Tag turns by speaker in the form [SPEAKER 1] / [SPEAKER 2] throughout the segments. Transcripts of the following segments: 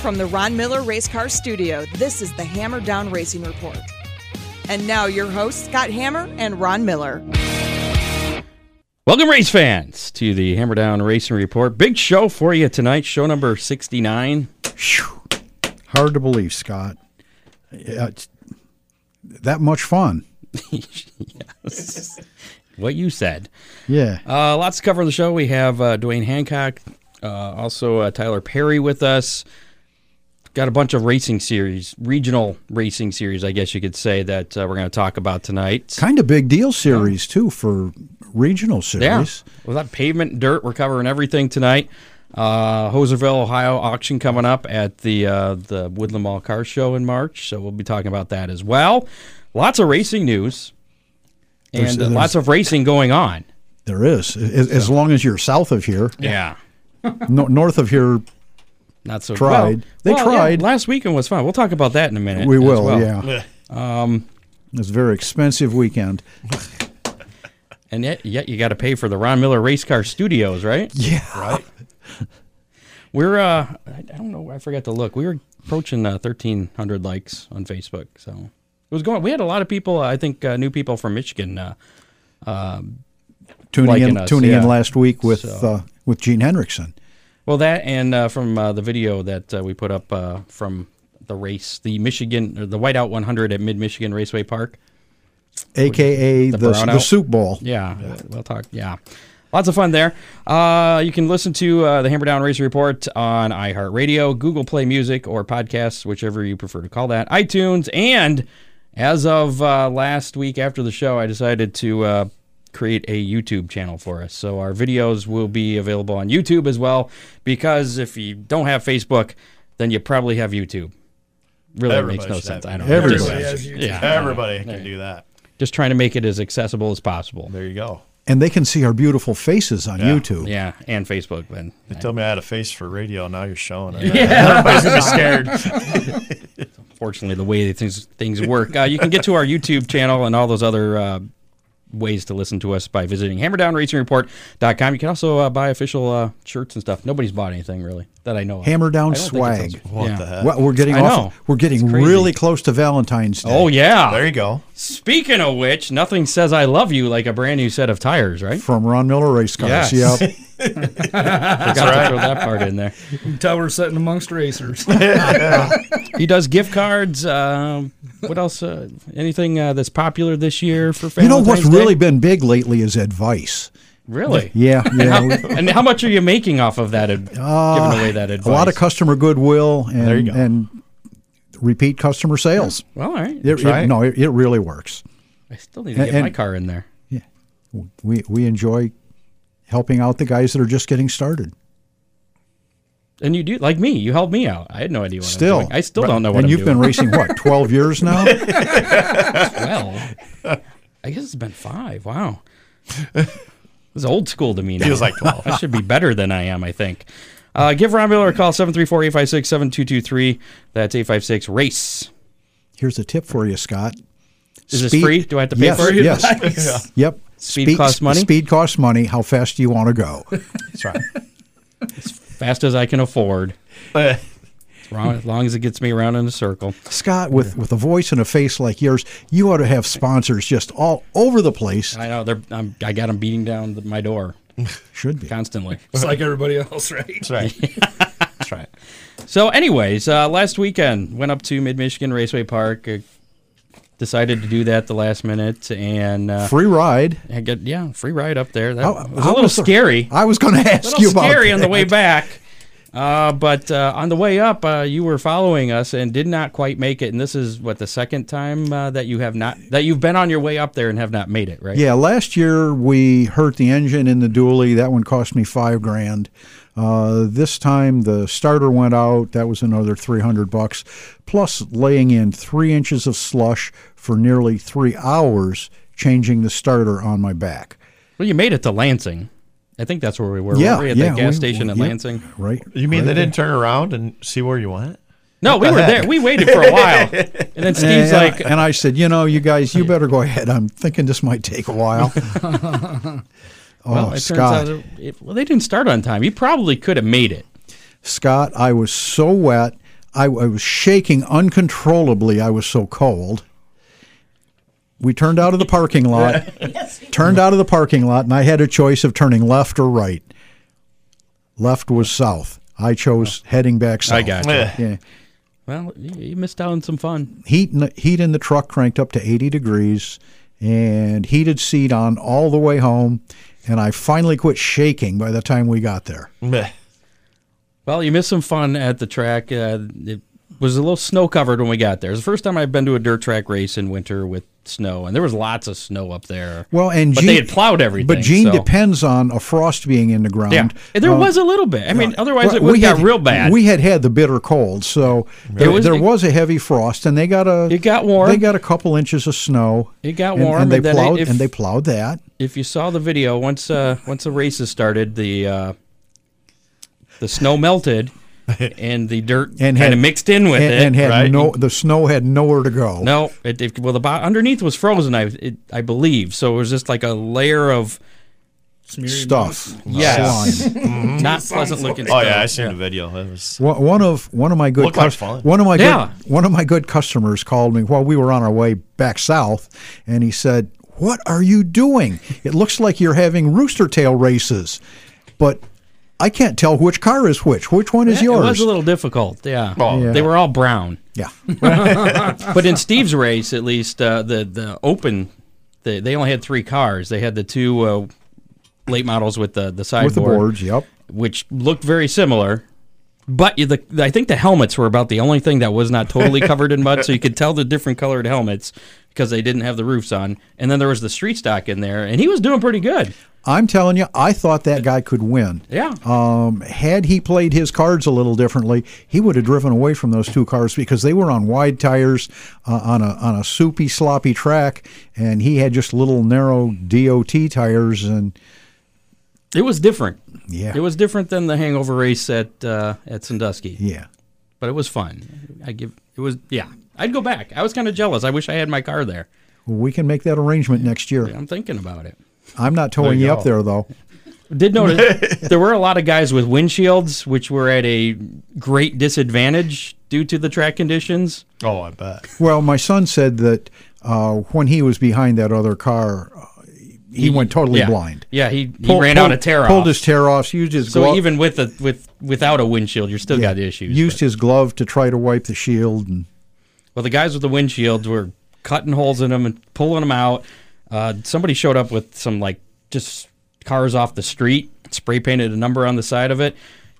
[SPEAKER 1] From the Ron Miller Race Car Studio, this is the Hammer Down Racing Report. And now your hosts, Scott Hammer and Ron Miller.
[SPEAKER 2] Welcome, race fans, to the Hammer Down Racing Report. Big show for you tonight, show number 69.
[SPEAKER 3] Hard to believe, Scott. Yeah, it's that much fun.
[SPEAKER 2] Yes. what you said.
[SPEAKER 3] Yeah.
[SPEAKER 2] Uh, lots to cover on the show. We have uh, Dwayne Hancock, uh, also uh, Tyler Perry with us. Got a bunch of racing series, regional racing series, I guess you could say, that uh, we're going to talk about tonight.
[SPEAKER 3] kind of big deal series, too, for regional
[SPEAKER 2] Yeah.
[SPEAKER 3] series.
[SPEAKER 2] Without pavement and dirt, we're covering everything tonight. Uh, Hoserville, Ohio auction coming up at the uh, the Woodland Mall Car Show in March, so we'll be talking about that as well. Lots of racing news and
[SPEAKER 3] There's-
[SPEAKER 2] uh, lots of racing going on.
[SPEAKER 3] There is. As, as long as you're south of here,
[SPEAKER 2] Yeah,
[SPEAKER 3] no, north of here,
[SPEAKER 2] not so
[SPEAKER 3] Tried.
[SPEAKER 2] well-
[SPEAKER 3] They
[SPEAKER 2] well, yeah,
[SPEAKER 3] tried.
[SPEAKER 2] last weekend was fun. We'll talk about that in a minute.
[SPEAKER 3] we
[SPEAKER 2] as
[SPEAKER 3] will.
[SPEAKER 2] well. Um,
[SPEAKER 3] Yeah. It's a very expensive weekend.
[SPEAKER 2] and yet, yet you got to pay for the Ron Miller Race Car Studios, right?
[SPEAKER 3] Yeah.
[SPEAKER 2] We're uh, I I don't know. I forgot to look. We were approaching uh, thirteen hundred likes on Facebook, so it was going. We had a lot of people. Uh, I think uh, new people from Michigan. Uh,
[SPEAKER 3] Tuning
[SPEAKER 2] Liking
[SPEAKER 3] in,
[SPEAKER 2] us,
[SPEAKER 3] tuning in
[SPEAKER 2] yeah.
[SPEAKER 3] last week with
[SPEAKER 2] So.
[SPEAKER 3] uh, with Gene Henriksen.
[SPEAKER 2] well, that and uh, from uh, the video that uh, we put up uh, from the race, the Michigan or the Whiteout one hundred at Mid Michigan Raceway Park.
[SPEAKER 3] AKA the, the,
[SPEAKER 2] brownout.
[SPEAKER 3] soup ball.
[SPEAKER 2] Yeah, we'll talk. Yeah. Lots of fun there. Uh, you can listen to uh, the Hammer Down Racer Report on iHeartRadio, Google Play Music, or podcasts, whichever you prefer to call that, iTunes. And as of uh, last week after the show, I decided to uh, create a YouTube channel for us. So our videos will be available on YouTube as well, because if you don't have Facebook, then you probably have YouTube. Really makes no
[SPEAKER 4] should have
[SPEAKER 2] sense.
[SPEAKER 4] it.
[SPEAKER 2] I don't know.
[SPEAKER 3] Everybody
[SPEAKER 2] Just-
[SPEAKER 3] has
[SPEAKER 2] Yeah.
[SPEAKER 4] Everybody can do that.
[SPEAKER 2] just trying to make it as accessible as possible.
[SPEAKER 4] There you go.
[SPEAKER 3] And they can see our beautiful faces on YouTube.
[SPEAKER 2] Yeah, and Facebook. Then
[SPEAKER 4] They told me I had a face for radio. Now you're showing it. Everybody's gonna be scared.
[SPEAKER 2] fortunately, the way that things things work, uh, you can get to our YouTube channel and all those other uh, ways to listen to us by visiting hammerdownracingreport.com. You can also uh, buy official uh, shirts and stuff. Nobody's bought anything really that I know. of.
[SPEAKER 3] Hammer down
[SPEAKER 2] I don't think it's
[SPEAKER 3] swag.
[SPEAKER 2] on-
[SPEAKER 4] What
[SPEAKER 2] yeah.
[SPEAKER 4] the heck?
[SPEAKER 3] Well, we're getting
[SPEAKER 2] Uh, I know.
[SPEAKER 3] off, we're getting
[SPEAKER 2] It's crazy.
[SPEAKER 3] really close to Valentine's Day.
[SPEAKER 2] Oh yeah.
[SPEAKER 4] There you go.
[SPEAKER 2] Speaking of which, nothing says I love you like a brand new set of tires, right?
[SPEAKER 3] from Ron Miller Race Cars.
[SPEAKER 2] Oh. Yes.
[SPEAKER 3] Yep.
[SPEAKER 2] Forgot to throw that part in there.
[SPEAKER 5] tell we're sitting amongst racers.
[SPEAKER 2] He does gift cards. Um, what else? Uh, anything uh, that's popular this year for
[SPEAKER 3] you know what's
[SPEAKER 2] Valentine's Day?
[SPEAKER 3] really been big lately is advice.
[SPEAKER 2] really
[SPEAKER 3] Yeah, yeah. we-
[SPEAKER 2] And how much are you making off of that? Ad- giving away that advice.
[SPEAKER 3] Uh, a lot of customer goodwill and
[SPEAKER 4] There you go.
[SPEAKER 3] and repeat customer sales.
[SPEAKER 2] Well, all right.
[SPEAKER 3] It-
[SPEAKER 4] Try
[SPEAKER 3] it-
[SPEAKER 4] it.
[SPEAKER 3] no, it, it really works.
[SPEAKER 2] I still need to get
[SPEAKER 3] and-
[SPEAKER 2] my car in there.
[SPEAKER 3] We we enjoy helping out the guys that are just getting started.
[SPEAKER 2] And you do like me. You helped me out. I had no idea what
[SPEAKER 3] Still,
[SPEAKER 2] I'm doing. I still don't know what
[SPEAKER 3] and
[SPEAKER 2] I'm
[SPEAKER 3] you've
[SPEAKER 2] doing.
[SPEAKER 3] been racing what twelve years now?
[SPEAKER 2] well, I guess it's been five. Wow, this is old school to me. Now.
[SPEAKER 4] Feels like 12.
[SPEAKER 2] I should be better than I am. I think. Uh, give Ron Miller a call 734-856-7223. That's eight five six race.
[SPEAKER 3] Here's a tip for you, Scott.
[SPEAKER 2] Is this free? Do I have to pay
[SPEAKER 3] yes,
[SPEAKER 2] for it?
[SPEAKER 3] Yes. Yep.
[SPEAKER 2] Speed costs money?
[SPEAKER 3] Speed costs money. How fast do you want to go?
[SPEAKER 4] That's right.
[SPEAKER 2] Fast as I can afford.
[SPEAKER 4] Eh,
[SPEAKER 2] Ron- As long as it gets me around in a circle.
[SPEAKER 3] Scott, with, with a voice and a face like yours, you ought to have sponsors just all over the place.
[SPEAKER 2] I know they're. I'm, I got them beating down the, my door
[SPEAKER 3] Should be.
[SPEAKER 2] constantly.
[SPEAKER 5] It's like everybody else, right?
[SPEAKER 4] That's right.
[SPEAKER 2] That's right. So, anyways, uh, last weekend went up to Mid Michigan Raceway Park. Uh, decided to do that the last minute, and uh,
[SPEAKER 3] Free ride.
[SPEAKER 2] I get yeah free ride up there. That
[SPEAKER 3] How-
[SPEAKER 2] was
[SPEAKER 3] Oh, how
[SPEAKER 2] a little
[SPEAKER 3] the-
[SPEAKER 2] scary.
[SPEAKER 3] I was going to
[SPEAKER 2] a
[SPEAKER 3] ask you
[SPEAKER 2] little
[SPEAKER 3] about
[SPEAKER 2] scary on the
[SPEAKER 3] that.
[SPEAKER 2] way back. Uh, but uh, on the way up, uh, you were following us and did not quite make it. And this is what the second time uh, that you have not that you've been on your way up there and have not made it, right?
[SPEAKER 3] Yeah, last year we hurt the engine in the dually. That one cost me five grand. Uh, this time the starter went out. That was another three hundred bucks. Plus laying in three inches of slush for nearly three hours, changing the starter on my back.
[SPEAKER 2] Well, you made it to Lansing. I think that's where we were.
[SPEAKER 3] yeah,
[SPEAKER 2] weren't we? at
[SPEAKER 3] yeah,
[SPEAKER 2] the gas
[SPEAKER 3] we-
[SPEAKER 2] station
[SPEAKER 3] we-
[SPEAKER 2] at
[SPEAKER 3] yep,
[SPEAKER 2] Lansing.
[SPEAKER 3] Right.
[SPEAKER 4] You mean
[SPEAKER 3] right
[SPEAKER 4] they didn't turn around and see where you went?
[SPEAKER 2] No, we were there. We waited for a while, and then Steve's
[SPEAKER 3] and,
[SPEAKER 2] like,
[SPEAKER 3] I, and I said, you know, you guys, you better go ahead. I'm thinking this might take a while. oh,
[SPEAKER 2] "Well, it
[SPEAKER 3] Scott,
[SPEAKER 2] turns out it- it, well, they didn't start on time. You probably could have made it."
[SPEAKER 3] Scott, I was so wet. I, I was shaking uncontrollably. I was so cold. We turned out of the parking lot. turned out of the parking lot, and I had a choice of turning left or right. Left was south. I chose heading back south.
[SPEAKER 2] I got you.
[SPEAKER 4] Eh.
[SPEAKER 3] Yeah.
[SPEAKER 2] Well, you you missed out on some fun.
[SPEAKER 3] heat in the, heat in the truck cranked up to 80 degrees and heated seat on all the way home and I finally quit shaking by the time we got there.
[SPEAKER 4] Meh.
[SPEAKER 2] Well, you missed some fun at the track. Uh, it was a little snow covered when we got there. It's the first time I've been to a dirt track race in winter with snow, and there was lots of snow up there.
[SPEAKER 3] Well, and
[SPEAKER 2] But
[SPEAKER 3] Gene,
[SPEAKER 2] they had plowed everything,
[SPEAKER 3] But Gene
[SPEAKER 2] so-
[SPEAKER 3] depends on a frost being in the ground.
[SPEAKER 2] yeah, And there
[SPEAKER 3] Uh,
[SPEAKER 2] was a little bit. I mean, otherwise
[SPEAKER 3] well,
[SPEAKER 2] it would got
[SPEAKER 3] had,
[SPEAKER 2] real bad.
[SPEAKER 3] We had had the bitter cold, so there,
[SPEAKER 2] was-
[SPEAKER 3] there was a heavy frost, and they got a
[SPEAKER 2] It got warm.
[SPEAKER 3] They got a couple inches of snow.
[SPEAKER 2] It got
[SPEAKER 3] and-
[SPEAKER 2] warm,
[SPEAKER 3] and they
[SPEAKER 2] and then it-
[SPEAKER 3] plowed
[SPEAKER 2] if-
[SPEAKER 3] and they plowed that.
[SPEAKER 2] if you saw the video, once uh, once the races started, the uh, the snow melted and the dirt
[SPEAKER 3] And
[SPEAKER 2] kind
[SPEAKER 3] had-
[SPEAKER 2] of mixed in with
[SPEAKER 3] and,
[SPEAKER 2] it.
[SPEAKER 3] and had
[SPEAKER 4] right?
[SPEAKER 3] no the snow had nowhere to go.
[SPEAKER 2] no, it, it, well the bo- underneath was frozen, I it, I believe. So it was just like a layer of
[SPEAKER 5] Smear your
[SPEAKER 3] stuff.
[SPEAKER 2] Yes.
[SPEAKER 3] Slime.
[SPEAKER 2] not pleasant looking.
[SPEAKER 4] Oh
[SPEAKER 2] stuff.
[SPEAKER 4] yeah, I seen the video. That was
[SPEAKER 3] One one of one of my good
[SPEAKER 4] Looked like
[SPEAKER 3] cus-
[SPEAKER 4] fun.
[SPEAKER 3] one of my
[SPEAKER 2] Yeah.
[SPEAKER 3] good, one of my good customers called me while we were on our way back south, and he said, "What are you doing? It looks like you're having rooster tail races, but I can't tell which car is which. Which one is
[SPEAKER 2] Yeah,
[SPEAKER 3] yours?"
[SPEAKER 2] It was a little difficult. Yeah.
[SPEAKER 4] Oh.
[SPEAKER 3] Yeah.
[SPEAKER 2] They were all brown.
[SPEAKER 3] yeah,
[SPEAKER 2] But in Steve's race, at least, uh, the, the open, the, they only had three cars. They had the two uh, late models with the, the
[SPEAKER 3] with the
[SPEAKER 2] sideboard,
[SPEAKER 3] boards. Yep.
[SPEAKER 2] which looked very similar. But you- the, I think the helmets were about the only thing that was not totally covered in mud, so you could tell the different colored helmets because they didn't have the roofs on. And then there was the street stock in there, and he was doing pretty good.
[SPEAKER 3] I'm telling you, I thought that guy could win.
[SPEAKER 2] Yeah.
[SPEAKER 3] Um, had he played his cards a little differently, he would have driven away from those two cars because they were on wide tires uh, on a on a soupy, sloppy track, and he had just little narrow DOT tires. And
[SPEAKER 2] It was different.
[SPEAKER 3] Yeah.
[SPEAKER 2] It was different than the hangover race at uh, at Sandusky.
[SPEAKER 3] yeah,
[SPEAKER 2] But it was fun. I give it was yeah. I'd go back. I was kind of jealous. I wish I had my car there.
[SPEAKER 3] we can make that arrangement next year.
[SPEAKER 2] I'm thinking about it.
[SPEAKER 3] I'm not towing you up there though.
[SPEAKER 2] Did notice there were a lot of guys with windshields which were at a great disadvantage due to the track conditions.
[SPEAKER 4] oh, I bet.
[SPEAKER 3] Well, my son said that uh, when he was behind that other car, uh, he, went totally
[SPEAKER 2] yeah.
[SPEAKER 3] blind.
[SPEAKER 2] Yeah, he, he
[SPEAKER 3] Pull-
[SPEAKER 2] ran
[SPEAKER 3] pull-
[SPEAKER 2] out of tear
[SPEAKER 3] Pulled
[SPEAKER 2] off.
[SPEAKER 3] his tear offs. Used his
[SPEAKER 2] so
[SPEAKER 3] glove-
[SPEAKER 2] even with a with without a windshield, you're still got issues.
[SPEAKER 3] Used his glove to try to wipe the shield. And
[SPEAKER 2] Well, the guys with the windshields were cutting holes in them and pulling them out. Uh, somebody showed up with some like just cars off the street, spray painted a number on the side of it,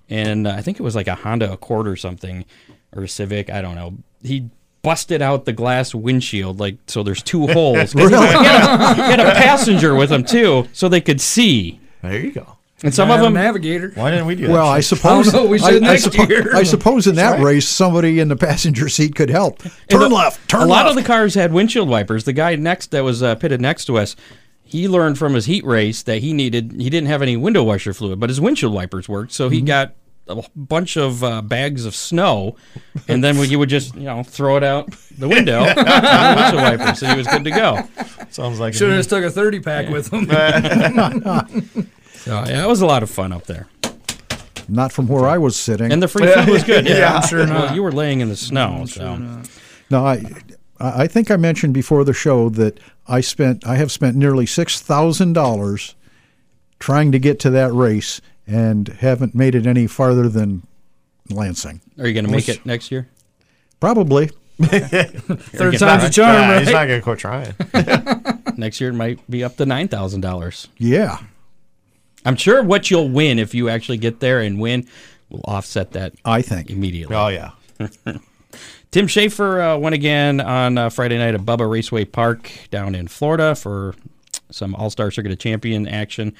[SPEAKER 2] and uh, I think it was like a Honda Accord or something or a Civic. I don't know. He busted out the glass windshield like so. There's two holes. really? He had, a, he had a passenger with him too, so they could see.
[SPEAKER 4] There you go.
[SPEAKER 2] And some of
[SPEAKER 5] Adam
[SPEAKER 2] them.
[SPEAKER 5] Navigator.
[SPEAKER 4] Why didn't we do
[SPEAKER 3] well, I
[SPEAKER 4] that?
[SPEAKER 3] suppose
[SPEAKER 5] know, we
[SPEAKER 3] I,
[SPEAKER 5] should
[SPEAKER 3] I
[SPEAKER 5] next
[SPEAKER 3] suppo-
[SPEAKER 5] year.
[SPEAKER 3] I suppose in that race, somebody in the passenger seat could help.
[SPEAKER 2] And
[SPEAKER 3] Turn
[SPEAKER 2] the-
[SPEAKER 3] left. Turn
[SPEAKER 2] A lot
[SPEAKER 3] left.
[SPEAKER 2] of the cars had windshield wipers. The guy next that was uh, pitted next to us, he learned from his heat race that he needed. He didn't have any window washer fluid, but his windshield wipers worked, so
[SPEAKER 3] Mm-hmm.
[SPEAKER 2] he got a bunch of uh, bags of snow, and then you would just you know throw it out the window, on the windshield wipers, and he was good to go.
[SPEAKER 4] sounds like
[SPEAKER 5] Should have
[SPEAKER 4] a,
[SPEAKER 5] just took a 30 pack with them.
[SPEAKER 2] So yeah, it was a lot of fun up there,
[SPEAKER 3] Not from where I was sitting.
[SPEAKER 2] and the free food was good. Yeah,
[SPEAKER 5] I'm sure
[SPEAKER 2] Well,
[SPEAKER 5] not.
[SPEAKER 2] you were laying in the snow, so
[SPEAKER 3] no, I, I I think I mentioned before the show that I spent I have spent nearly six thousand dollars trying to get to that race and haven't made it any farther than Lansing.
[SPEAKER 2] are you going to make it next year?
[SPEAKER 3] Probably.
[SPEAKER 5] Third
[SPEAKER 2] He's
[SPEAKER 5] time's a
[SPEAKER 2] not-
[SPEAKER 5] charm,
[SPEAKER 4] Nah, He's not
[SPEAKER 5] right?
[SPEAKER 4] gonna quit trying.
[SPEAKER 2] Next year it might be up to nine thousand dollars.
[SPEAKER 3] Yeah.
[SPEAKER 2] I'm sure what you'll win if you actually get there and win will offset that
[SPEAKER 3] I think.
[SPEAKER 2] immediately.
[SPEAKER 4] Oh yeah.
[SPEAKER 2] Tim Schaefer uh, went again on uh, Friday night at Bubba Raceway Park down in Florida for some All Star Circuit of Champion action.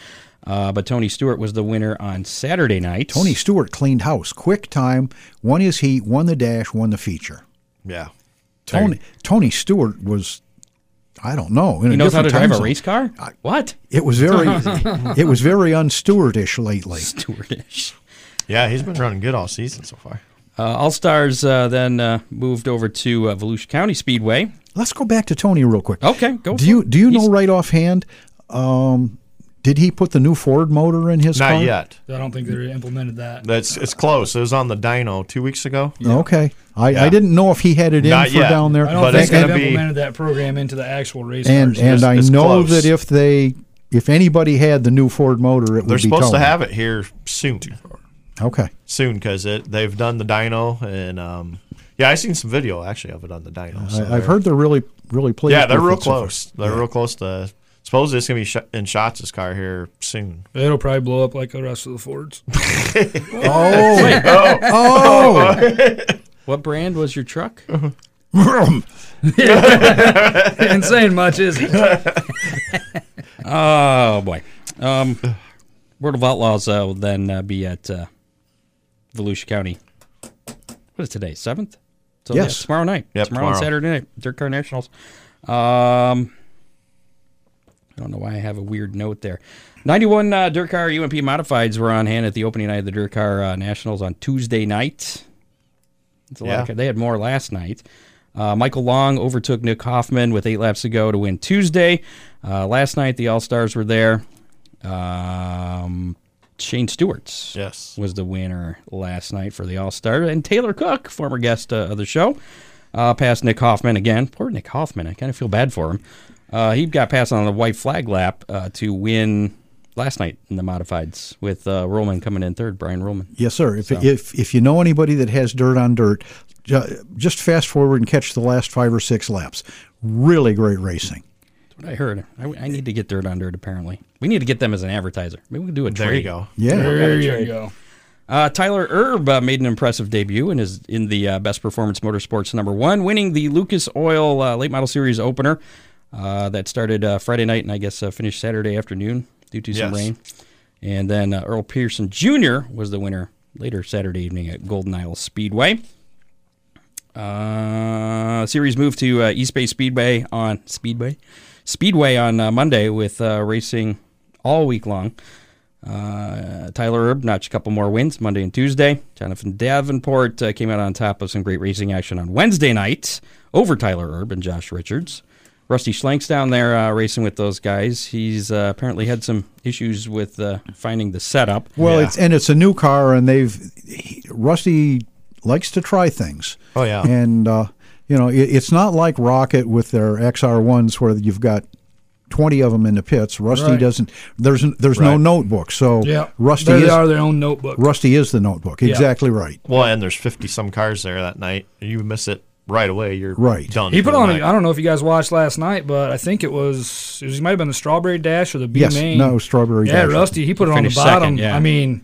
[SPEAKER 2] Uh, but Tony Stewart was the winner on Saturday night.
[SPEAKER 3] Tony Stewart cleaned house. Quick time. Won his heat. Won the dash. Won the feature.
[SPEAKER 4] Yeah.
[SPEAKER 3] Tony Tony Stewart was, I don't know. In
[SPEAKER 2] he
[SPEAKER 3] a
[SPEAKER 2] knows how to
[SPEAKER 3] different
[SPEAKER 2] drive
[SPEAKER 3] time
[SPEAKER 2] a
[SPEAKER 3] zone.
[SPEAKER 2] race car. what
[SPEAKER 3] It was very, it was very unstewardish lately.
[SPEAKER 2] Stewartish?
[SPEAKER 4] Yeah, he's been running good all season so far.
[SPEAKER 2] Uh, All Stars uh, then uh, moved over to uh, Volusia County Speedway.
[SPEAKER 3] Let's go back to Tony real quick.
[SPEAKER 2] Okay, go.
[SPEAKER 3] Do
[SPEAKER 2] for
[SPEAKER 3] you
[SPEAKER 2] it.
[SPEAKER 3] do you know
[SPEAKER 2] He's-
[SPEAKER 3] right offhand? Um, did he put the new Ford motor in his
[SPEAKER 4] Not
[SPEAKER 3] car?
[SPEAKER 4] yet.
[SPEAKER 5] I don't think they implemented that.
[SPEAKER 4] That's it's close. It was on the dyno two weeks ago.
[SPEAKER 3] Okay. I, I
[SPEAKER 4] Yeah.
[SPEAKER 3] didn't know if he had it in
[SPEAKER 4] Not
[SPEAKER 3] for
[SPEAKER 4] yet.
[SPEAKER 3] down there.
[SPEAKER 5] I don't
[SPEAKER 4] But
[SPEAKER 5] think
[SPEAKER 4] it's
[SPEAKER 5] they've
[SPEAKER 4] gonna be-
[SPEAKER 5] implemented that program into the actual race.
[SPEAKER 3] and
[SPEAKER 5] cars.
[SPEAKER 3] and
[SPEAKER 4] It's-
[SPEAKER 3] I
[SPEAKER 4] it's
[SPEAKER 3] know
[SPEAKER 4] close.
[SPEAKER 3] that if they if anybody had the new Ford motor, it would
[SPEAKER 4] They're
[SPEAKER 3] be
[SPEAKER 4] supposed to
[SPEAKER 3] Tony.
[SPEAKER 4] have it here soon,
[SPEAKER 3] Okay.
[SPEAKER 4] soon because it they've done the dyno and um, yeah, I seen some video actually of it on the dyno. so
[SPEAKER 3] I, I've
[SPEAKER 4] they're-
[SPEAKER 3] heard they're really really pleased.
[SPEAKER 4] Yeah, they're
[SPEAKER 3] with
[SPEAKER 4] real
[SPEAKER 3] it so far.
[SPEAKER 4] close. They're real close to. Supposedly it's gonna be sh- in shots. This car here soon.
[SPEAKER 5] it'll probably blow up like the rest of the Fords.
[SPEAKER 3] Oh, oh,
[SPEAKER 2] what brand was your truck?
[SPEAKER 5] Ain't saying much, is it?
[SPEAKER 2] Oh boy. Um, World of Outlaws uh, will then uh, be at uh, Volusia County. What is today? Seventh. So yeah,
[SPEAKER 3] Yes.
[SPEAKER 2] tomorrow night.
[SPEAKER 4] Yep,
[SPEAKER 2] tomorrow, and
[SPEAKER 4] tomorrow.
[SPEAKER 2] Saturday night. Dirt Car Nationals. Um, I don't know why I have a weird note there. 91 uh, Dirt Car UMP Modifieds were on hand at the opening night of the Dirt Car uh, Nationals on Tuesday night. It's a lot of
[SPEAKER 4] Yeah.
[SPEAKER 2] ca- they had more last night. Uh, Michael Long overtook Nick Hoffman with eight laps to go to win Tuesday. Uh, last night, the All Stars were there. Um, Shane Stewart's
[SPEAKER 4] Yes.
[SPEAKER 2] was the winner last night for the All Star. And Taylor Cook, former guest uh, of the show, uh, passed Nick Hoffman again. Poor Nick Hoffman. I kind of feel bad for him. Uh, he got passed on the white flag lap uh, to win last night in the modifieds with uh, Roman coming in third, Brian Roman.
[SPEAKER 3] yes, sir. If, if if you know anybody that has dirt on dirt, ju- just fast forward and catch the last five or six laps. Really great racing.
[SPEAKER 2] That's what I heard. I, I need to get dirt on dirt, apparently. We need to get them as an advertiser. Maybe we can do a
[SPEAKER 4] There
[SPEAKER 2] trade.
[SPEAKER 4] you go.
[SPEAKER 3] Yeah.
[SPEAKER 5] There you go.
[SPEAKER 2] Uh, Tyler Erb uh, made an impressive debut and is in the uh, Best Performance Motorsports number one, winning the Lucas Oil uh, Late Model Series opener uh, that started uh, Friday night and I guess uh, finished Saturday afternoon due to some
[SPEAKER 4] Yes.
[SPEAKER 2] rain. And then uh, Earl Pearson Jr. was the winner later Saturday evening at Golden Isle Speedway. Uh, series moved to uh, East Bay Speedway on Speedway, Speedway on uh, Monday with uh, racing all week long. Uh, Tyler Erb notched a couple more wins Monday and Tuesday. Jonathan Davenport uh, came out on top of some great racing action on Wednesday night over Tyler Erb and Josh Richards. Rusty Schlank's down there uh, racing with those guys. He's uh, apparently had some issues with uh, finding the setup.
[SPEAKER 3] Well,
[SPEAKER 4] Yeah.
[SPEAKER 3] it's and it's a new car, and they've he, Rusty likes to try things.
[SPEAKER 4] Oh, yeah.
[SPEAKER 3] and uh, you know it, it's not like Rocket with their XR ones where you've got twenty of them in the pits. Rusty
[SPEAKER 5] Right.
[SPEAKER 3] doesn't. There's n- there's no
[SPEAKER 4] Right.
[SPEAKER 3] notebook, so
[SPEAKER 5] Yeah,
[SPEAKER 3] Rusty
[SPEAKER 5] They
[SPEAKER 3] is
[SPEAKER 5] are their own notebook.
[SPEAKER 3] Rusty is the notebook. Exactly right.
[SPEAKER 4] Well, and there's 50 some cars there that night. You miss it right away. You're
[SPEAKER 3] Right.
[SPEAKER 4] done.
[SPEAKER 5] He
[SPEAKER 4] for
[SPEAKER 5] put
[SPEAKER 4] the
[SPEAKER 5] on.
[SPEAKER 4] night.
[SPEAKER 5] A, I don't know if you guys watched last night, but I think it was. It, was, it might have been the Strawberry Dash or the B
[SPEAKER 3] Yes,
[SPEAKER 5] Main.
[SPEAKER 3] no strawberry.
[SPEAKER 5] Yeah,
[SPEAKER 3] dash.
[SPEAKER 5] Rusty. He put it on the
[SPEAKER 2] Finished
[SPEAKER 5] bottom.
[SPEAKER 2] second, yeah.
[SPEAKER 5] I mean,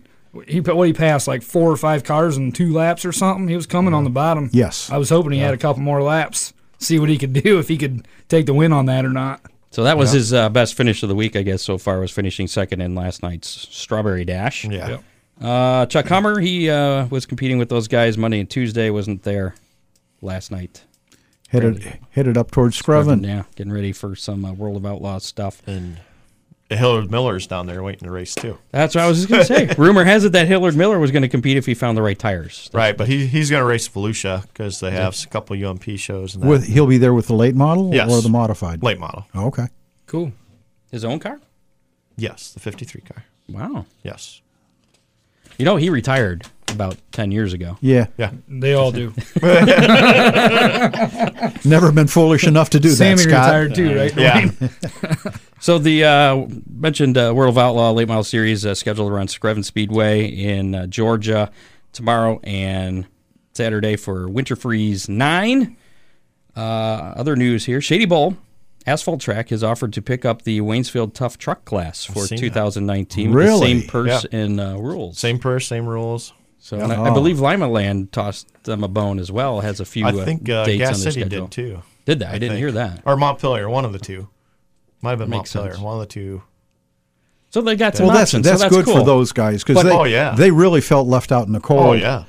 [SPEAKER 5] he put what he passed like four or five cars in two laps or something. He was coming on the bottom.
[SPEAKER 3] Yes.
[SPEAKER 5] I was hoping he had a couple more laps. See what he could do if he could take the win on that or not.
[SPEAKER 2] So that was his uh, best finish of the week, I guess, so far, was finishing second in last night's Strawberry Dash.
[SPEAKER 4] Yeah.
[SPEAKER 5] Yep.
[SPEAKER 2] Uh, Chuck Hummer, he uh, was competing with those guys Monday and Tuesday, wasn't there last night.
[SPEAKER 3] headed headed up towards Screven.
[SPEAKER 2] Yeah, getting ready for some uh, World of Outlaws stuff.
[SPEAKER 4] And Hillard Miller's down there waiting to race too.
[SPEAKER 2] That's what I was just going to say. Rumor has it that Hillard Miller was going to compete if he found the right tires.
[SPEAKER 4] Right, but he he's gonna race Volusia because they have a couple UMP shows and that.
[SPEAKER 3] With he'll be there with the late model
[SPEAKER 4] Yes.
[SPEAKER 3] or the modified. Oh,
[SPEAKER 4] late model.
[SPEAKER 3] Okay.
[SPEAKER 5] Cool.
[SPEAKER 2] His own car?
[SPEAKER 4] Yes, the 53 car.
[SPEAKER 2] Wow.
[SPEAKER 4] Yes.
[SPEAKER 2] You know, he retired about 10 years ago.
[SPEAKER 3] Yeah.
[SPEAKER 4] Yeah.
[SPEAKER 5] They all do.
[SPEAKER 3] Never been foolish enough to do
[SPEAKER 5] Sammy
[SPEAKER 3] that, Scott.
[SPEAKER 5] retired too, right?
[SPEAKER 4] Yeah.
[SPEAKER 2] So the uh, mentioned uh, World of Outlaw Late Model Series uh, scheduled around Screven Speedway in uh, Georgia tomorrow and Saturday for Winter Freeze 9. Uh, other news here Shady Bowl Asphalt Track has offered to pick up the Waynesfield Tough Truck class for
[SPEAKER 4] seen that.
[SPEAKER 2] 2019.
[SPEAKER 3] Really?
[SPEAKER 2] With the same purse and uh, rules.
[SPEAKER 4] same purse, same rules.
[SPEAKER 2] So and
[SPEAKER 3] Oh.
[SPEAKER 2] I, I believe Lima Land tossed them a bone as well. Has a few.
[SPEAKER 4] I think uh,
[SPEAKER 2] dates
[SPEAKER 4] Gas
[SPEAKER 2] on their
[SPEAKER 4] City
[SPEAKER 2] schedule.
[SPEAKER 4] did too.
[SPEAKER 2] Did they? I, didn't
[SPEAKER 4] think.
[SPEAKER 2] hear that.
[SPEAKER 4] Or Montpelier, one of the two. Might have been
[SPEAKER 2] Makes
[SPEAKER 4] Montpelier,
[SPEAKER 2] sense.
[SPEAKER 4] one of the two.
[SPEAKER 2] So they got some
[SPEAKER 3] Well, that's
[SPEAKER 2] options.
[SPEAKER 3] that's,
[SPEAKER 2] so that's
[SPEAKER 3] good
[SPEAKER 2] cool.
[SPEAKER 3] for those guys because
[SPEAKER 2] But-
[SPEAKER 3] they
[SPEAKER 4] Oh, yeah.
[SPEAKER 3] they really felt left out in the cold.
[SPEAKER 4] Oh yeah,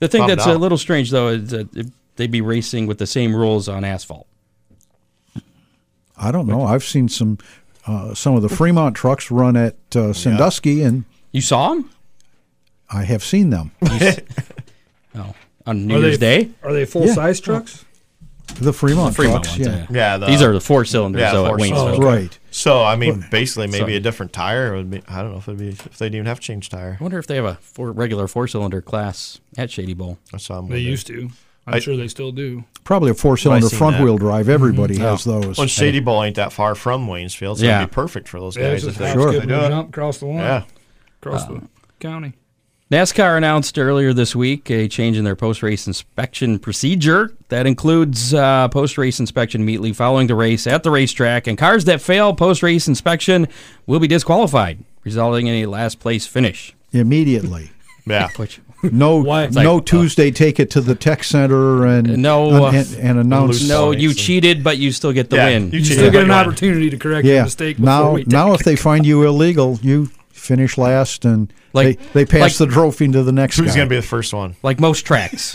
[SPEAKER 2] The thing
[SPEAKER 4] Bummed
[SPEAKER 2] that's a
[SPEAKER 4] out.
[SPEAKER 2] little strange though is that if they'd be racing with the same rules on asphalt.
[SPEAKER 3] I don't know. I've seen some uh, some of the Fremont trucks run at uh, Sandusky, and
[SPEAKER 2] You saw them?
[SPEAKER 3] I have seen them.
[SPEAKER 2] Oh, on
[SPEAKER 5] Are
[SPEAKER 2] New
[SPEAKER 5] they-
[SPEAKER 2] Year's Day.
[SPEAKER 5] Are they full size trucks?
[SPEAKER 3] The Fremont,
[SPEAKER 2] Fremont
[SPEAKER 3] trucks,
[SPEAKER 2] ones,
[SPEAKER 3] yeah.
[SPEAKER 4] yeah. The,
[SPEAKER 2] These are the four cylinders
[SPEAKER 4] yeah,
[SPEAKER 2] though
[SPEAKER 4] four
[SPEAKER 2] at Waynesville.
[SPEAKER 5] cylinders.
[SPEAKER 3] Right.
[SPEAKER 4] so. I mean, basically, maybe
[SPEAKER 2] So-
[SPEAKER 4] a different tire would be. I don't know if it'd be if they'd even have to change tire.
[SPEAKER 2] I wonder if they have a four, regular four cylinder class at Shady Bowl.
[SPEAKER 4] I saw them
[SPEAKER 5] They
[SPEAKER 4] with it.
[SPEAKER 5] used to. I'm
[SPEAKER 4] I-
[SPEAKER 5] sure they still do.
[SPEAKER 3] Probably a four cylinder
[SPEAKER 4] I've seen
[SPEAKER 3] front
[SPEAKER 4] that.
[SPEAKER 3] wheel drive. Everybody has those.
[SPEAKER 4] Well, Shady Bowl ain't that far from Waynesfield, so
[SPEAKER 2] Yeah.
[SPEAKER 4] it'd be perfect for those
[SPEAKER 5] Yeah,
[SPEAKER 4] guys.
[SPEAKER 5] it's
[SPEAKER 4] if
[SPEAKER 5] just
[SPEAKER 4] they,
[SPEAKER 5] hop,
[SPEAKER 3] Sure.
[SPEAKER 5] skip, and
[SPEAKER 4] do it.
[SPEAKER 5] jump, cross the line,
[SPEAKER 4] Yeah. Uh,
[SPEAKER 5] cross the county.
[SPEAKER 2] NASCAR announced earlier this week a change in their post race inspection procedure that includes uh, post race inspection immediately following the race at the racetrack, and cars that fail post race inspection will be disqualified, resulting in a last place finish.
[SPEAKER 3] Immediately.
[SPEAKER 4] Yeah.
[SPEAKER 2] Which
[SPEAKER 3] No,
[SPEAKER 5] Why?
[SPEAKER 3] no Tuesday. take it to the tech center and
[SPEAKER 2] uh, No, uh,
[SPEAKER 3] and, and announce.
[SPEAKER 4] loose-
[SPEAKER 2] no,
[SPEAKER 4] Points
[SPEAKER 2] you
[SPEAKER 4] and-
[SPEAKER 2] cheated, but you still get the
[SPEAKER 4] Yeah,
[SPEAKER 2] win.
[SPEAKER 4] you
[SPEAKER 5] You
[SPEAKER 4] cheated,
[SPEAKER 5] still
[SPEAKER 4] but
[SPEAKER 5] get an
[SPEAKER 4] you won.
[SPEAKER 5] opportunity to correct your
[SPEAKER 3] yeah.
[SPEAKER 5] mistake before
[SPEAKER 3] Now,
[SPEAKER 5] we
[SPEAKER 3] now if they find you illegal, you finish last and
[SPEAKER 2] Like-
[SPEAKER 3] they, they pass
[SPEAKER 2] like-
[SPEAKER 3] the trophy to the next
[SPEAKER 4] Who's
[SPEAKER 3] guy.
[SPEAKER 4] gonna be the first one?
[SPEAKER 2] like most tracks,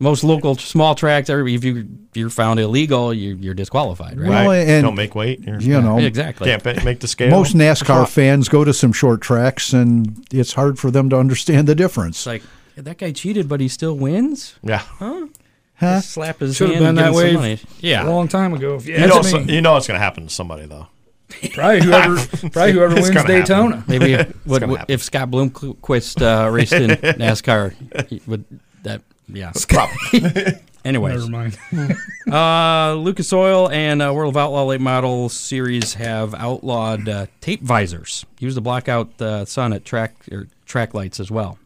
[SPEAKER 2] most local small tracks. Every if you you're found illegal, you, you're disqualified, right?
[SPEAKER 3] Well,
[SPEAKER 4] Right?
[SPEAKER 3] and-
[SPEAKER 4] don't make weight. You're-
[SPEAKER 3] you know,
[SPEAKER 2] Exactly.
[SPEAKER 4] can't pa- make the scale.
[SPEAKER 3] most NASCAR fans go to some short tracks, and it's hard for them to understand the difference.
[SPEAKER 2] It's like "Yeah, that guy cheated, but he still wins.
[SPEAKER 4] Yeah.
[SPEAKER 3] Huh?
[SPEAKER 2] Just slap his
[SPEAKER 5] Should have
[SPEAKER 2] hand
[SPEAKER 5] been
[SPEAKER 2] and give
[SPEAKER 5] that
[SPEAKER 2] him some
[SPEAKER 5] way
[SPEAKER 2] money.
[SPEAKER 5] a
[SPEAKER 2] Yeah.
[SPEAKER 5] long time ago. If you
[SPEAKER 4] You know,
[SPEAKER 5] ask
[SPEAKER 4] so-
[SPEAKER 5] me,
[SPEAKER 4] you know it's gonna happen to somebody though.
[SPEAKER 5] probably whoever, probably whoever
[SPEAKER 4] It's
[SPEAKER 5] wins
[SPEAKER 4] gonna happen.
[SPEAKER 5] Daytona.
[SPEAKER 2] Maybe if, what,
[SPEAKER 4] gonna
[SPEAKER 2] what-
[SPEAKER 4] happen.
[SPEAKER 2] if Scott Bloomquist uh, raced in NASCAR, he would that yeah. Anyways,
[SPEAKER 5] Never mind.
[SPEAKER 2] uh, Lucas Oil and uh, World of Outlaw Late Model Series have outlawed uh, tape visors used to block out the uh, sun at track or track lights as well.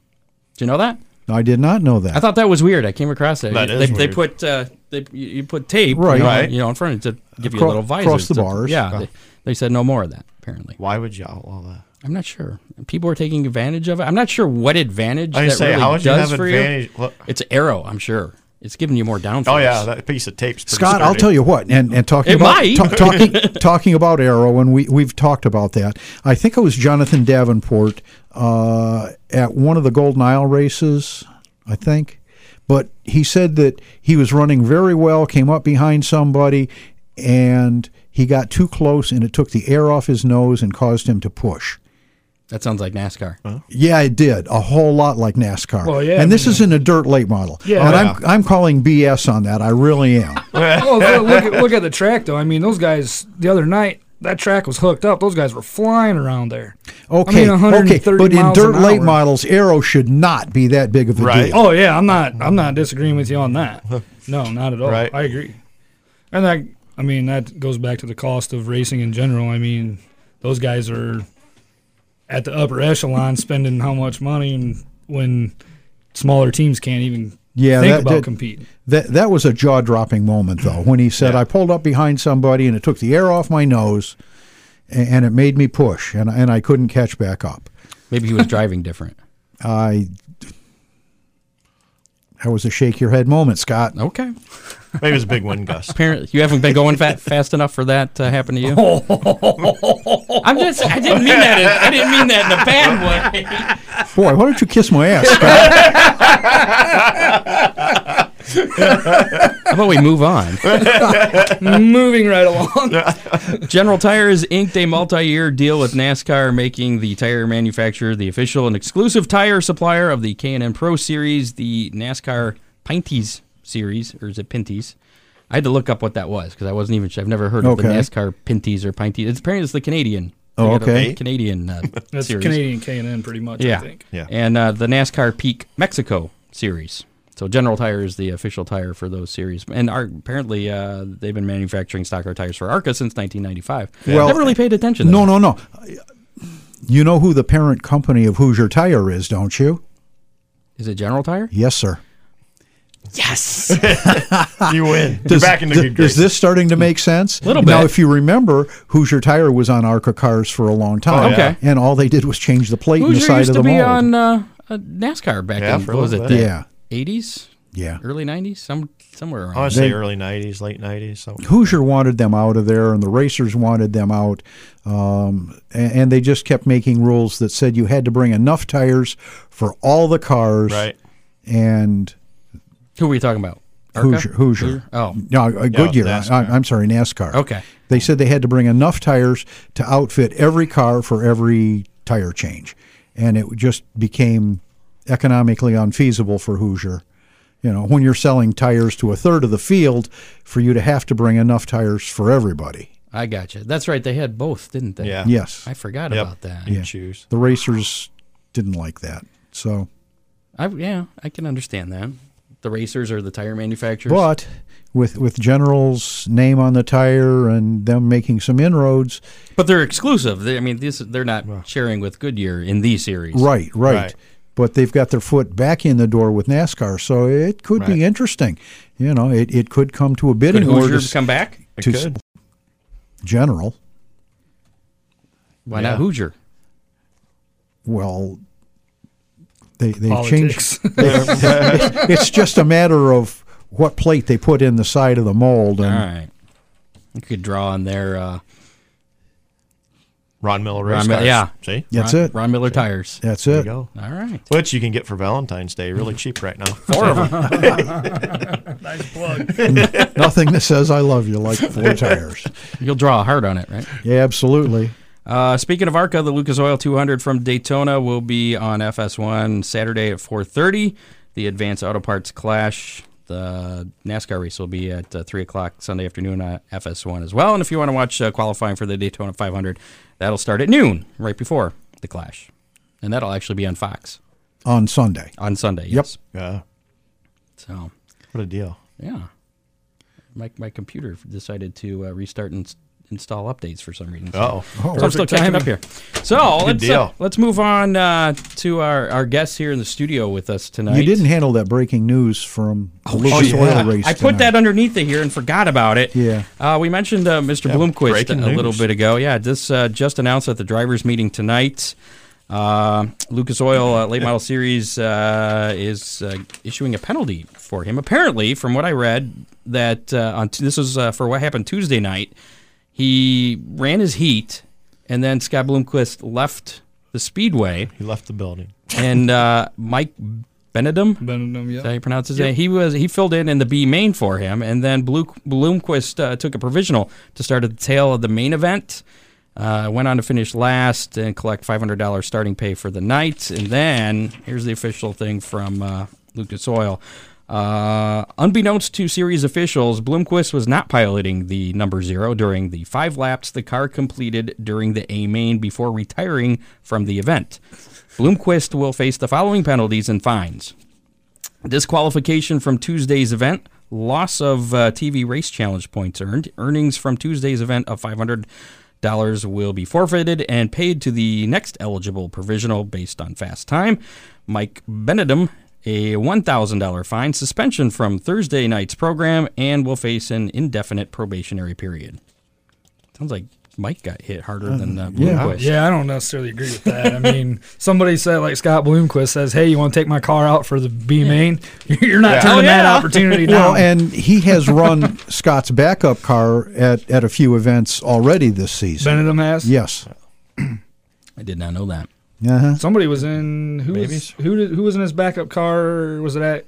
[SPEAKER 2] Do you know that?
[SPEAKER 3] I did not know
[SPEAKER 2] I
[SPEAKER 3] that.
[SPEAKER 2] thought that was weird. I came across that.
[SPEAKER 4] That
[SPEAKER 2] they,
[SPEAKER 4] is
[SPEAKER 2] they
[SPEAKER 4] weird.
[SPEAKER 2] put uh, they you you put tape
[SPEAKER 3] Right.
[SPEAKER 2] you know,
[SPEAKER 4] Right.
[SPEAKER 2] you know in front of it to give you a
[SPEAKER 3] Acro-
[SPEAKER 2] little visor
[SPEAKER 3] across the
[SPEAKER 2] to-
[SPEAKER 3] bars.
[SPEAKER 2] Yeah, they, they said no more of that. Apparently,
[SPEAKER 4] Why would you outlaw that?
[SPEAKER 2] I'm not sure. People are taking advantage of it. I'm not sure what advantage
[SPEAKER 4] I
[SPEAKER 2] that
[SPEAKER 4] say,
[SPEAKER 2] really
[SPEAKER 4] how would you
[SPEAKER 2] does
[SPEAKER 4] have
[SPEAKER 2] for
[SPEAKER 4] advantage? Well,
[SPEAKER 2] you. It's arrow, I'm sure. It's giving you more downforce.
[SPEAKER 4] oh yeah, that piece of tape's. pretty
[SPEAKER 3] Scott, I'll
[SPEAKER 4] sturdy.
[SPEAKER 3] tell you what, and, and talking
[SPEAKER 2] It
[SPEAKER 3] about
[SPEAKER 2] might.
[SPEAKER 3] ta- talking talking about Arrow, and we we've talked about that. I think it was Jonathan Davenport uh, at one of the Golden Isle races, I think. But he said that he was running very well, came up behind somebody, and he got too close, and it took the air off his nose and caused him to push.
[SPEAKER 2] That sounds like NASCAR.
[SPEAKER 3] Yeah, it did a whole lot like NASCAR.
[SPEAKER 5] Well, yeah,
[SPEAKER 3] and
[SPEAKER 5] I
[SPEAKER 3] this is in a dirt late model.
[SPEAKER 5] Yeah.
[SPEAKER 3] and I'm I'm calling BS on that. I really am.
[SPEAKER 5] well, Oh, look, look, at, look at the track though. I mean, those guys the other night. That track was hooked up. Those guys were flying around there.
[SPEAKER 3] Okay,
[SPEAKER 5] I mean, 130
[SPEAKER 3] okay, but in
[SPEAKER 5] miles an
[SPEAKER 3] dirt late
[SPEAKER 5] hour.
[SPEAKER 3] models, aero should not be that big of a
[SPEAKER 4] Right.
[SPEAKER 3] deal.
[SPEAKER 5] Oh yeah, I'm not. I'm not disagreeing with you on that. No, not at all.
[SPEAKER 4] Right.
[SPEAKER 5] I agree. And that, I mean, that goes back to the cost of racing in general. I mean, those guys are at the upper echelon, spending how much money, and when smaller teams can't even
[SPEAKER 3] Yeah,
[SPEAKER 5] think
[SPEAKER 3] that-
[SPEAKER 5] about
[SPEAKER 3] that-
[SPEAKER 5] competing.
[SPEAKER 3] That that was a jaw dropping moment though when he said, "I pulled up behind somebody and it took the air off my nose, and, and it made me push, and and I couldn't catch back up."
[SPEAKER 2] Maybe he was driving different.
[SPEAKER 3] I that was a shake your head moment, Scott.
[SPEAKER 2] Okay.
[SPEAKER 4] Maybe it's a big wind gust.
[SPEAKER 2] Apparently, you haven't been going fat, fast enough for that to happen to you. I'm just. I didn't mean that. In, I didn't mean that in a bad way.
[SPEAKER 3] Boy, why don't you kiss my ass, Scott?
[SPEAKER 2] How about we move on?
[SPEAKER 5] Moving right along.
[SPEAKER 2] General Tires inked a multi-year deal with NASCAR, making the tire manufacturer the official and exclusive tire supplier of the K&N Pro Series, the NASCAR Pinties Series, or is it Pinties? I had to look up what that was because I wasn't even sure. I've never heard of the
[SPEAKER 3] Okay.
[SPEAKER 2] NASCAR Pinties or Pinties. It's apparently it's the Canadian.
[SPEAKER 3] Oh,
[SPEAKER 2] They got a
[SPEAKER 3] okay.
[SPEAKER 2] Canadian uh,
[SPEAKER 5] That's
[SPEAKER 2] series.
[SPEAKER 5] Canadian K and N, pretty much.
[SPEAKER 2] Yeah.
[SPEAKER 5] I think.
[SPEAKER 4] Yeah.
[SPEAKER 2] And uh, the NASCAR Peak Mexico series. So General Tire is the official tire for those series, and are, apparently uh, they've been manufacturing stock car tires for ARCA since 1995.
[SPEAKER 3] Well-
[SPEAKER 2] never really paid attention. To that.
[SPEAKER 3] no, no, no. You know who the parent company of Hoosier Tire is, don't you?
[SPEAKER 2] Is it General Tire?
[SPEAKER 3] Yes, sir.
[SPEAKER 2] Yes.
[SPEAKER 4] you win. You're back in the
[SPEAKER 3] Th-
[SPEAKER 4] good Mm. graces.
[SPEAKER 3] Is this starting to make sense?
[SPEAKER 2] Little
[SPEAKER 3] Now,
[SPEAKER 2] bit.
[SPEAKER 3] if you remember, Hoosier Tire was on Arca cars for a long time.
[SPEAKER 4] Oh, yeah.
[SPEAKER 2] Okay.
[SPEAKER 3] And all they did was change the plate and the
[SPEAKER 2] Hoosier
[SPEAKER 3] side
[SPEAKER 2] used
[SPEAKER 3] of
[SPEAKER 2] to
[SPEAKER 3] the
[SPEAKER 2] be
[SPEAKER 3] mold.
[SPEAKER 2] on uh, uh, NASCAR back
[SPEAKER 4] Yeah,
[SPEAKER 2] in
[SPEAKER 4] for
[SPEAKER 2] what
[SPEAKER 4] a
[SPEAKER 2] was it
[SPEAKER 4] little
[SPEAKER 2] the
[SPEAKER 4] bit.
[SPEAKER 3] Yeah.
[SPEAKER 2] 80s,
[SPEAKER 3] Yeah.
[SPEAKER 2] early 90s, some somewhere
[SPEAKER 4] I want
[SPEAKER 2] around.
[SPEAKER 4] to say
[SPEAKER 3] They-
[SPEAKER 4] early '90s, late '90s. Something.
[SPEAKER 3] Hoosier wanted them out of there, and the racers wanted them out, um, and, and they just kept making rules that said you had to bring enough tires for all the cars.
[SPEAKER 4] Right.
[SPEAKER 3] And
[SPEAKER 2] Who were you talking about? Arca?
[SPEAKER 3] Hoosier, Hoosier.
[SPEAKER 2] Oh,
[SPEAKER 3] No, uh, Goodyear. I,
[SPEAKER 4] NASCAR.
[SPEAKER 3] I- I'm sorry, NASCAR.
[SPEAKER 2] Okay.
[SPEAKER 3] They said they had to bring enough tires to outfit every car for every tire change, and it just became economically unfeasible for Hoosier. You know, when you're selling tires to a third of the field, for you to have to bring enough tires for everybody.
[SPEAKER 2] I got you. That's right. They had both, didn't they?
[SPEAKER 4] Yeah.
[SPEAKER 3] Yes.
[SPEAKER 2] I forgot
[SPEAKER 4] Yep.
[SPEAKER 2] about that.
[SPEAKER 4] You choose.
[SPEAKER 3] the racers didn't like that. So,
[SPEAKER 2] I, yeah, I can understand that. The racers or the tire manufacturers.
[SPEAKER 3] but with with General's name on the tire and them making some inroads,
[SPEAKER 2] But they're exclusive. They, I mean, these they're not sharing with Goodyear in these series.
[SPEAKER 3] right, right,
[SPEAKER 4] Right.
[SPEAKER 3] But they've got their foot back in the door with NASCAR, so it could
[SPEAKER 2] Right.
[SPEAKER 3] be interesting. You know, it, it could come to a
[SPEAKER 2] Could
[SPEAKER 3] bidding war to,
[SPEAKER 2] Hoosier
[SPEAKER 3] s-
[SPEAKER 2] come back?
[SPEAKER 4] It
[SPEAKER 3] to s-
[SPEAKER 4] could.
[SPEAKER 3] General.
[SPEAKER 2] Why
[SPEAKER 4] Yeah.
[SPEAKER 2] not Hoosier?
[SPEAKER 3] Well, they they changed.
[SPEAKER 5] Politics.
[SPEAKER 3] It's just a matter of what plate they put in the side of the mold,
[SPEAKER 2] All
[SPEAKER 3] and
[SPEAKER 2] right. You could draw on their uh,
[SPEAKER 4] Ron Miller race
[SPEAKER 2] Ron Miller,
[SPEAKER 4] cars.
[SPEAKER 2] yeah.
[SPEAKER 4] See,
[SPEAKER 3] that's
[SPEAKER 2] Ron,
[SPEAKER 3] it.
[SPEAKER 2] Ron Miller tires.
[SPEAKER 3] That's
[SPEAKER 4] there you
[SPEAKER 3] it.
[SPEAKER 4] go.
[SPEAKER 2] All right.
[SPEAKER 4] Which you can get for Valentine's Day, really cheap right now.
[SPEAKER 2] Four of them.
[SPEAKER 5] nice plug.
[SPEAKER 3] Nothing that says "I love you" like four tires.
[SPEAKER 2] You'll draw a heart on it, right?
[SPEAKER 3] Yeah, absolutely.
[SPEAKER 2] Uh, speaking of ARCA, the Lucas Oil 200 from Daytona will be on FS1 Saturday at 4:30. The Advanced Auto Parts Clash. The NASCAR race will be at uh, three o'clock Sunday afternoon uh, on FS1 as well. And if you want to watch uh, qualifying for the Daytona 500, that'll start at noon, right before the Clash, and that'll actually be on Fox
[SPEAKER 3] On Sunday.
[SPEAKER 2] on Sunday. Yes.
[SPEAKER 4] Yeah,
[SPEAKER 2] So
[SPEAKER 4] what a deal.
[SPEAKER 2] yeah, my my computer decided to uh, restart and s- install updates for some reason. so-
[SPEAKER 4] Oh,
[SPEAKER 2] So I'm still catching up here. So let's, uh,
[SPEAKER 4] deal.
[SPEAKER 2] let's move on uh, to our, our guests here in the studio with us tonight.
[SPEAKER 3] You didn't handle that breaking news from the Lucas
[SPEAKER 4] yeah.
[SPEAKER 3] Oil race.
[SPEAKER 2] Oh, I put
[SPEAKER 3] tonight.
[SPEAKER 2] that underneath it here and forgot about it.
[SPEAKER 3] Yeah.
[SPEAKER 2] Uh, we mentioned uh, Mr. Bloomquist
[SPEAKER 4] breaking
[SPEAKER 2] a little
[SPEAKER 4] news.
[SPEAKER 2] bit ago. Yeah, this uh, just announced at the drivers' meeting tonight. Uh, Lucas Oil uh, Late Model Series uh, is uh, issuing a penalty for him. Apparently, from what I read, that uh, on t- this is uh, for what happened Tuesday night. He ran his heat, and then Scott Bloomquist left the speedway,
[SPEAKER 4] he left the building.
[SPEAKER 2] and uh, Mike Benedum.
[SPEAKER 5] Bending them, yeah.
[SPEAKER 2] Is that how you pronounce his name? He was he filled in in the B main for him, and then Blue, Bloomquist uh, took a provisional to start at the tail of the main event. Uh, went on to finish last and collect five hundred dollars starting pay for the night. And then here's the official thing from uh, Lucas Oil. Uh, unbeknownst to series officials, Bloomquist was not piloting the number zero during the five laps the car completed during the A main before retiring from the event. Bloomquist will face the following penalties and fines disqualification from Tuesday's event, loss of uh, TV race challenge points earned, earnings from Tuesday's event of $500 will be forfeited and paid to the next eligible provisional based on fast time. Mike Benedum, a $1,000 fine, suspension from Thursday night's program, and will face an indefinite probationary period. Sounds like Mike got hit harder than uh,
[SPEAKER 3] yeah.
[SPEAKER 2] Bloomquist.
[SPEAKER 5] Yeah, I don't necessarily agree with that. I mean, somebody said like Scott Bloomquist says, "Hey, you want to take my car out for the B main? You're not
[SPEAKER 4] Yeah.
[SPEAKER 5] turning
[SPEAKER 2] Oh,
[SPEAKER 5] that
[SPEAKER 2] yeah.
[SPEAKER 5] opportunity down."
[SPEAKER 3] Well, and he has run Scott's backup car at, at a few events already this season.
[SPEAKER 5] Benedum has.
[SPEAKER 3] Yes.
[SPEAKER 2] I did not know that.
[SPEAKER 3] Uh-huh.
[SPEAKER 5] Somebody was in who was, who did, who was in his backup car? Was it at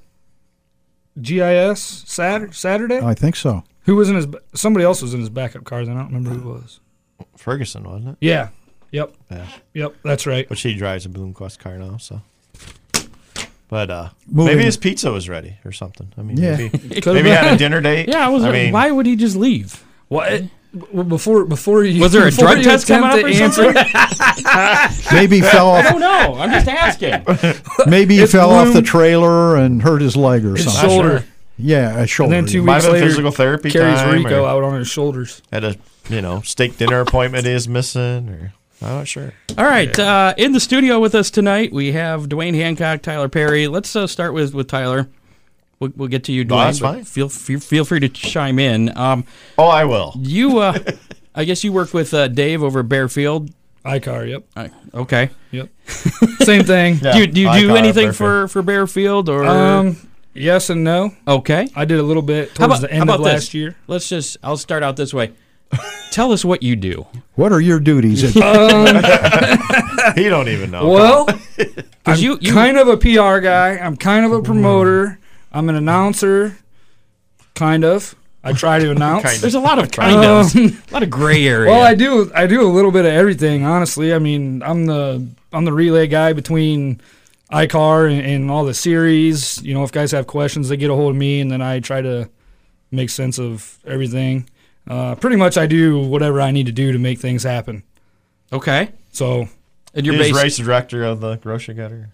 [SPEAKER 5] GIS Saturday? Saturday?
[SPEAKER 3] I think so.
[SPEAKER 5] who was in his? ba- Somebody else was in his backup car. Then I don't remember who it was.
[SPEAKER 4] Ferguson wasn't it?
[SPEAKER 5] Yeah. Yep.
[SPEAKER 4] Yeah,
[SPEAKER 5] Yep. That's right.
[SPEAKER 4] but she drives a Bloomquist car now, so. But uh,
[SPEAKER 3] Moving-
[SPEAKER 4] maybe his pizza was ready or something. I mean,
[SPEAKER 3] Yeah.
[SPEAKER 4] maybe, maybe had a dinner date.
[SPEAKER 2] Yeah, I was.
[SPEAKER 4] I
[SPEAKER 2] like,
[SPEAKER 4] mean,
[SPEAKER 2] why would he just leave? What?
[SPEAKER 5] Well, before before you
[SPEAKER 2] Was there a
[SPEAKER 5] before
[SPEAKER 2] drug
[SPEAKER 5] you
[SPEAKER 2] test coming
[SPEAKER 5] attempt
[SPEAKER 2] up
[SPEAKER 5] to
[SPEAKER 2] or something?
[SPEAKER 3] Maybe fell
[SPEAKER 2] I don't
[SPEAKER 3] off.
[SPEAKER 2] know. I'm just asking.
[SPEAKER 3] Maybe he
[SPEAKER 5] It's
[SPEAKER 3] fell off the
[SPEAKER 5] room-
[SPEAKER 3] trailer and hurt his leg or
[SPEAKER 5] His
[SPEAKER 3] something.
[SPEAKER 5] shoulder.
[SPEAKER 3] Yeah, a shoulder.
[SPEAKER 5] And then two
[SPEAKER 3] yeah.
[SPEAKER 4] Might
[SPEAKER 5] weeks
[SPEAKER 4] have been
[SPEAKER 5] later,
[SPEAKER 4] physical therapy
[SPEAKER 5] carries
[SPEAKER 4] time
[SPEAKER 5] Rico
[SPEAKER 4] or-
[SPEAKER 5] out on his shoulders.
[SPEAKER 4] Had a you know steak dinner appointment is missing, or I'm not sure.
[SPEAKER 2] All right. Uh, in the studio with us tonight, we have Dwayne Hancock, Tyler Perry. Let's uh, start with with Tyler. We'll, we'll get to you, Dwayne.
[SPEAKER 4] No, that's
[SPEAKER 2] but
[SPEAKER 4] fine.
[SPEAKER 2] Feel, feel feel free to chime in. Um,
[SPEAKER 4] Oh, I will.
[SPEAKER 2] you, uh, I guess you work with uh, Dave over at Bearfield
[SPEAKER 5] iCar, yep,
[SPEAKER 2] I- okay.
[SPEAKER 5] yep, same thing.
[SPEAKER 4] Yeah,
[SPEAKER 2] do you do, you
[SPEAKER 4] I
[SPEAKER 2] do
[SPEAKER 4] thought
[SPEAKER 2] anything
[SPEAKER 4] Burfield.
[SPEAKER 2] for for Bearfield or
[SPEAKER 5] Um, yes and no.
[SPEAKER 2] okay?
[SPEAKER 5] I did a little bit towards
[SPEAKER 2] How about
[SPEAKER 5] the
[SPEAKER 2] how
[SPEAKER 5] end
[SPEAKER 2] about
[SPEAKER 5] of
[SPEAKER 2] this?
[SPEAKER 5] last year.
[SPEAKER 2] Let's just I'll start out this way. Tell us what you do.
[SPEAKER 3] What are your duties? at-
[SPEAKER 4] He don't even know.
[SPEAKER 5] Well, I'm
[SPEAKER 2] you- you-
[SPEAKER 5] kind of a PR guy. I'm kind of a promoter. I'm an announcer, kind of. I try to announce. Um,
[SPEAKER 4] Kind
[SPEAKER 2] There's a lot of kind of a lot of gray area.
[SPEAKER 5] Well, I do. I do a little bit of everything, honestly. I mean, I'm the I'm the relay guy between iCar and, and all the series. You know, if guys have questions, they get a hold of me, and then I try to make sense of everything. Uh, pretty much, I do whatever I need to do to make things happen.
[SPEAKER 2] okay.
[SPEAKER 5] So,
[SPEAKER 2] And you're
[SPEAKER 4] He's
[SPEAKER 2] based
[SPEAKER 4] race director of the grocery gutter.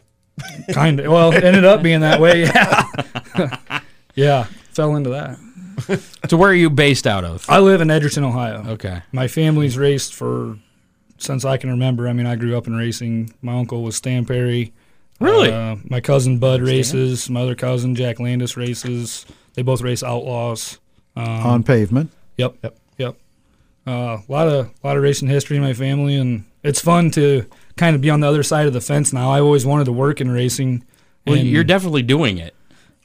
[SPEAKER 5] kind of. Well, it ended up being that way. Yeah, yeah. Fell into that.
[SPEAKER 2] so where are you based out of?
[SPEAKER 5] I live in Edgerton, Ohio.
[SPEAKER 2] Okay.
[SPEAKER 5] My family's raced for since I can remember. I mean, I grew up in racing. My uncle was Stan Perry.
[SPEAKER 2] Really?
[SPEAKER 5] Uh, my cousin Bud races. My other cousin Jack Landis races. They both race outlaws.
[SPEAKER 3] on pavement.
[SPEAKER 5] Yep. Yep. Yep. A lot of lot of racing history in my family, and it's fun to kind of be on the other side of the fence now. I always wanted to work in racing.
[SPEAKER 2] Well,
[SPEAKER 5] and-
[SPEAKER 2] you're definitely doing it.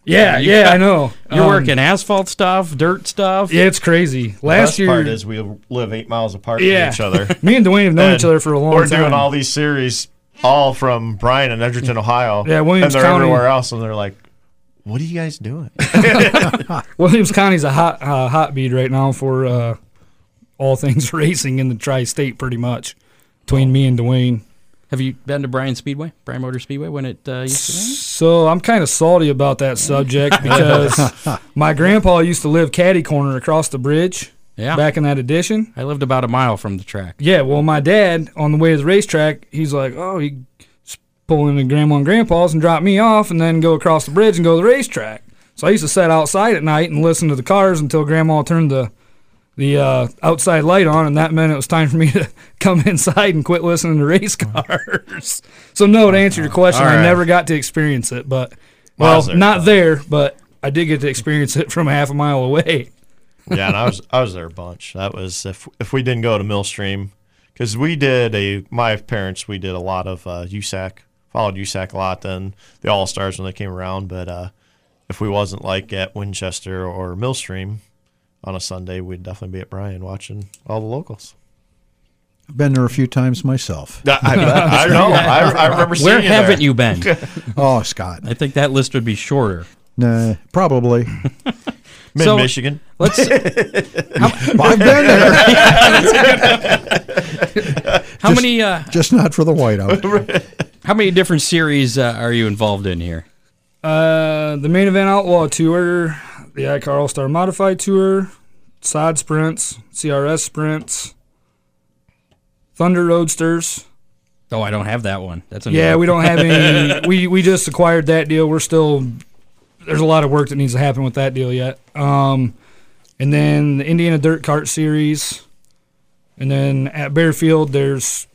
[SPEAKER 5] yeah,
[SPEAKER 2] you
[SPEAKER 5] yeah,
[SPEAKER 2] got-
[SPEAKER 5] I know.
[SPEAKER 2] You're
[SPEAKER 5] Um,
[SPEAKER 2] working asphalt stuff, dirt stuff.
[SPEAKER 5] Yeah, it's crazy.
[SPEAKER 4] Best
[SPEAKER 5] Last year,
[SPEAKER 4] part is we live eight miles apart
[SPEAKER 5] Yeah.
[SPEAKER 4] from each other.
[SPEAKER 5] me and Dwayne have known
[SPEAKER 4] And
[SPEAKER 5] each other for a long
[SPEAKER 4] We're
[SPEAKER 5] time.
[SPEAKER 4] doing all these series, all from Bryan and Edgerton, Ohio.
[SPEAKER 5] Yeah,
[SPEAKER 4] And
[SPEAKER 5] Williams
[SPEAKER 4] they're
[SPEAKER 5] County.
[SPEAKER 4] everywhere else, and they're like, "What are you guys doing?"
[SPEAKER 5] Williams County's a hot uh, hot bead right now for uh, all things racing in the tri-state, pretty much between me and Dwayne.
[SPEAKER 2] Have you been to Bryan Speedway, Bryan Motor Speedway, when it uh, used to? be?
[SPEAKER 5] So I'm kind of salty about that subject because my grandpa used to live caddy corner across the bridge.
[SPEAKER 2] Yeah.
[SPEAKER 5] Back in that edition.
[SPEAKER 2] I lived about a mile from the track.
[SPEAKER 5] Yeah. Well, my dad on the way to the racetrack, he's like, "Oh, he just pull into grandma and grandpa's and drop me off, and then go across the bridge and go to the racetrack." So I used to sit outside at night and listen to the cars until grandma turned the the uh, outside light on, and that meant it was time for me to come inside and quit listening to race cars. so, no, to answer your question,
[SPEAKER 2] All right.
[SPEAKER 5] I never got to experience it, but
[SPEAKER 4] Well, I
[SPEAKER 5] well,
[SPEAKER 4] was there.
[SPEAKER 5] not there, but I did get to experience it from half a mile away.
[SPEAKER 4] yeah, and I was I was there a bunch. That was if if we didn't go to Millstream, because we did a my parents we did a lot of uh, USAC followed USAC a lot. Then the All Stars when they came around, but uh, if we wasn't like at Winchester or Millstream on a Sunday, we'd definitely be at Bryan watching all the locals.
[SPEAKER 3] I've been there a few times myself.
[SPEAKER 4] I, I, I know. I, I remember seeing
[SPEAKER 2] Where
[SPEAKER 4] you
[SPEAKER 2] haven't
[SPEAKER 4] there.
[SPEAKER 2] you been?
[SPEAKER 3] Oh, Scott.
[SPEAKER 2] I think that list would be shorter.
[SPEAKER 3] Nah, probably.
[SPEAKER 4] Mid
[SPEAKER 2] So-
[SPEAKER 4] Michigan.
[SPEAKER 2] Let's.
[SPEAKER 3] I've been there,
[SPEAKER 2] How many? Uh,
[SPEAKER 3] just not for the whiteout.
[SPEAKER 2] how many different series uh, are you involved in here?
[SPEAKER 5] Uh, the main event outlaw tour, the ICAR All Star Modified Tour, side sprints, CRS sprints, Thunder Roadsters.
[SPEAKER 2] Oh, I don't have that one. That's a new
[SPEAKER 5] Yeah,
[SPEAKER 2] one.
[SPEAKER 5] we don't have any. we we just acquired that deal. We're still there's a lot of work that needs to happen with that deal yet. Um, and then the Indiana Dirt Cart Series, and then at Bearfield there's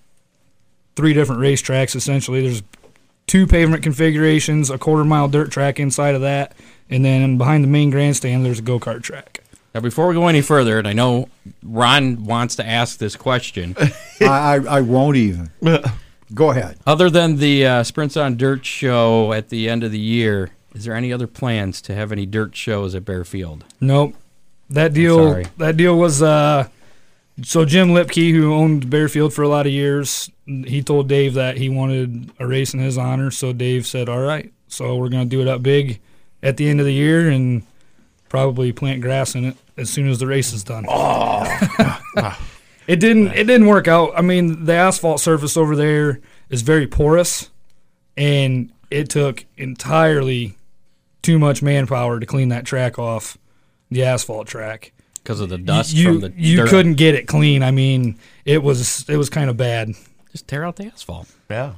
[SPEAKER 5] three different racetracks essentially. There's two pavement configurations, a quarter mile dirt track inside of that, and then behind the main grandstand there's a go kart track.
[SPEAKER 2] Now, before we go any further, and I know Ron wants to ask this question.
[SPEAKER 3] I, I, I won't even. Go ahead.
[SPEAKER 2] Other than the uh, Sprints on Dirt show at the end of the year, is there any other plans to have any dirt shows at Bearfield?
[SPEAKER 5] Nope. That deal
[SPEAKER 2] sorry.
[SPEAKER 5] that deal was uh so Jim Lipke, who owned Bearfield for a lot of years, he told Dave that he wanted a race in his honor, so Dave said, "All right. So we're going to do it up big at the end of the year and probably plant grass in it as soon as the race is done." Oh. it didn't it didn't work out. I mean, the asphalt surface over there is very porous and it took entirely too much manpower to clean that track off the asphalt track.
[SPEAKER 2] Because of the dust
[SPEAKER 5] you
[SPEAKER 2] from the
[SPEAKER 5] you
[SPEAKER 2] dirt.
[SPEAKER 5] couldn't get it clean. I mean, it was it was kind of bad.
[SPEAKER 2] just tear out the asphalt.
[SPEAKER 4] Yeah.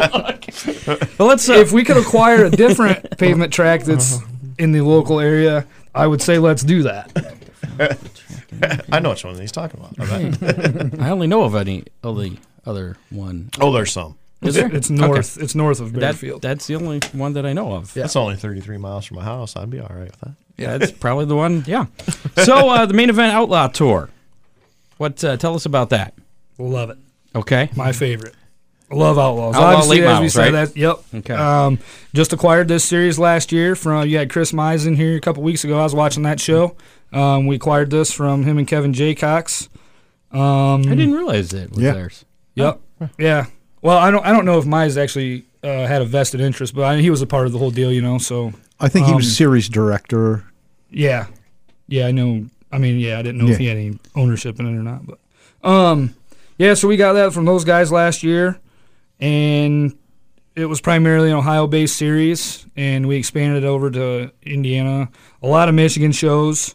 [SPEAKER 2] Well, let's. uh, Uh-huh.
[SPEAKER 5] if we could acquire a different pavement track that's in the local area, I would say let's do that.
[SPEAKER 4] I know which one he's talking about. I bet.
[SPEAKER 2] I only know of any only other one.
[SPEAKER 4] oh, there's some.
[SPEAKER 2] Is there?
[SPEAKER 5] It's north. It's north of
[SPEAKER 2] That,
[SPEAKER 5] Bearfield.
[SPEAKER 2] that's the only one that I know of.
[SPEAKER 4] That's only 33 miles from my house. I'd be all right with that.
[SPEAKER 2] Yeah, that's probably the one. Yeah. So uh, the main event outlaw tour. What? Uh, tell us about that.
[SPEAKER 5] Love it.
[SPEAKER 2] Okay.
[SPEAKER 5] My favorite. I Love Outlaws.
[SPEAKER 2] Outlaw
[SPEAKER 5] Obviously,
[SPEAKER 2] late
[SPEAKER 5] as we
[SPEAKER 2] models,
[SPEAKER 5] said,
[SPEAKER 2] right?
[SPEAKER 5] that's- yep.
[SPEAKER 2] Okay.
[SPEAKER 5] Um, just acquired this series last year from you had Chris Mize in here a couple weeks ago. I was watching that show. Um, we acquired this from him and Kevin Jaycox. Um,
[SPEAKER 2] I didn't realize it was
[SPEAKER 3] Yeah.
[SPEAKER 2] theirs.
[SPEAKER 5] Yep. Yeah. Well, I don't. I don't know if Mize actually uh, had a vested interest, but I, he was a part of the whole deal, you know. So
[SPEAKER 3] I think he
[SPEAKER 5] Um,
[SPEAKER 3] was series director.
[SPEAKER 5] yeah, yeah. I know. I mean, yeah. I didn't know if
[SPEAKER 3] Yeah.
[SPEAKER 5] he had any ownership in it or not, but um, yeah. So we got that from those guys last year, and it was primarily an Ohio-based series, and we expanded it over to Indiana. A lot of Michigan shows.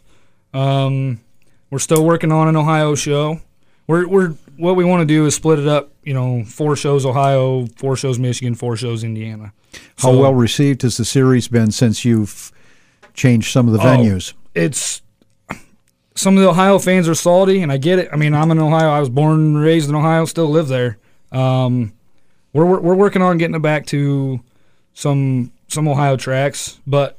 [SPEAKER 5] Um, we're still working on an Ohio show. We're we're what we want to do is split it up. You know, four shows Ohio, four shows Michigan, four shows Indiana.
[SPEAKER 3] How
[SPEAKER 5] So-
[SPEAKER 3] well received has the series been since you've changed some of the
[SPEAKER 5] Oh.
[SPEAKER 3] venues?
[SPEAKER 5] it's some of the Ohio fans are salty, and I get it. I mean, I'm in Ohio. I was born and raised in Ohio. Still live there. Um, we're we're- we're working on getting it back to some some Ohio tracks, but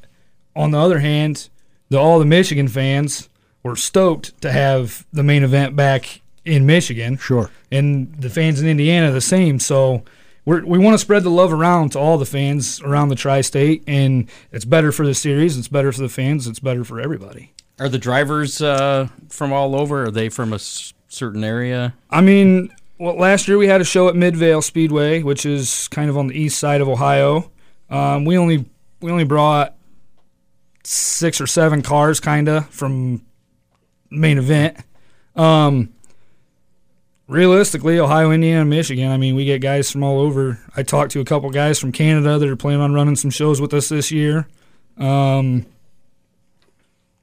[SPEAKER 5] on the other hand, the all the Michigan fans were stoked to have the main event back in Michigan
[SPEAKER 3] Sure.
[SPEAKER 5] and the fans in Indiana the same. So we're, we want to spread the love around to all the fans around the tri-state, and it's better for the series, it's better for the fans, it's better for everybody.
[SPEAKER 2] Are the drivers uh, from all over? Are they from a s- certain area?
[SPEAKER 5] I mean, well, last year we had a show at Midvale Speedway, which is kind of on the east side of Ohio. Um, we only we only brought six or seven cars, kinda from main event. Um, realistically, Ohio, Indiana, Michigan. I mean, we get guys from all over. I talked to a couple guys from Canada that are planning on running some shows with us this year. Um,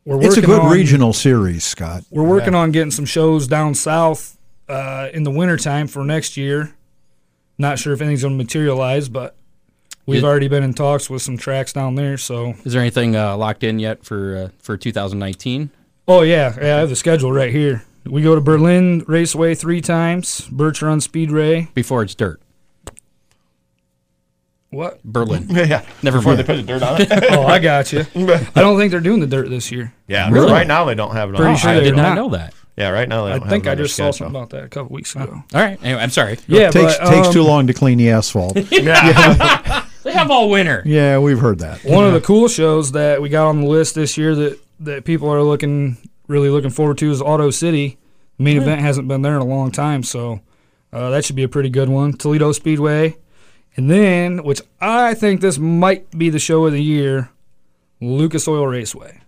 [SPEAKER 5] we're
[SPEAKER 3] It's a
[SPEAKER 5] working
[SPEAKER 3] good
[SPEAKER 5] on-
[SPEAKER 3] regional series, Scott.
[SPEAKER 5] we're working on getting some shows down south uh, in the wintertime for next year. Not sure if anything's going to materialize, but we've
[SPEAKER 2] Yeah.
[SPEAKER 5] already been in talks with some tracks down there. So,
[SPEAKER 2] Is there anything uh, locked in yet for uh, for 2019?
[SPEAKER 5] oh yeah, yeah, I have the schedule right here. We go to Berlin Raceway three times, Birch Run Speedway.
[SPEAKER 2] Before it's dirt,
[SPEAKER 5] What?
[SPEAKER 2] Berlin.
[SPEAKER 4] Yeah.
[SPEAKER 2] Never
[SPEAKER 4] Before
[SPEAKER 2] mind.
[SPEAKER 4] they put the dirt on it.
[SPEAKER 5] Oh, I got you. I don't think they're doing the dirt this year.
[SPEAKER 4] yeah.
[SPEAKER 2] Really?
[SPEAKER 4] Right now they don't have it on.
[SPEAKER 5] Pretty
[SPEAKER 4] Oh,
[SPEAKER 5] sure
[SPEAKER 4] I
[SPEAKER 5] they
[SPEAKER 4] did-
[SPEAKER 2] Did not
[SPEAKER 5] not.
[SPEAKER 2] know that.
[SPEAKER 4] Yeah. Right now they
[SPEAKER 5] I
[SPEAKER 4] don't have
[SPEAKER 5] think
[SPEAKER 4] it
[SPEAKER 5] I
[SPEAKER 4] on their
[SPEAKER 5] just saw
[SPEAKER 4] schedule.
[SPEAKER 5] something about that a couple weeks ago.
[SPEAKER 2] All right. Anyway, I'm sorry.
[SPEAKER 5] Yeah,
[SPEAKER 3] takes
[SPEAKER 5] but,
[SPEAKER 3] takes too
[SPEAKER 5] um,
[SPEAKER 3] long to clean the asphalt.
[SPEAKER 2] They have all winter.
[SPEAKER 3] yeah, we've heard that.
[SPEAKER 5] One of the cool shows that we got on the list this year that that people are looking really looking forward to is Auto City. Main event hasn't been there in a long time, so uh, that should be a pretty good one. Toledo Speedway, and then which I think this might be the show of the year, Lucas Oil Raceway.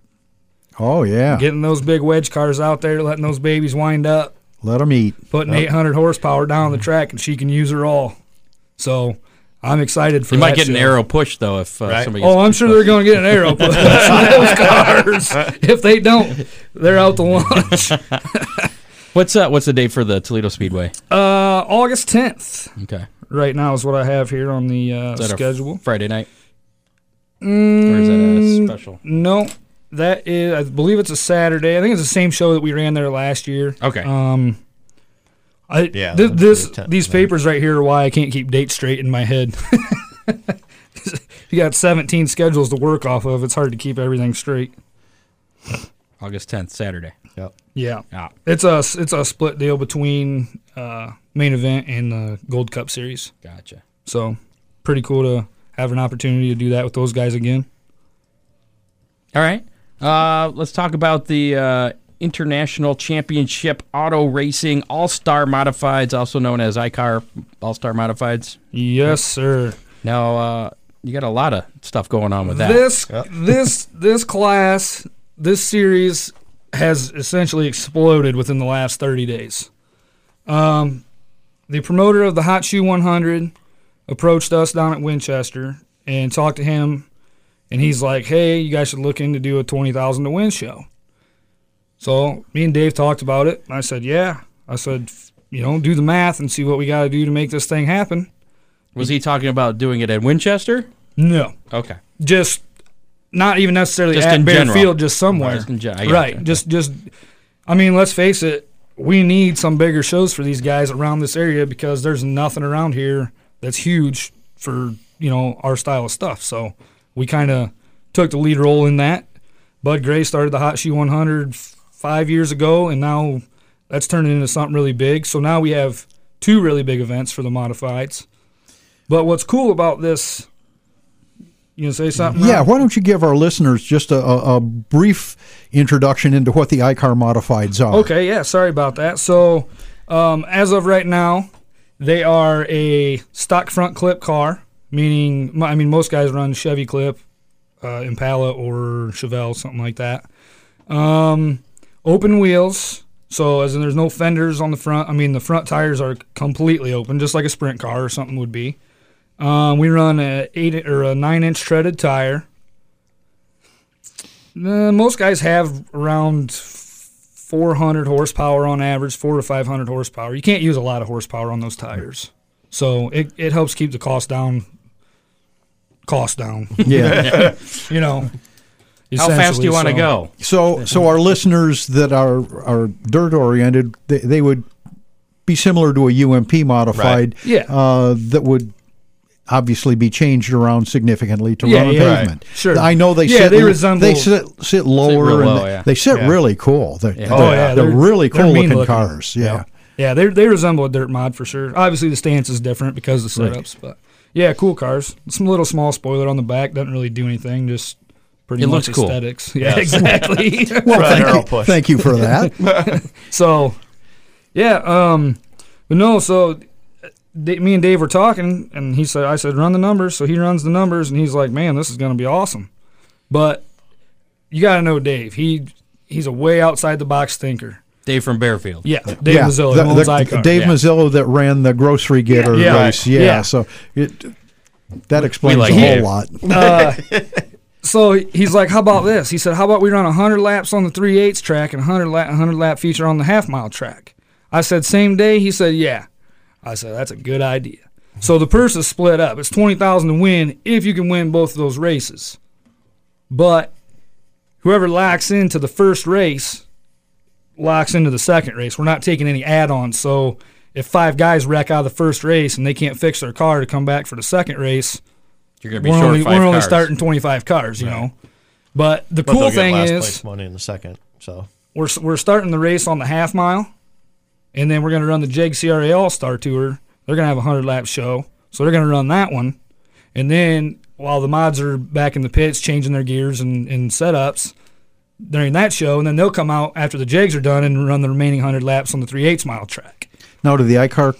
[SPEAKER 3] Oh yeah,
[SPEAKER 5] Getting those big wedge cars out there, letting those babies wind up,
[SPEAKER 3] let them eat.
[SPEAKER 5] putting 800 horsepower down the track, and she can use her all. So I'm excited for.
[SPEAKER 2] They might
[SPEAKER 5] that
[SPEAKER 2] get an
[SPEAKER 5] show.
[SPEAKER 2] arrow push though if uh,
[SPEAKER 4] Right.
[SPEAKER 2] somebody. Gets
[SPEAKER 5] Oh, I'm sure they're going to get an arrow put in those cars. If they don't, they're out to lunch.
[SPEAKER 2] What's uh, What's the date for the Toledo Speedway?
[SPEAKER 5] Uh, August 10th,
[SPEAKER 2] Okay.
[SPEAKER 5] right now, is what I have here on the uh,
[SPEAKER 2] Is that a
[SPEAKER 5] schedule.
[SPEAKER 2] Friday night. Or is that a special?
[SPEAKER 5] No, that is, I believe it's a Saturday. I think it's the same show that we ran there last year.
[SPEAKER 2] Okay.
[SPEAKER 5] Um, I,
[SPEAKER 4] Yeah,
[SPEAKER 5] thi-
[SPEAKER 4] that's
[SPEAKER 5] this
[SPEAKER 4] the 10th,
[SPEAKER 5] these
[SPEAKER 4] right.
[SPEAKER 5] papers right here are why I can't keep dates straight in my head. you got 17 schedules to work off of. It's hard to keep everything straight.
[SPEAKER 2] August 10th, Saturday.
[SPEAKER 4] Yep.
[SPEAKER 5] Yeah.
[SPEAKER 2] Ah.
[SPEAKER 5] It's a it's a split deal between uh, main event and the Gold Cup series.
[SPEAKER 2] Gotcha.
[SPEAKER 5] So pretty cool to have an opportunity to do that with those guys again.
[SPEAKER 2] All right. Uh, let's talk about the uh, International Championship Auto Racing All Star Modifieds, also known as ICAR All Star Modifieds.
[SPEAKER 5] Yes, sir.
[SPEAKER 2] Now, uh, you got a lot of stuff going on with that.
[SPEAKER 5] This
[SPEAKER 4] Yeah.
[SPEAKER 5] this this class this series has essentially exploded within the last 30 days. Um, the promoter of the Hot Shoe 100 approached us down at Winchester and talked to him, and he's like, "Hey, you guys should look into do a 20,000 to win show." So me and Dave talked about it. and I said, "Yeah." I said, "You know, do the math and see what we got to do to make this thing happen."
[SPEAKER 2] Was he talking about doing it at Winchester?
[SPEAKER 5] No,
[SPEAKER 2] Okay.
[SPEAKER 5] just not even necessarily
[SPEAKER 2] Just
[SPEAKER 5] at
[SPEAKER 2] in
[SPEAKER 5] Bear
[SPEAKER 2] general.
[SPEAKER 5] Field, just somewhere.
[SPEAKER 2] Just in gen- I
[SPEAKER 5] right.
[SPEAKER 2] gotcha.
[SPEAKER 5] Just just I mean, let's face it, we need some bigger shows for these guys around this area because there's nothing around here that's huge for, you know, our style of stuff. So we kinda took the lead role in that. Bud Gray started the Hot Shoe 100 f- five years ago, and now That's turning into something really big. So now we have two really big events for the modifieds. But what's cool about this, you gonna say something?
[SPEAKER 3] Yeah,
[SPEAKER 5] Rob?
[SPEAKER 3] why don't you give our listeners just a, a, a brief introduction into what the iCar modifieds are?
[SPEAKER 5] Okay, yeah, sorry about that. So, um, as of right now, they are a stock front clip car, meaning, mo- I mean, most guys run Chevy Clip, uh, Impala, or Chevelle, something like that. Um, open wheels, so as in there's no fenders on the front. I mean, the front tires are completely open, just like a sprint car or something would be. Um, we run a eight or a nine inch treaded tire. Uh, most guys have around 400 horsepower on average, four to 500 horsepower. You can't use a lot of horsepower on those tires. So it, it helps keep the cost down. Cost down,
[SPEAKER 3] Yeah.
[SPEAKER 5] you know.
[SPEAKER 2] How fast do you want to
[SPEAKER 5] to
[SPEAKER 2] go?
[SPEAKER 3] so so our listeners that are are dirt oriented, they, they would be similar to a UMP modified.
[SPEAKER 5] Yeah.
[SPEAKER 3] Uh, that would obviously be changed around significantly to
[SPEAKER 5] Yeah,
[SPEAKER 3] run on
[SPEAKER 5] yeah.
[SPEAKER 3] pavement.
[SPEAKER 5] Right. Sure.
[SPEAKER 3] I know they
[SPEAKER 5] Yeah,
[SPEAKER 3] sit
[SPEAKER 5] they
[SPEAKER 3] l-
[SPEAKER 5] resemble-
[SPEAKER 3] they sit sit lower
[SPEAKER 2] real
[SPEAKER 3] and
[SPEAKER 2] low,
[SPEAKER 3] they,
[SPEAKER 2] yeah.
[SPEAKER 3] they sit
[SPEAKER 4] Yeah.
[SPEAKER 3] really cool. They're,
[SPEAKER 2] Yeah.
[SPEAKER 3] they're,
[SPEAKER 5] Oh, yeah,
[SPEAKER 3] they're
[SPEAKER 5] they're-
[SPEAKER 3] really
[SPEAKER 5] they're
[SPEAKER 3] cool looking,
[SPEAKER 5] mean-looking.
[SPEAKER 3] cars. Yeah.
[SPEAKER 5] Yeah, they they resemble a dirt mod for sure. Obviously, the stance is different because of the setups, but yeah, cool cars. Some little small spoiler on the back doesn't really do anything. Just pretty
[SPEAKER 2] It
[SPEAKER 5] much
[SPEAKER 2] looks cool.
[SPEAKER 5] aesthetics. Yeah, exactly.
[SPEAKER 3] Well,
[SPEAKER 4] Right,
[SPEAKER 3] thank
[SPEAKER 4] arrow
[SPEAKER 3] you,
[SPEAKER 4] push.
[SPEAKER 3] thank you for that.
[SPEAKER 5] So, yeah, um, but no, so da- me and Dave were talking, and he said, I said, run the numbers. So he runs the numbers, and he's like, man, this is going to be awesome. But you got to know Dave. He he's a way outside the box thinker.
[SPEAKER 2] Dave from Bearfield.
[SPEAKER 5] Yeah, Dave
[SPEAKER 3] yeah,
[SPEAKER 5] Mazzillo,
[SPEAKER 3] the-
[SPEAKER 5] who owns
[SPEAKER 3] the-
[SPEAKER 5] Icon.
[SPEAKER 3] Dave
[SPEAKER 2] yeah.
[SPEAKER 3] Mazzillo that ran the grocery getter
[SPEAKER 5] Yeah, right.
[SPEAKER 3] race. Yeah,
[SPEAKER 5] yeah.
[SPEAKER 3] so it, that explains
[SPEAKER 2] like
[SPEAKER 3] a whole
[SPEAKER 2] Dave.
[SPEAKER 3] lot.
[SPEAKER 5] so he's like, how about this? He said, how about we run 100 laps on the 3 eighths track and 100 lap, 100 lap feature on the half mile track? I said, same day? He said, yeah. I said, that's a good idea. So the purse is split up. It's 20000 to win if you can win both of those races. But whoever locks into the first race locks into the second race. We're not taking any add ons. So if five guys wreck out of the first race and they can't fix their car to come back for the second race,
[SPEAKER 2] You're going to be
[SPEAKER 5] we're
[SPEAKER 2] short
[SPEAKER 5] only,
[SPEAKER 2] 5
[SPEAKER 5] we're only
[SPEAKER 2] cars.
[SPEAKER 5] starting 25 cars, you know. But the
[SPEAKER 4] But
[SPEAKER 5] cool
[SPEAKER 4] they'll get
[SPEAKER 5] thing
[SPEAKER 4] last
[SPEAKER 5] is
[SPEAKER 4] place money in the second. So
[SPEAKER 5] we're s- we're starting the race on the half mile, and then we're going to run the JEG CRA All Star Tour. They're going to have a hundred lap show, so they're going to run that one, and then while the mods are back in the pits changing their gears and, and setups during that show, and then they'll come out after the jegs are done and run the remaining hundred laps on the three eighths mile track.
[SPEAKER 3] Now, do the iCar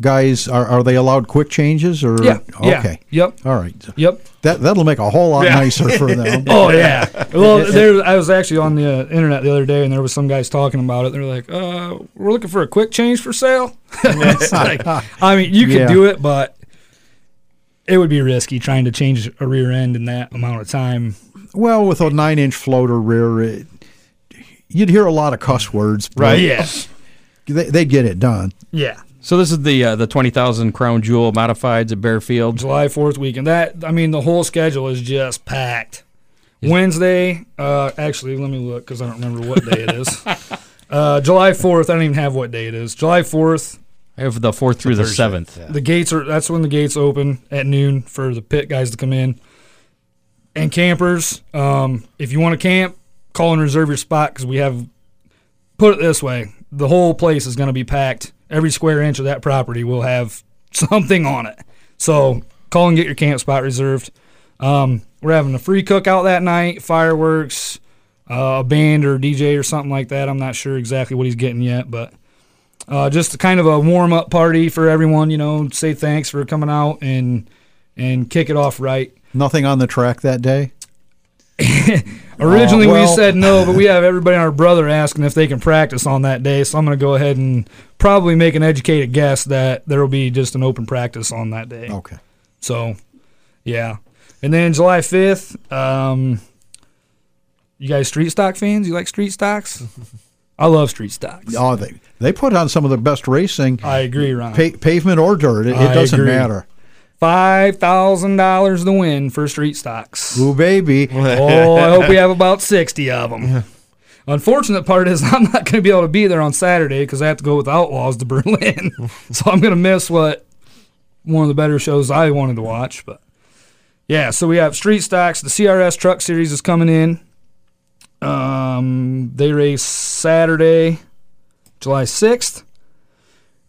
[SPEAKER 3] guys are, are they allowed quick changes or
[SPEAKER 5] Yeah.
[SPEAKER 3] Okay,
[SPEAKER 5] Yeah. Yep.
[SPEAKER 3] all right.
[SPEAKER 5] Yep.
[SPEAKER 3] That that'll make a whole lot nicer for them.
[SPEAKER 5] Oh yeah. Well, there I was actually on the uh, internet the other day, and there was some guys talking about it. They're like, uh, "We're looking for a quick change for sale." It's like, I mean, you could
[SPEAKER 3] Yeah.
[SPEAKER 5] do it, but it would be risky trying to change a rear end in that amount of time.
[SPEAKER 3] well, with a nine-inch floater rear, it, you'd hear a lot of cuss words. but
[SPEAKER 4] Right.
[SPEAKER 5] Yeah.
[SPEAKER 3] They, they'd get it done.
[SPEAKER 5] Yeah.
[SPEAKER 2] So this is the uh, the 20,000 crown jewel modifieds at Bearfield.
[SPEAKER 5] July Fourth weekend. That I mean, the whole schedule is just packed. Wednesday, uh, actually, let me look because I don't remember what day it is. uh, July Fourth. I don't even have what day it is. July Fourth.
[SPEAKER 2] I have the 4th through the 7th.
[SPEAKER 5] The gates are that's when the gates open at noon for the pit guys to come in. And campers, um, if you want to camp, call and reserve your spot because we have. Put it this way: the whole place is going to be packed. Every square inch of that property will have something on it. So call and get your camp spot reserved. Um, we're having a free cookout that night, fireworks, uh, a band or DJ or something like that. I'm not sure exactly what he's getting yet, but uh, just kind of a warm up party for everyone. You know, say thanks for coming out and and kick it off right.
[SPEAKER 3] Nothing on the track that day.
[SPEAKER 5] Originally,
[SPEAKER 3] Aw, well-
[SPEAKER 5] we said no, but we have everybody and our brother asking if they can practice on that day. So I'm going to go ahead and probably make an educated guess that there will be just an open practice on that day.
[SPEAKER 3] Okay.
[SPEAKER 5] So, yeah. And then July 5th, um, you guys street stock fans? You like street stocks? I love street stocks.
[SPEAKER 3] Oh, they they put on some of the best racing,
[SPEAKER 5] I agree, Ron.
[SPEAKER 3] pa- pavement or dirt. It,
[SPEAKER 5] I
[SPEAKER 3] it doesn't
[SPEAKER 5] agree.
[SPEAKER 3] matter.
[SPEAKER 5] Five thousand dollars to win for street stocks.
[SPEAKER 3] Ooh, baby.
[SPEAKER 5] Oh, I hope we have about sixty of them. Unfortunate part is I'm not going to be able to be there on Saturday because I have to go with the Outlaws to Berlin, so I'm going to miss what one of the better shows I wanted to watch. But yeah, so we have street stocks. The CRS Truck Series is coming in. Um, they race Saturday. July 6th.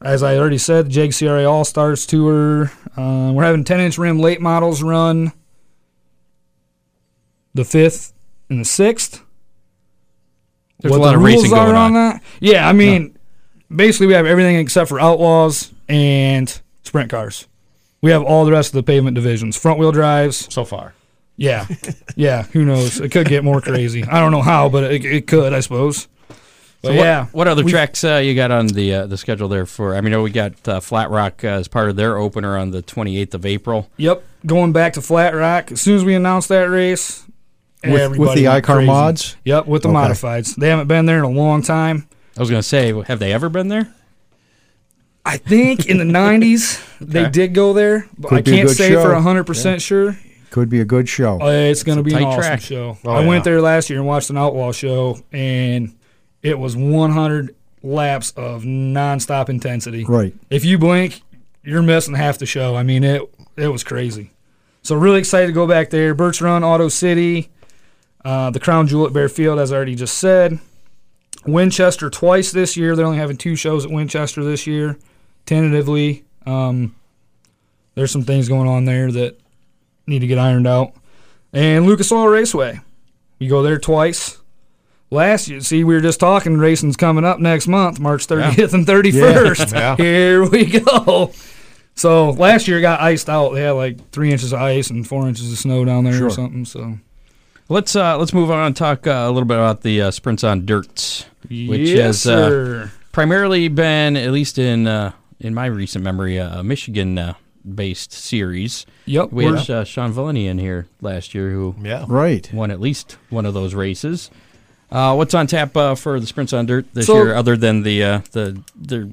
[SPEAKER 5] As I already said, Jake CRA All Stars Tour. Uh, we're having 10 inch rim late models run the 5th and the 6th.
[SPEAKER 2] There's
[SPEAKER 5] What
[SPEAKER 2] a lot
[SPEAKER 5] the
[SPEAKER 2] of racing
[SPEAKER 5] rules are
[SPEAKER 2] going on.
[SPEAKER 5] that? Yeah, I mean, basically, we have everything except for Outlaws and sprint cars. We have all the rest of the pavement divisions front wheel drives,
[SPEAKER 4] so far.
[SPEAKER 5] yeah, yeah. Who knows? It could get more crazy. I don't know how, but it, it could, I suppose. But
[SPEAKER 2] So what-
[SPEAKER 5] yeah,
[SPEAKER 2] What, other tracks uh, you got on the uh, the schedule there for? I mean, we got uh, Flat Rock uh, as part of their opener on the 28th of April.
[SPEAKER 5] yep. Going back to Flat Rock, as soon as we announced that race,
[SPEAKER 3] With- with
[SPEAKER 5] everybody
[SPEAKER 3] the
[SPEAKER 5] went
[SPEAKER 3] iCar
[SPEAKER 5] crazy.
[SPEAKER 3] mods?
[SPEAKER 5] Yep, with the
[SPEAKER 3] Okay.
[SPEAKER 5] modifieds. They haven't been there in a long time.
[SPEAKER 2] I was going to say, have they ever been there?
[SPEAKER 5] I think in the '90s they
[SPEAKER 2] Okay.
[SPEAKER 5] did go there, but
[SPEAKER 3] Could
[SPEAKER 5] I
[SPEAKER 3] be a
[SPEAKER 5] can't
[SPEAKER 3] good
[SPEAKER 5] say
[SPEAKER 3] show.
[SPEAKER 5] for 100 percent sure.
[SPEAKER 3] Could be a good show.
[SPEAKER 5] Uh, it's going to be an
[SPEAKER 2] tight
[SPEAKER 5] awesome
[SPEAKER 2] track.
[SPEAKER 5] show.
[SPEAKER 4] Oh,
[SPEAKER 5] I
[SPEAKER 4] yeah.
[SPEAKER 5] went there last year and watched an outlaw show, and it was 100 laps of nonstop intensity.
[SPEAKER 3] Right.
[SPEAKER 5] If you blink, you're missing half the show. I mean, it it was crazy. So really excited to go back there. Birch Run, Auto City, uh, the Crown Jewel at Bear Field, as I already just said. Winchester twice this year. They're only having two shows at Winchester this year, tentatively. Um, there's some things going on there that need to get ironed out. And Lucas Oil Raceway, we go there twice. Last year, see, we were just talking. Racing's coming up next month, March 30th and 31st.
[SPEAKER 4] Yeah.
[SPEAKER 5] Here we go. So last year it got iced out. They had like three inches of ice and four inches of snow down there or
[SPEAKER 3] Sure.
[SPEAKER 5] something. So
[SPEAKER 2] Let's uh, let's move on and talk uh, a little bit about the uh, sprints on dirt, which has uh,
[SPEAKER 5] sir.
[SPEAKER 2] primarily been, at least in uh, in my recent memory, uh, a Michigan uh, based series.
[SPEAKER 5] Yep,
[SPEAKER 2] we
[SPEAKER 5] we're-
[SPEAKER 2] had uh, Sean Villani in here last year, who
[SPEAKER 4] Yeah.
[SPEAKER 3] Right.
[SPEAKER 2] won at least one of those races. Uh, what's on tap uh, for the sprints on dirt this
[SPEAKER 5] So-
[SPEAKER 2] year, other than the uh, the they're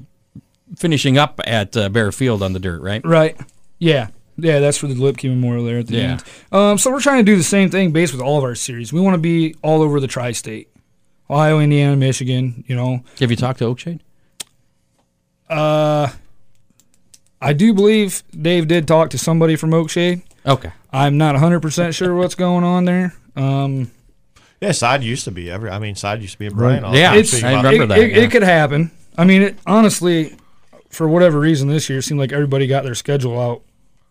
[SPEAKER 2] finishing up at uh, Bear Field on the dirt, right?
[SPEAKER 5] Right. Yeah. Yeah, that's for the Lipke Memorial there at the
[SPEAKER 2] Yeah.
[SPEAKER 5] end. Um, so we're trying to do the same thing based with all of our series. We want to be all over the tri-state, Ohio, Indiana, Michigan. You know,
[SPEAKER 2] Have you talked to Oakshade?
[SPEAKER 5] uh, I do believe Dave did talk to somebody from Oakshade.
[SPEAKER 2] Okay,
[SPEAKER 5] I'm not 100 percent sure what's going on there. Um,
[SPEAKER 4] Yeah, side used to be every. I mean, side used to be a Brian.
[SPEAKER 2] Right. Yeah,
[SPEAKER 4] office.
[SPEAKER 2] it's-
[SPEAKER 4] Think about
[SPEAKER 2] I
[SPEAKER 4] it.
[SPEAKER 2] remember
[SPEAKER 5] it,
[SPEAKER 2] that,
[SPEAKER 5] It,
[SPEAKER 2] yeah.
[SPEAKER 5] it could happen. I mean, it, honestly, for whatever reason, this year it seemed like everybody got their schedule out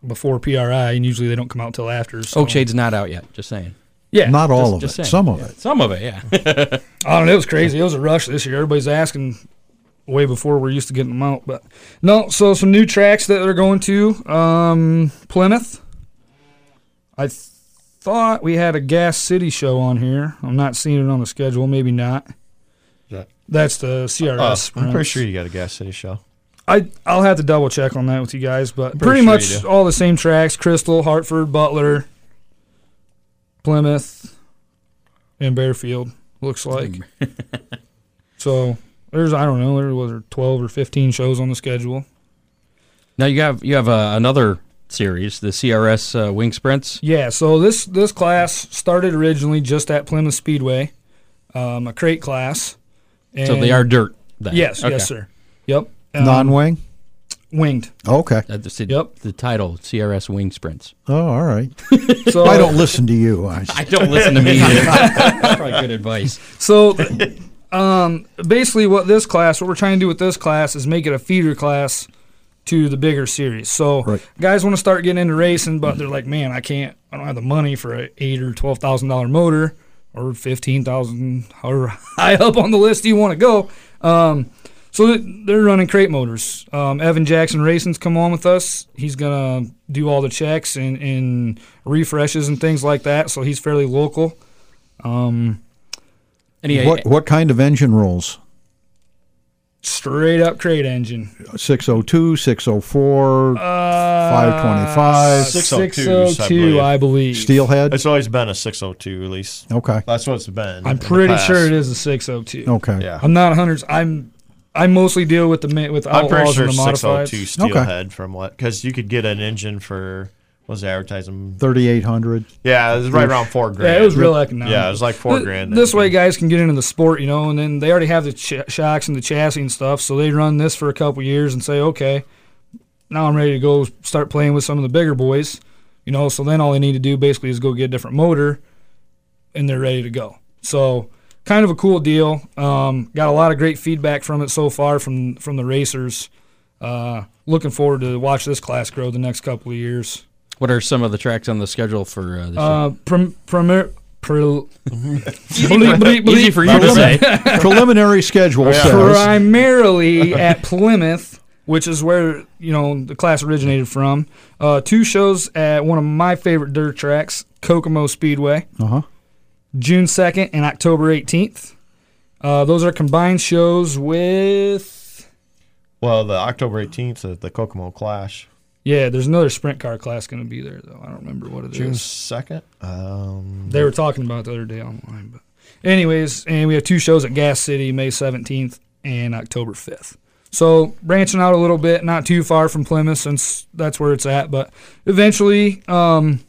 [SPEAKER 5] before PRI, and usually they don't come out till after. So.
[SPEAKER 2] Oakshade's not out yet. Just saying,
[SPEAKER 5] yeah,
[SPEAKER 3] Not all of
[SPEAKER 2] just
[SPEAKER 3] it.
[SPEAKER 2] saying.
[SPEAKER 3] Some of it.
[SPEAKER 2] some of it, yeah.
[SPEAKER 5] I don't know. It was crazy. It was a rush this year. Everybody's asking way before we're used to getting them out. But no, so some new tracks that they're going to um, Plymouth. I th- thought we had a Gas City show on here. I'm not seeing it on the schedule. Maybe not.
[SPEAKER 4] That-
[SPEAKER 5] That's the CRS.
[SPEAKER 4] Uh, I'm pretty
[SPEAKER 5] sprints.
[SPEAKER 4] sure you got a Gas City show.
[SPEAKER 5] I I'll have to double check on that with you guys,
[SPEAKER 4] pretty
[SPEAKER 5] but pretty,
[SPEAKER 4] sure you
[SPEAKER 5] much
[SPEAKER 4] do.
[SPEAKER 5] all the same tracks: Crystal, Hartford, Butler, Plymouth, and Bearfield. Looks like. so there's I don't know there was there twelve or fifteen shows on the schedule.
[SPEAKER 2] now you have you have uh, another series, the CRS uh, Wing Sprints.
[SPEAKER 5] Yeah, so this this class started originally just at Plymouth Speedway, um, a crate class. And
[SPEAKER 2] So they are dirt. Then.
[SPEAKER 5] Yes,
[SPEAKER 2] Okay.
[SPEAKER 5] yes, sir. Yep. Um,
[SPEAKER 3] Non-wing.
[SPEAKER 5] winged.
[SPEAKER 3] Okay.
[SPEAKER 2] Uh, the,
[SPEAKER 5] Yep.
[SPEAKER 2] the title CRS Wing Sprints.
[SPEAKER 3] Oh, all right.
[SPEAKER 5] So
[SPEAKER 3] I don't listen to you. I,
[SPEAKER 2] I don't listen to me. either. That's probably good advice.
[SPEAKER 5] So, th- um, basically, what this class, what we're trying to do with this class, is make it a feeder class to the bigger series. So,
[SPEAKER 3] Right.
[SPEAKER 5] guys want to start getting into racing, but they're like, "Man, I can't. I don't have the money for a eight or twelve thousand dollar motor, or fifteen thousand, however high up on the list you want to go." Um, so th- they're running crate motors. Um, Evan Jackson Racing's come on with us. He's gonna do all the checks and, and refreshes and things like that. So he's fairly local.
[SPEAKER 2] Any
[SPEAKER 3] what what kind of engine rolls?
[SPEAKER 5] Straight up crate engine.
[SPEAKER 3] 602, 604, 525,
[SPEAKER 4] Uh, 602s, I
[SPEAKER 5] 602, I believe.
[SPEAKER 3] steelhead.
[SPEAKER 4] It's always been a 602 at least.
[SPEAKER 3] Okay.
[SPEAKER 4] That's what it's been.
[SPEAKER 5] I'm pretty sure it is a 602.
[SPEAKER 3] Okay.
[SPEAKER 4] Yeah.
[SPEAKER 5] I'm not 100. I'm I mostly deal with the ma- with
[SPEAKER 4] I'm pretty
[SPEAKER 5] outlaws
[SPEAKER 4] sure
[SPEAKER 5] and the modifieds.
[SPEAKER 4] 602 Steelhead from what? Because you could get an engine for what was the advertising?
[SPEAKER 3] 3800.
[SPEAKER 4] Yeah, it was right around four grand.
[SPEAKER 5] Yeah, it was real economical.
[SPEAKER 4] Yeah, it was like four
[SPEAKER 5] Th-
[SPEAKER 4] grand.
[SPEAKER 5] This way, guys can get into the sport, you know, and then they already have the ch- shocks and the chassis and stuff, so they run this for a couple years and say, okay, now I'm ready to go start playing with some of the bigger boys, you know. So then all they need to do basically is go get a different motor, and they're ready to go. So kind of a cool deal. Um, got a lot of great feedback from it so far from from the racers. Uh, looking forward to watch this class grow the next couple of years.
[SPEAKER 2] What are some of the tracks on the schedule for uh, this
[SPEAKER 5] Uh, prim, primer, prel- bleep,
[SPEAKER 2] year?
[SPEAKER 5] bleep,
[SPEAKER 2] Easy
[SPEAKER 5] bleep.
[SPEAKER 2] for you to say.
[SPEAKER 3] Preliminary schedule says
[SPEAKER 5] primarily at Plymouth, which is where you know the class originated from. Uh, two shows at one of my favorite dirt tracks, Kokomo Speedway,
[SPEAKER 3] uh-huh.
[SPEAKER 5] June second and October eighteenth. Uh, those are combined shows with
[SPEAKER 4] Well, the October 18th at the Kokomo Clash,
[SPEAKER 5] yeah. There's another sprint car class going to be there though. I don't remember what it is.
[SPEAKER 4] June 2nd. Um,
[SPEAKER 5] They were talking about it the other day online, but anyways, and we have two shows at Gas City, May seventeenth and October fifth. So branching out a little bit, not too far from Plymouth since that's where it's at, but eventually, um,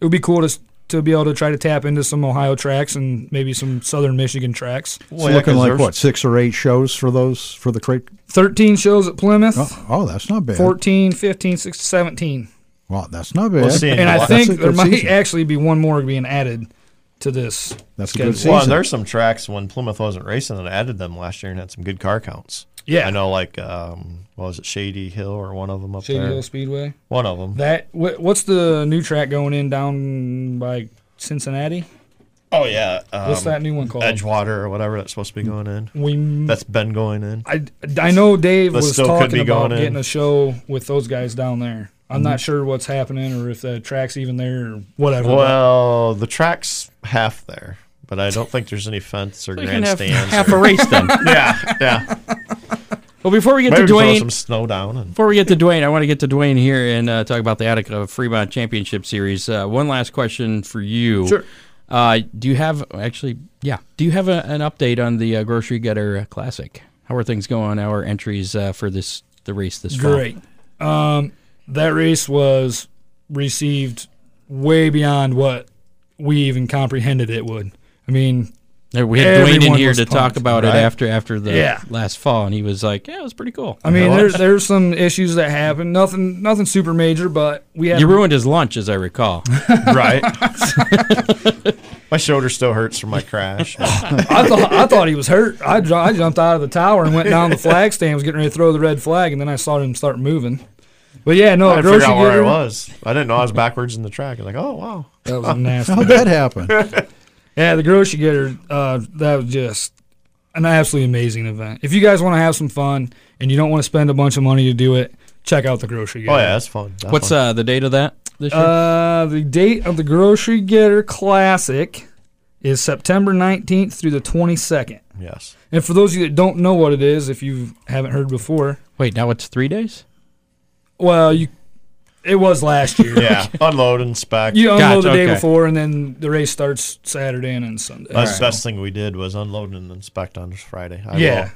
[SPEAKER 5] it would be cool to s- to be able to try to tap into some Ohio tracks and maybe some Southern Michigan tracks.
[SPEAKER 3] It's looking like what six or eight shows for those for the crate.
[SPEAKER 5] Thirteen shows at Plymouth,
[SPEAKER 3] Oh, oh, that's not bad.
[SPEAKER 5] 14, 15, 16, 17.
[SPEAKER 3] Wow, that's not bad.
[SPEAKER 4] We'll see.
[SPEAKER 5] and I
[SPEAKER 4] That's
[SPEAKER 5] think
[SPEAKER 3] a
[SPEAKER 5] there
[SPEAKER 3] good
[SPEAKER 5] might
[SPEAKER 3] season.
[SPEAKER 5] actually be one more being added to this.
[SPEAKER 3] That's a good
[SPEAKER 5] schedule.
[SPEAKER 3] season.
[SPEAKER 4] Well, and there's some tracks when Plymouth wasn't racing that added them last year and had some good car counts.
[SPEAKER 5] Yeah.
[SPEAKER 4] I know, like, um, what was it, Shady Hill or one of them up
[SPEAKER 5] Shady
[SPEAKER 4] there?
[SPEAKER 5] Hill Speedway.
[SPEAKER 4] One of them.
[SPEAKER 5] That wh- what's the new track going in down by Cincinnati?
[SPEAKER 4] Oh, yeah. Um,
[SPEAKER 5] What's that new one called?
[SPEAKER 4] Edgewater or whatever that's supposed to be going in.
[SPEAKER 5] We
[SPEAKER 4] That's been going in.
[SPEAKER 5] I, I know Dave
[SPEAKER 4] That
[SPEAKER 5] was
[SPEAKER 4] still could
[SPEAKER 5] talking
[SPEAKER 4] be
[SPEAKER 5] about
[SPEAKER 4] going in. Mm-hmm.
[SPEAKER 5] getting a show with those guys down there. I'm not sure what's happening or if the track's even there or whatever.
[SPEAKER 4] Well, the track's half there, but I don't think there's any fence or
[SPEAKER 2] You can have
[SPEAKER 4] grandstands.
[SPEAKER 2] half
[SPEAKER 4] or-
[SPEAKER 2] a race then.
[SPEAKER 4] yeah, yeah.
[SPEAKER 2] Well, before we get
[SPEAKER 4] Maybe
[SPEAKER 2] to
[SPEAKER 4] throw
[SPEAKER 2] Dwayne,
[SPEAKER 4] some snow down and
[SPEAKER 2] Before we get to Dwayne, I want to get to Dwayne here and uh, talk about the Attica Fremont Championship Series. Uh, one last question for you.
[SPEAKER 5] Sure.
[SPEAKER 2] Uh, do you have actually? Yeah. Do you have a, an update on the uh, Grocery Getter Classic? How are things going? Our entries uh, for this the race this fall.
[SPEAKER 5] Great. Um, that race was received way beyond what we even comprehended it would. I mean,
[SPEAKER 2] Uh, We had Dwayne in
[SPEAKER 5] Everyone
[SPEAKER 2] here
[SPEAKER 5] was
[SPEAKER 2] to talk
[SPEAKER 5] pumped,
[SPEAKER 2] about it
[SPEAKER 4] right?
[SPEAKER 2] after after the
[SPEAKER 5] Yeah.
[SPEAKER 2] last fall, and he was like, "Yeah, it was pretty cool."
[SPEAKER 5] I mean,
[SPEAKER 4] Hello?
[SPEAKER 5] there's there's some issues that happen. Nothing nothing super major, but we had
[SPEAKER 2] you ruined his lunch, as I recall.
[SPEAKER 4] right. my shoulder still hurts from my crash.
[SPEAKER 5] I thought I thought he was hurt. I, ju- I jumped out of the tower and went down the flag stand. Was getting ready to throw the red flag, and then I saw him start moving. But yeah, no,
[SPEAKER 4] I
[SPEAKER 5] Oh, grocery
[SPEAKER 4] forgot where I
[SPEAKER 5] getter-
[SPEAKER 4] was. I didn't know I was backwards in the track. I was like, oh wow.
[SPEAKER 5] That was nasty.
[SPEAKER 3] How'd that happen?
[SPEAKER 5] yeah, the grocery getter. Uh, that was just an absolutely amazing event. If you guys want to have some fun and you don't want to spend a bunch of money to do it, check out the grocery getter.
[SPEAKER 4] Oh yeah, that's fun. That's
[SPEAKER 2] What's
[SPEAKER 4] fun.
[SPEAKER 2] uh, the date of that this year?
[SPEAKER 5] Uh, the date of the grocery getter classic is September nineteenth through the twenty second.
[SPEAKER 4] Yes.
[SPEAKER 5] And for those of you that don't know what it is, if you haven't heard before,
[SPEAKER 2] Wait, now it's three days.
[SPEAKER 5] well, you it was last year.
[SPEAKER 4] Yeah. Unload, inspect.
[SPEAKER 5] You unload
[SPEAKER 2] Gotcha,
[SPEAKER 5] the day
[SPEAKER 2] okay.
[SPEAKER 5] before, and then the race starts Saturday and then Sunday.
[SPEAKER 4] That's the best thing we did was unload and inspect on Friday. I
[SPEAKER 5] yeah.
[SPEAKER 4] will.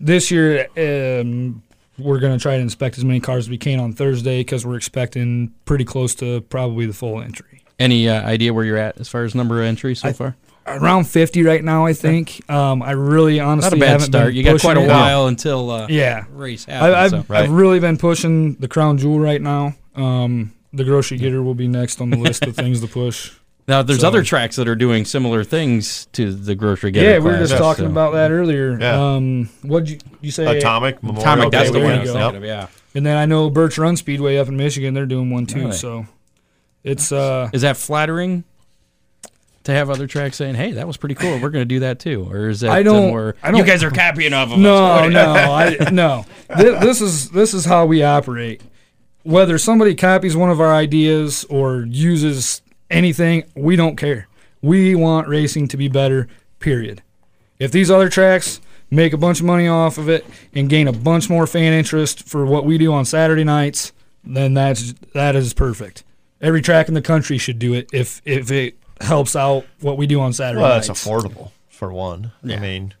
[SPEAKER 5] This year, um, we're going to try to inspect as many cars as we can on Thursday because we're expecting pretty close to probably the full entry.
[SPEAKER 2] Any uh, idea where you're at as far as number of entries so far?
[SPEAKER 5] Around 50 right now, I think. Um, I really
[SPEAKER 2] Not a
[SPEAKER 5] honestly
[SPEAKER 2] bad
[SPEAKER 5] haven't
[SPEAKER 2] start.
[SPEAKER 5] been
[SPEAKER 2] You got quite a
[SPEAKER 5] pushing it.
[SPEAKER 2] while until uh,
[SPEAKER 5] Yeah.
[SPEAKER 2] race happens.
[SPEAKER 5] I, I've,
[SPEAKER 2] so.
[SPEAKER 4] Right.
[SPEAKER 5] I've really been pushing the crown jewel right now. Um, the grocery getter will be next on the list of things to push.
[SPEAKER 2] Now there's
[SPEAKER 5] So-
[SPEAKER 2] other tracks that are doing similar things to the grocery getter.
[SPEAKER 5] yeah, we were
[SPEAKER 2] class,
[SPEAKER 5] just talking
[SPEAKER 2] so-
[SPEAKER 5] about that earlier.
[SPEAKER 4] Yeah.
[SPEAKER 5] Um, what you you say?
[SPEAKER 4] Atomic Memorial.
[SPEAKER 2] Atomic. that's
[SPEAKER 4] Day
[SPEAKER 2] the one. I
[SPEAKER 4] weekend.
[SPEAKER 2] was
[SPEAKER 5] go.
[SPEAKER 2] thinking
[SPEAKER 4] Yep.
[SPEAKER 2] of, yeah.
[SPEAKER 5] And then I know Birch Run Speedway up in Michigan, they're doing one too.
[SPEAKER 2] Really?
[SPEAKER 5] So it's uh,
[SPEAKER 2] Is that flattering to have other tracks saying, "Hey, that was pretty cool. We're going to do that too," or is that
[SPEAKER 5] I
[SPEAKER 2] uh,
[SPEAKER 5] don't-
[SPEAKER 2] more?
[SPEAKER 5] I don't-
[SPEAKER 2] you guys are copying off of us.
[SPEAKER 5] no, no, I, no. This, this is this is how we operate. Whether somebody copies one of our ideas or uses anything, we don't care. We want racing to be better. Period. If these other tracks make a bunch of money off of it and gain a bunch more fan interest for what we do on Saturday nights, then that's that is perfect. Every track in the country should do it if if it helps out what we do on Saturday
[SPEAKER 4] Well,
[SPEAKER 5] nights.
[SPEAKER 4] it's affordable for one. I mean,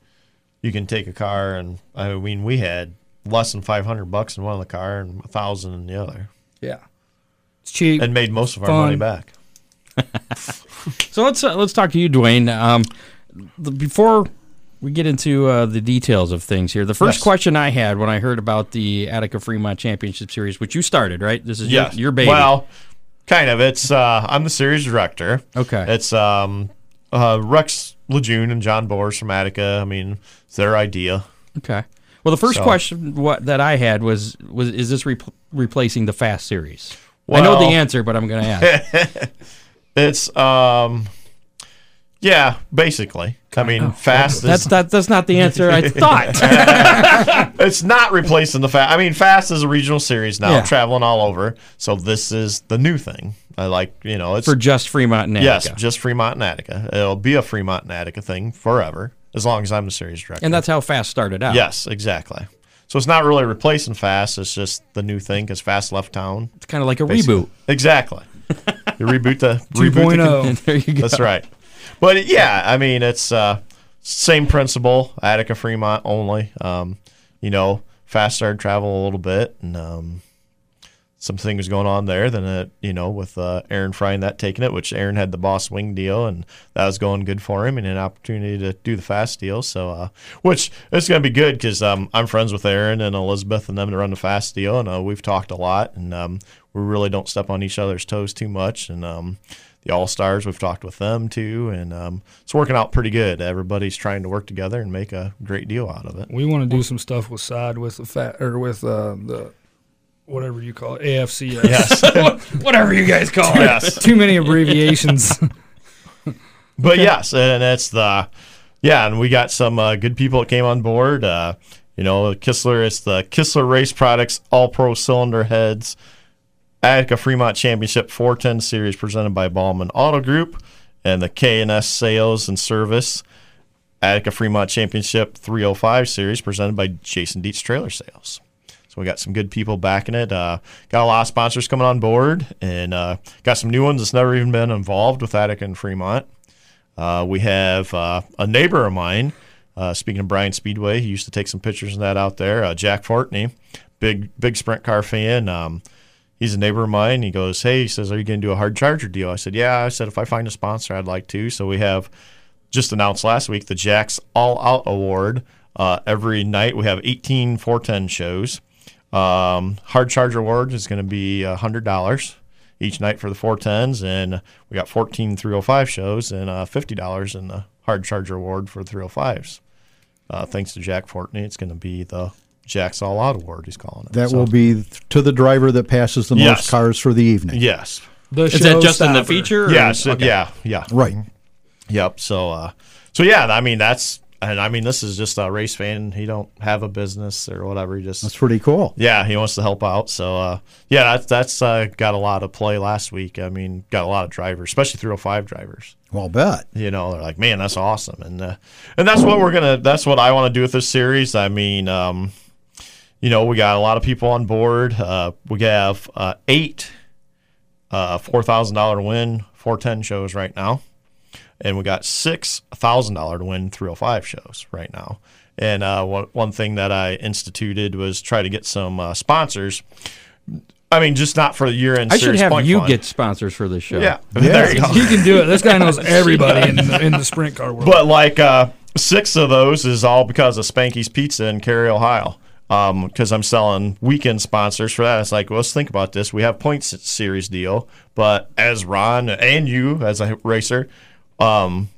[SPEAKER 4] you can take a car, and I mean, we had less than five hundred bucks in one of the car and a thousand in the other,
[SPEAKER 5] yeah, it's cheap.
[SPEAKER 4] and made most of our
[SPEAKER 5] Fun.
[SPEAKER 4] money back.
[SPEAKER 2] So let's uh, let's talk to you, Dwayne. Um, the, before we get into uh, the details of things here, the first
[SPEAKER 4] Yes.
[SPEAKER 2] question I had when I heard about the Attica Fremont Championship Series, which you started, right? This is your-
[SPEAKER 4] Yes.
[SPEAKER 2] your, baby.
[SPEAKER 4] Well, kind of. It's uh, I'm the series director.
[SPEAKER 2] Okay.
[SPEAKER 4] It's um, uh, Rex Lejeune and John Boers from Attica. I mean, it's their idea.
[SPEAKER 2] Okay. Well, the first
[SPEAKER 4] So-
[SPEAKER 2] question what, that I had was was is this re- replacing the Fast series? I know
[SPEAKER 4] Well-
[SPEAKER 2] the answer, but I'm going to ask.
[SPEAKER 4] It's um, yeah, basically. I mean, fast.
[SPEAKER 2] Oh, that's
[SPEAKER 4] is,
[SPEAKER 2] not that's not the answer I thought.
[SPEAKER 4] it's not replacing the fast. I mean, fast is a regional series now,
[SPEAKER 2] Yeah.
[SPEAKER 4] traveling all over. So this is the new thing. I like you know it's
[SPEAKER 2] for just Fremont and
[SPEAKER 4] yes,
[SPEAKER 2] Attica.
[SPEAKER 4] just Fremont and Attica. It'll be a Fremont and Attica thing forever as long as I'm the series director.
[SPEAKER 2] and that's how Fast started out.
[SPEAKER 4] yes, exactly. So it's not really replacing fast. It's just the new thing because fast left town.
[SPEAKER 2] it's kind of like a
[SPEAKER 4] Basically.
[SPEAKER 2] reboot. oh.
[SPEAKER 4] Exactly. you reboot the reboot the
[SPEAKER 5] 2.0.
[SPEAKER 2] there you go.
[SPEAKER 4] That's right. But yeah, I mean, it's uh, same principle, Attica Fremont only. Um, you know, fast started travel a little bit, and um, some things going on there. Then it, you know, with uh, Aaron Fry and that taking it, which Aaron had the boss wing deal, and that was going good for him, and an opportunity to do the fast deal. So, uh, which it's going to be good because um, I'm friends with Aaron and Elizabeth and them to run the fast deal, and uh, we've talked a lot, and um, we really don't step on each other's toes too much, and. Um, the All Stars. We've talked with them too, and um, it's working out pretty good. Everybody's trying to work together and make a great deal out of it.
[SPEAKER 5] We want to do some stuff with side with the fat or with uh, the whatever you call it, AFCS.
[SPEAKER 4] Yes,
[SPEAKER 2] Whatever you guys call it.
[SPEAKER 4] yes,
[SPEAKER 5] Too many abbreviations.
[SPEAKER 4] but yes, and it's the yeah, and we got some uh, good people that came on board. Uh, you know, Kistler is the Kistler Race Products All Pro Cylinder Heads Attica Fremont Championship 410 Series presented by Ballman Auto Group and the K&S Sales and Service Attica Fremont Championship 305 Series presented by Jason Dietz Trailer Sales. So we got some good people backing it. Uh, got a lot of sponsors coming on board and uh, got some new ones that's never even been involved with Attica and Fremont. Uh, we have uh, a neighbor of mine. Uh, speaking of Brian Speedway, he used to take some pictures of that out there. Uh, Jack Fortney, big big sprint car fan. Um, he's a neighbor of mine. He goes, "Hey," he says, "Are you going to do a hard charger deal?" I said, "Yeah." I said, "If I find a sponsor, I'd like to." So we have just announced last week the Jack's All Out Award. Uh, every night we have 18 410 shows. Um, hard charger award is going to be hundred dollars each night for the 410s, and we got 14 305 shows and uh, fifty dollars in the hard charger award for 305s. Uh, thanks to Jack Fortney, it's going to be the Jack's All Out Award. He's calling it.
[SPEAKER 3] That
[SPEAKER 4] So-
[SPEAKER 3] will be to the driver that passes the
[SPEAKER 4] Yes.
[SPEAKER 3] most cars for the evening.
[SPEAKER 4] yes,
[SPEAKER 5] The
[SPEAKER 2] Is that just in the
[SPEAKER 5] showstopper.
[SPEAKER 2] feature? or-
[SPEAKER 4] yes,
[SPEAKER 2] okay.
[SPEAKER 4] yeah, yeah,
[SPEAKER 3] Right.
[SPEAKER 4] Yep. So, uh, so yeah, I mean that's, and I mean this is just a race fan. He don't have a business or whatever. He just
[SPEAKER 3] That's pretty cool.
[SPEAKER 4] yeah, he wants to help out. So uh, yeah, that's that's uh, got a lot of play last week. I mean, got a lot of drivers, especially 305 drivers.
[SPEAKER 3] Well, I'll bet.
[SPEAKER 4] You know, they're like, man, that's awesome, and uh, and that's what we're gonna. That's what I want to do with this series. I mean, um, you know, we got a lot of people on board. Uh, we have uh, eight uh, four thousand dollar win four ten shows right now, and we got six thousand dollar to win three hundred five shows right now. And uh, one, one thing that I instituted was try to get some uh, sponsors. I mean, just not for the year end.
[SPEAKER 2] I should have you get sponsors for this show.
[SPEAKER 4] yeah. There you go.
[SPEAKER 5] He can do it. This guy knows everybody in the, in the sprint car world.
[SPEAKER 4] But like uh, six of those is all because of Spanky's Pizza in Cary, Ohio. Because I'm selling weekend sponsors for that. It's like, well, let's think about this. We have points series deal, but as Ron and you, as a racer, um,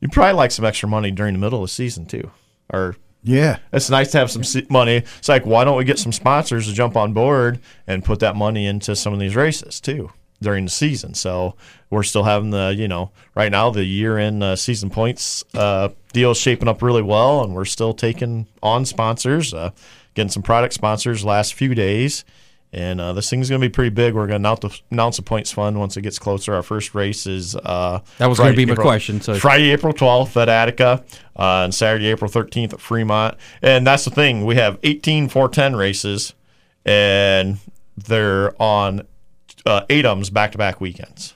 [SPEAKER 4] you probably like some extra money during the middle of the season too, or
[SPEAKER 3] Yeah.
[SPEAKER 4] it's nice to have some se- money. It's like, why don't we get some sponsors to jump on board and put that money into some of these races too during the season? So we're still having the, you know, right now the year in uh, season points uh, deal is shaping up really well, and we're still taking on sponsors, uh, getting some product sponsors last few days. And uh, this thing's going to be pretty big. We're going to announce the, announce the points fund once it gets closer. Our first race is uh,
[SPEAKER 2] That was gonna
[SPEAKER 4] Friday,
[SPEAKER 2] be my
[SPEAKER 4] April-
[SPEAKER 2] question, so-
[SPEAKER 4] Friday, April 12th at Attica, uh, and Saturday, April 13th at Fremont. And that's the thing. We have 18 410 races, and they're on uh, ADAMs back to back weekends.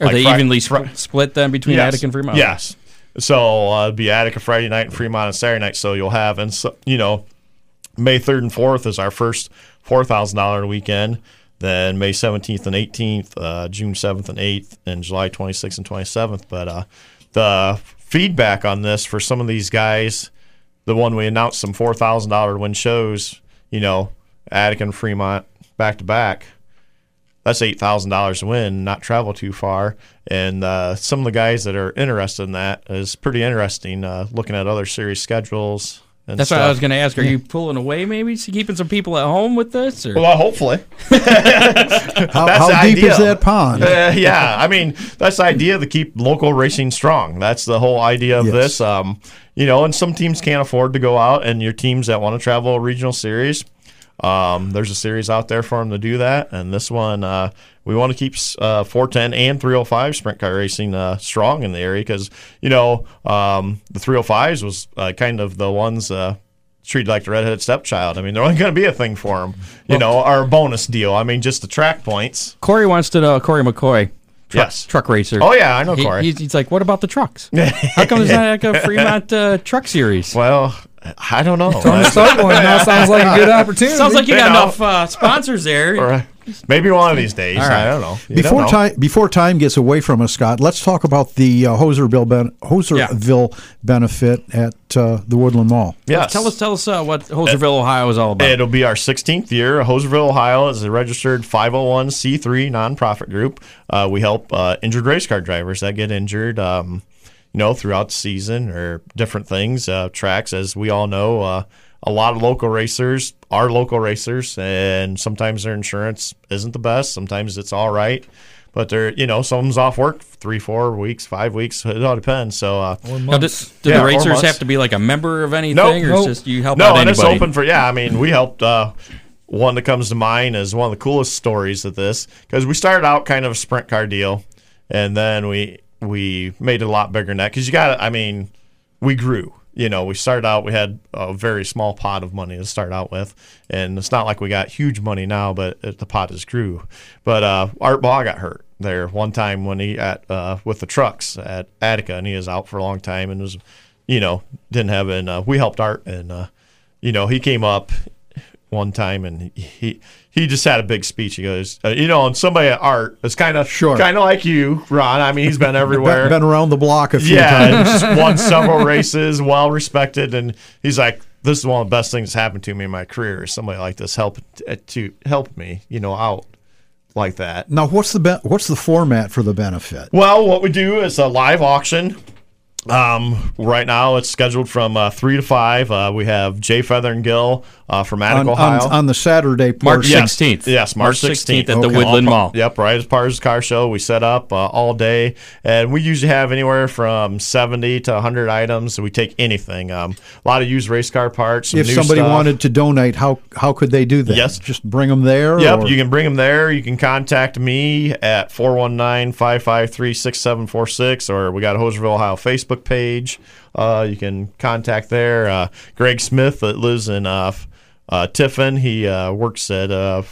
[SPEAKER 2] Are
[SPEAKER 4] Like
[SPEAKER 2] they
[SPEAKER 4] Fri-
[SPEAKER 2] evenly
[SPEAKER 4] Fri-
[SPEAKER 2] sp- split then between Attica and Fremont?
[SPEAKER 4] Yes. So uh, it'd be Attica Friday night and Fremont on Saturday night. So you'll have, and so, you know, May 3rd and 4th is our first $4,000 weekend. Then May 17th and 18th, uh, June 7th and 8th, and July 26th and 27th. But uh, the feedback on this for some of these guys, the one we announced some $4,000 win shows, you know, Attica and Fremont back to back that's eight thousand dollars to win, not travel too far. And uh, some of the guys that are interested in that is pretty interesting. Uh, looking at other series schedules. And
[SPEAKER 2] That's
[SPEAKER 4] stuff.
[SPEAKER 2] what I was going to ask. Are you pulling away? Maybe so keeping some people at home with this? Or?
[SPEAKER 4] Well, hopefully.
[SPEAKER 3] How,
[SPEAKER 4] That's
[SPEAKER 3] how
[SPEAKER 4] the
[SPEAKER 3] deep is
[SPEAKER 4] ideal.
[SPEAKER 3] that pond?
[SPEAKER 4] Uh, yeah, I mean that's the idea to keep local racing strong. That's the whole idea of
[SPEAKER 3] Yes.
[SPEAKER 4] this. Um, you know, and some teams can't afford to go out, and your teams that want to travel a regional series, um, there's a series out there for them to do that. And this one, uh, we want to keep uh, 410 and 305 sprint car racing uh, strong in the area because you know um, the 305s was uh, kind of the ones. Uh, treated like the redheaded stepchild. I mean, there wasn't going to be a thing for them, you know, or a bonus deal. I mean, just the track points.
[SPEAKER 2] Corey wants to know. Corey McCoy,
[SPEAKER 4] Yes.
[SPEAKER 2] truck racer.
[SPEAKER 4] Oh yeah, I know
[SPEAKER 2] He-
[SPEAKER 4] Corey.
[SPEAKER 2] he's, he's like, what about the trucks? How come there's not like a Fremont uh, truck series?
[SPEAKER 4] well, I don't know.
[SPEAKER 5] Tony Stark one now sounds like a good opportunity.
[SPEAKER 2] Sounds like you
[SPEAKER 4] You
[SPEAKER 2] got
[SPEAKER 4] know.
[SPEAKER 2] enough uh, sponsors there.
[SPEAKER 4] Or, Maybe one of these days.
[SPEAKER 2] All right.
[SPEAKER 4] I don't know. You don't
[SPEAKER 3] Before
[SPEAKER 4] know.
[SPEAKER 3] time, before time gets away from us, Scott, let's talk about the uh, Hoserville, ben- Hoserville benefit at uh, the Woodland Mall.
[SPEAKER 4] yes.
[SPEAKER 2] Tell us, tell us uh, what Hoserville, Ohio is all about.
[SPEAKER 4] It'll be our 16th year. Hoseville, Ohio is a registered 501c3 nonprofit group. Uh, we help uh, injured race car drivers that get injured, um, you know, throughout the season or different things, uh, tracks. As we all know, uh, a lot of local racers are local racers, and sometimes their insurance isn't the best. Sometimes it's all right. But they're, you know, some's off work three, four weeks, five weeks. It all depends. So uh,
[SPEAKER 5] Or
[SPEAKER 2] Now, do,
[SPEAKER 5] months.
[SPEAKER 2] do
[SPEAKER 4] Yeah,
[SPEAKER 2] the
[SPEAKER 4] or
[SPEAKER 2] racers
[SPEAKER 4] months.
[SPEAKER 2] have to be like a member of anything, or it's
[SPEAKER 5] nope.
[SPEAKER 2] just you help
[SPEAKER 4] no,
[SPEAKER 2] out
[SPEAKER 4] and it's
[SPEAKER 2] anybody?
[SPEAKER 4] open for yeah. I mean, we helped. Uh, one that comes to mind is one of the coolest stories of this because we started out kind of a sprint car deal, and then we we made it a lot bigger than that because you got. to I mean, we grew. You know, we started out. We had a very small pot of money to start out with, and it's not like we got huge money now, but it, the pot has grew. But uh, Art Baugh got hurt there one time when he at uh, with the trucks at Attica, and he was out for a long time and was, you know, didn't have. And uh, we helped Art, and uh, you know, he came up one time and he he just had a big speech. He goes, uh, you know, and somebody at Art is kind of
[SPEAKER 3] Sure.
[SPEAKER 4] kind of like you, Ron. I mean, he's been everywhere.
[SPEAKER 3] Been, been around the block a few
[SPEAKER 4] Yeah,
[SPEAKER 3] times.
[SPEAKER 4] and just won several races, well respected, and he's like, "This is one of the best things that's happened to me in my career. is Somebody like this helped uh, to help me, you know, out like that."
[SPEAKER 3] Now, what's the be- what's the format for the benefit?
[SPEAKER 4] Well, what we do is a live auction. Um, right now, it's scheduled from uh, three to five. Uh, we have Jay Feather and Gill uh, from
[SPEAKER 3] On,
[SPEAKER 4] Attica, Ohio.
[SPEAKER 3] on, on the Saturday
[SPEAKER 2] March
[SPEAKER 3] portion.
[SPEAKER 4] Yes.
[SPEAKER 2] 16th.
[SPEAKER 4] Yes, March 16th.
[SPEAKER 2] at the
[SPEAKER 3] Okay.
[SPEAKER 2] Woodland
[SPEAKER 4] All-
[SPEAKER 2] Mall.
[SPEAKER 4] Yep, right as part of the car show, we set up uh, all day, and we usually have anywhere from seventy to hundred items. So we take anything. Um, a lot of used race car parts. Some
[SPEAKER 3] If
[SPEAKER 4] new
[SPEAKER 3] somebody
[SPEAKER 4] stuff.
[SPEAKER 3] wanted to donate, how how could they do that?
[SPEAKER 4] Yes.
[SPEAKER 3] just bring them there.
[SPEAKER 4] Yep,
[SPEAKER 3] or-
[SPEAKER 4] you can bring them there. You can contact me at 419-553-6746 or we got a Hoserville, Ohio Facebook page. Uh, you can contact there. Uh, Greg Smith that lives in uh, uh, Tiffin, he uh, works at a,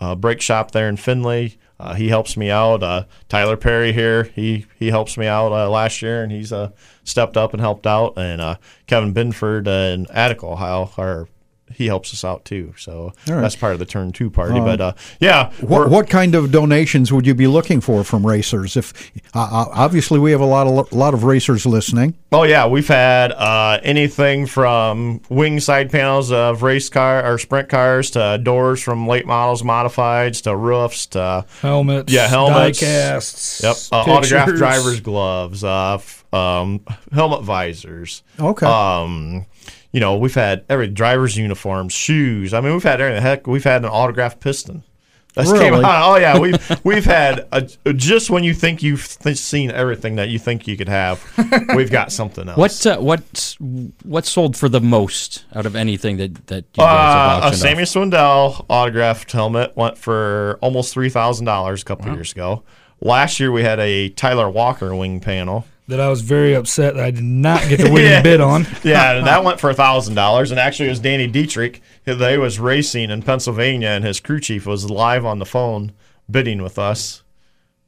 [SPEAKER 4] a brake shop there in Findlay. Uh, he helps me out. Uh, Tyler Perry here, he he helps me out uh, last year, and he's uh, stepped up and helped out. And uh, Kevin Binford uh, in Attica, Ohio, are, he helps us out too. So
[SPEAKER 3] right.
[SPEAKER 4] that's part of the turn two party. but uh, yeah,
[SPEAKER 3] What,
[SPEAKER 4] we're-
[SPEAKER 3] what kind of donations would you be looking for from racers? If uh, uh, obviously we have a lot of lot of racers listening.
[SPEAKER 4] oh yeah, we've had uh, anything from wing side panels of race car or sprint cars to doors from late models, modifieds to roofs to
[SPEAKER 5] helmets.
[SPEAKER 4] Yeah, helmets.
[SPEAKER 5] Die casts.
[SPEAKER 4] Yep. Uh, autograph
[SPEAKER 5] pictures.
[SPEAKER 4] driver's gloves, uh, f- um, helmet visors.
[SPEAKER 3] Okay.
[SPEAKER 4] Um, you know, we've had every driver's uniforms, shoes. I mean, we've had everything. Heck, we've had an autographed piston. That's came
[SPEAKER 3] Really?
[SPEAKER 4] out. Oh yeah, we've we've had a, just when you think you've th- seen everything that you think you could have, we've got something else.
[SPEAKER 2] What uh, what what sold for the most out of anything that that you guys have
[SPEAKER 4] Uh, a
[SPEAKER 2] auctioned off?
[SPEAKER 4] Sammy Swindell autographed helmet went for almost three thousand dollars a
[SPEAKER 2] Uh-huh.
[SPEAKER 4] couple years ago. Last year we had a Tyler Walker wing panel.
[SPEAKER 5] That I was very upset that I did not get the winning bid on.
[SPEAKER 4] yeah, that went for thousand dollars. And actually, it was Danny Dietrich. They was racing in Pennsylvania, and his crew chief was live on the phone bidding with us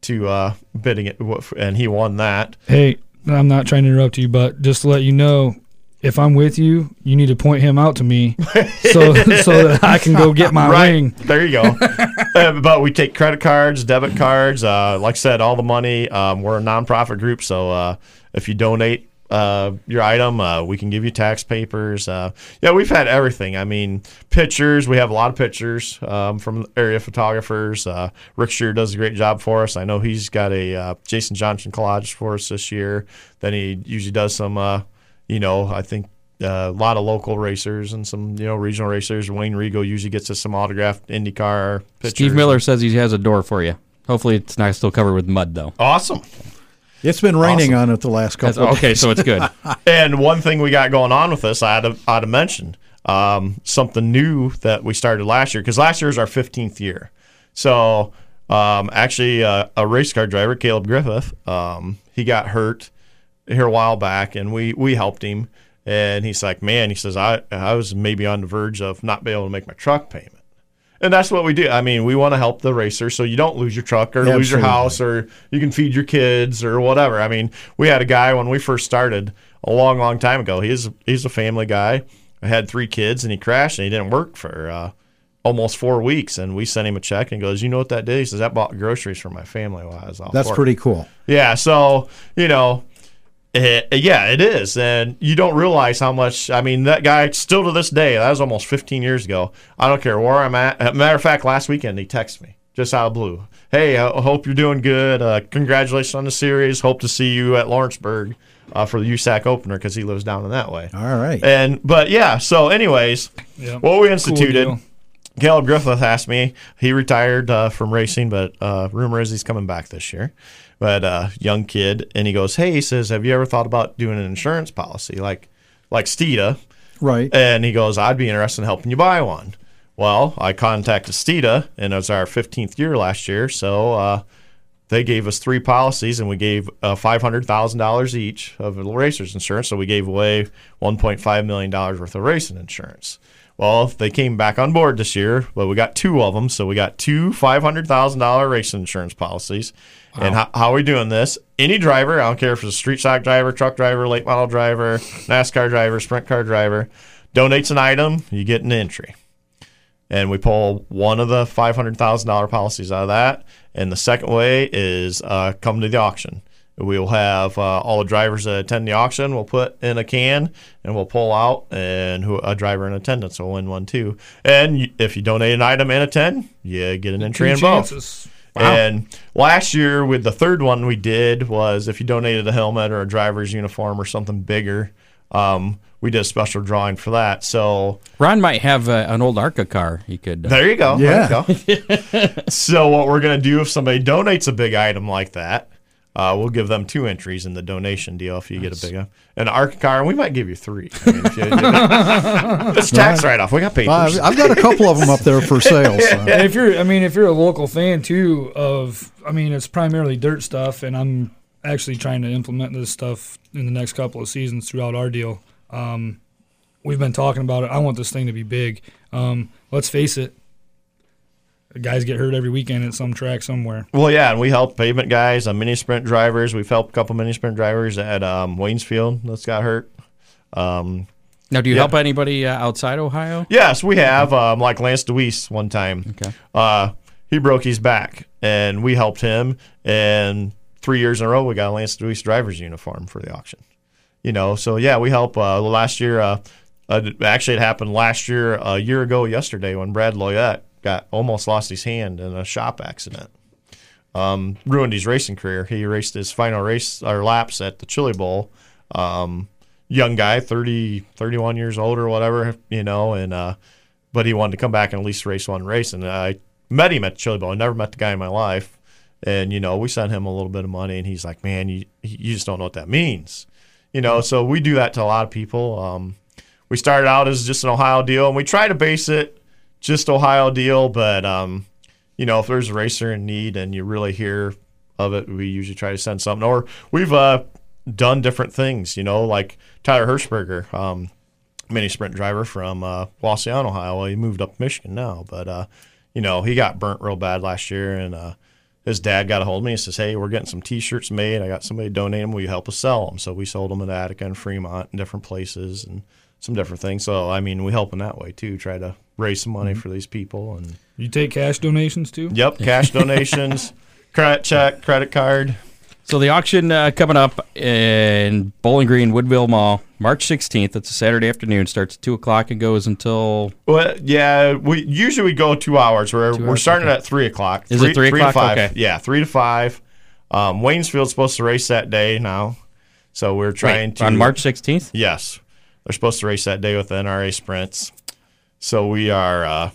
[SPEAKER 4] to uh, bidding it, and he won that.
[SPEAKER 5] Hey, I'm not trying to interrupt you, but just to let you know, if I'm with you, you need to point him out to me, so so that I can go get my ring.
[SPEAKER 4] There you go. Uh, but we take credit cards, debit cards. Uh, like I said, all the money. Um, we're a nonprofit group, so uh, if you donate uh, your item. Uh, we can give you tax papers. Uh, yeah, we've had everything. I mean, pictures. We have a lot of pictures um, from area photographers. Uh, Rick Shear does a great job for us. I know he's got a uh, Jason Johnson collage for us this year. Then he usually does some. Uh, you know, I think. Uh, a lot of local racers and some, you know, regional racers. Wayne Rigo usually gets us some autographed IndyCar pictures.
[SPEAKER 2] Steve Miller says he has a door for you. Hopefully, it's not still covered with mud though.
[SPEAKER 4] Awesome.
[SPEAKER 3] It's been raining on it the last
[SPEAKER 2] That's-
[SPEAKER 3] couple. of
[SPEAKER 2] okay, so it's good.
[SPEAKER 4] And one thing we got going on with this, I had to, I had to mention um, something new that we started last year because last year is our 15th year. So um, actually, uh, a race car driver, Caleb Griffith, um, he got hurt here a while back, and we we helped him. And he's like, man, he says I I was maybe on the verge of not being able to make my truck payment. And that's what we do. I mean, we want to help the racer so you don't lose your truck or lose your
[SPEAKER 3] Absolutely.
[SPEAKER 4] house or you can feed your kids or whatever. I mean, we had a guy when we first started a long, long time ago. He's he's a family guy. I had three kids and he crashed and he didn't work for uh, almost four weeks. And we sent him a check and he goes, you know what that did? He says that bought groceries for my family while I was off.
[SPEAKER 3] That's
[SPEAKER 4] work."
[SPEAKER 3] pretty cool.
[SPEAKER 4] Yeah. So, you know, eh, yeah, it is. And you don't realize how much, I mean, that guy still to this day, that was almost 15 years ago. I don't care where I'm at. Uh, Matter of fact, last weekend he texted me just out of the blue. Hey, I hope you're doing good. Uh, congratulations on the series. Hope to see you at Lawrenceburg uh, for the USAC opener because he lives down in that way.
[SPEAKER 3] All right.
[SPEAKER 4] And, but yeah, so, anyways,
[SPEAKER 5] Yeah.
[SPEAKER 4] what we
[SPEAKER 5] Cool
[SPEAKER 4] instituted.
[SPEAKER 5] deal.
[SPEAKER 4] Caleb Griffith asked me. He retired uh, from racing, but uh, rumor is he's coming back this year. But uh, young kid, and he goes, "Hey," he says, "Have you ever thought about doing an insurance policy like like Steeda?"
[SPEAKER 3] Right.
[SPEAKER 4] And he goes, I'd be interested in helping you buy one. Well, I contacted Steeda, and it was our 15th year last year. So uh, they gave us three policies, and we gave uh, $500,000 each of the racer's insurance. So we gave away $1.5 million worth of racing insurance. Well, they came back on board this year, but we got two of them. So we got two $500,000 racing insurance policies. And how, how are we doing this? Any driver, I don't care if it's a street stock driver, truck driver, late model driver, NASCAR driver, sprint car driver, donates an item, you get an entry. And we pull one of the $500,000 policies out of that. And the second way is uh, come to the auction. We will have uh, all the drivers that attend the auction, we'll put in a can and we'll pull out, and who, a driver in attendance will win one too. And you, if you donate an item and a 10, you get an entry
[SPEAKER 5] Two
[SPEAKER 4] in both.
[SPEAKER 5] chances.
[SPEAKER 4] And last year, with the third one we did was if you donated a helmet or a driver's uniform or something bigger, um, we did a special drawing for that. So
[SPEAKER 2] Ron might have uh, an old Arca car. He could. Uh,
[SPEAKER 4] there you go.
[SPEAKER 3] Yeah.
[SPEAKER 4] There you go. so what we're gonna do if somebody donates a big item like that, uh, we'll give them two entries in the donation deal if you get a big one. An ARC car, we might give you three. I mean, if you- it's tax write off. We got
[SPEAKER 3] Well,
[SPEAKER 4] papers.
[SPEAKER 3] Uh, I've, I've got a couple of them up there for sale. So.
[SPEAKER 5] And if you're, I mean, if you're a local fan too of, I mean, it's primarily dirt stuff, and I'm actually trying to implement this stuff in the next couple of seasons throughout our deal. Um, we've been talking about it. I want this thing to be big. Um, let's face it, guys get hurt every weekend at some track somewhere.
[SPEAKER 4] Well, yeah, and we help pavement guys, uh, mini sprint drivers. We've helped a couple mini sprint drivers at um, Waynesfield that's got hurt. Um,
[SPEAKER 2] now, do you
[SPEAKER 4] Yeah.
[SPEAKER 2] help anybody uh, outside Ohio?
[SPEAKER 4] yes, we have, um, like Lance DeWeese one time.
[SPEAKER 2] Okay.
[SPEAKER 4] Uh, he broke his back, and we helped him. And three years in a row, we got a Lance DeWeese driver's uniform for the auction. You know, so yeah, we help. Uh, last year, uh, uh, actually, it happened last year, a year ago yesterday, when Brad Loyette got almost lost his hand in a shop accident. um, ruined his racing career. He raced his final race or laps at the Chili Bowl. Um, young guy, 30, 31 years old or whatever, you know, and uh, but he wanted to come back and at least race one race. And I met him at the Chili Bowl. I never met the guy in my life. And you know, we sent him a little bit of money, and he's like, "Man, you you just don't know what that means," you know. So we do that to a lot of people. Um, we started out as just an Ohio deal, and we try to base it just Ohio deal, but um, you know, if there's a racer in need and you really hear of it, we usually try to send something. Or we've uh, done different things, you know, like Tyler Hirschberger, um, mini sprint driver from uh, Wasion, Ohio. Well, he moved up to Michigan now, but uh, you know, he got burnt real bad last year, and uh, his dad got a hold of me and says, "Hey, we're getting some T-shirts made. I got somebody to donate them. Will you help us sell them?" So we sold them at Attica and Fremont and different places and some different things. So I mean, we help in that way too. Try to raise some money for these people and.
[SPEAKER 5] You take cash donations too.
[SPEAKER 4] Yep, cash donations, credit check, credit card.
[SPEAKER 2] So the auction uh, coming up in Bowling Green, Woodville Mall, March 16th. It's a Saturday afternoon. Starts at 2 o'clock and goes until
[SPEAKER 4] Well, yeah, we usually we go two hours. We're we we're
[SPEAKER 2] hours,
[SPEAKER 4] starting at three o'clock.
[SPEAKER 2] Is it three
[SPEAKER 4] to
[SPEAKER 2] o'clock?
[SPEAKER 4] five?
[SPEAKER 2] Okay.
[SPEAKER 4] Yeah, three to five. Um, Waynesfield's supposed to race that day now, so we're trying to
[SPEAKER 2] on March 16th.
[SPEAKER 4] Yes, they're supposed to race that day with the NRA sprints. So we are uh,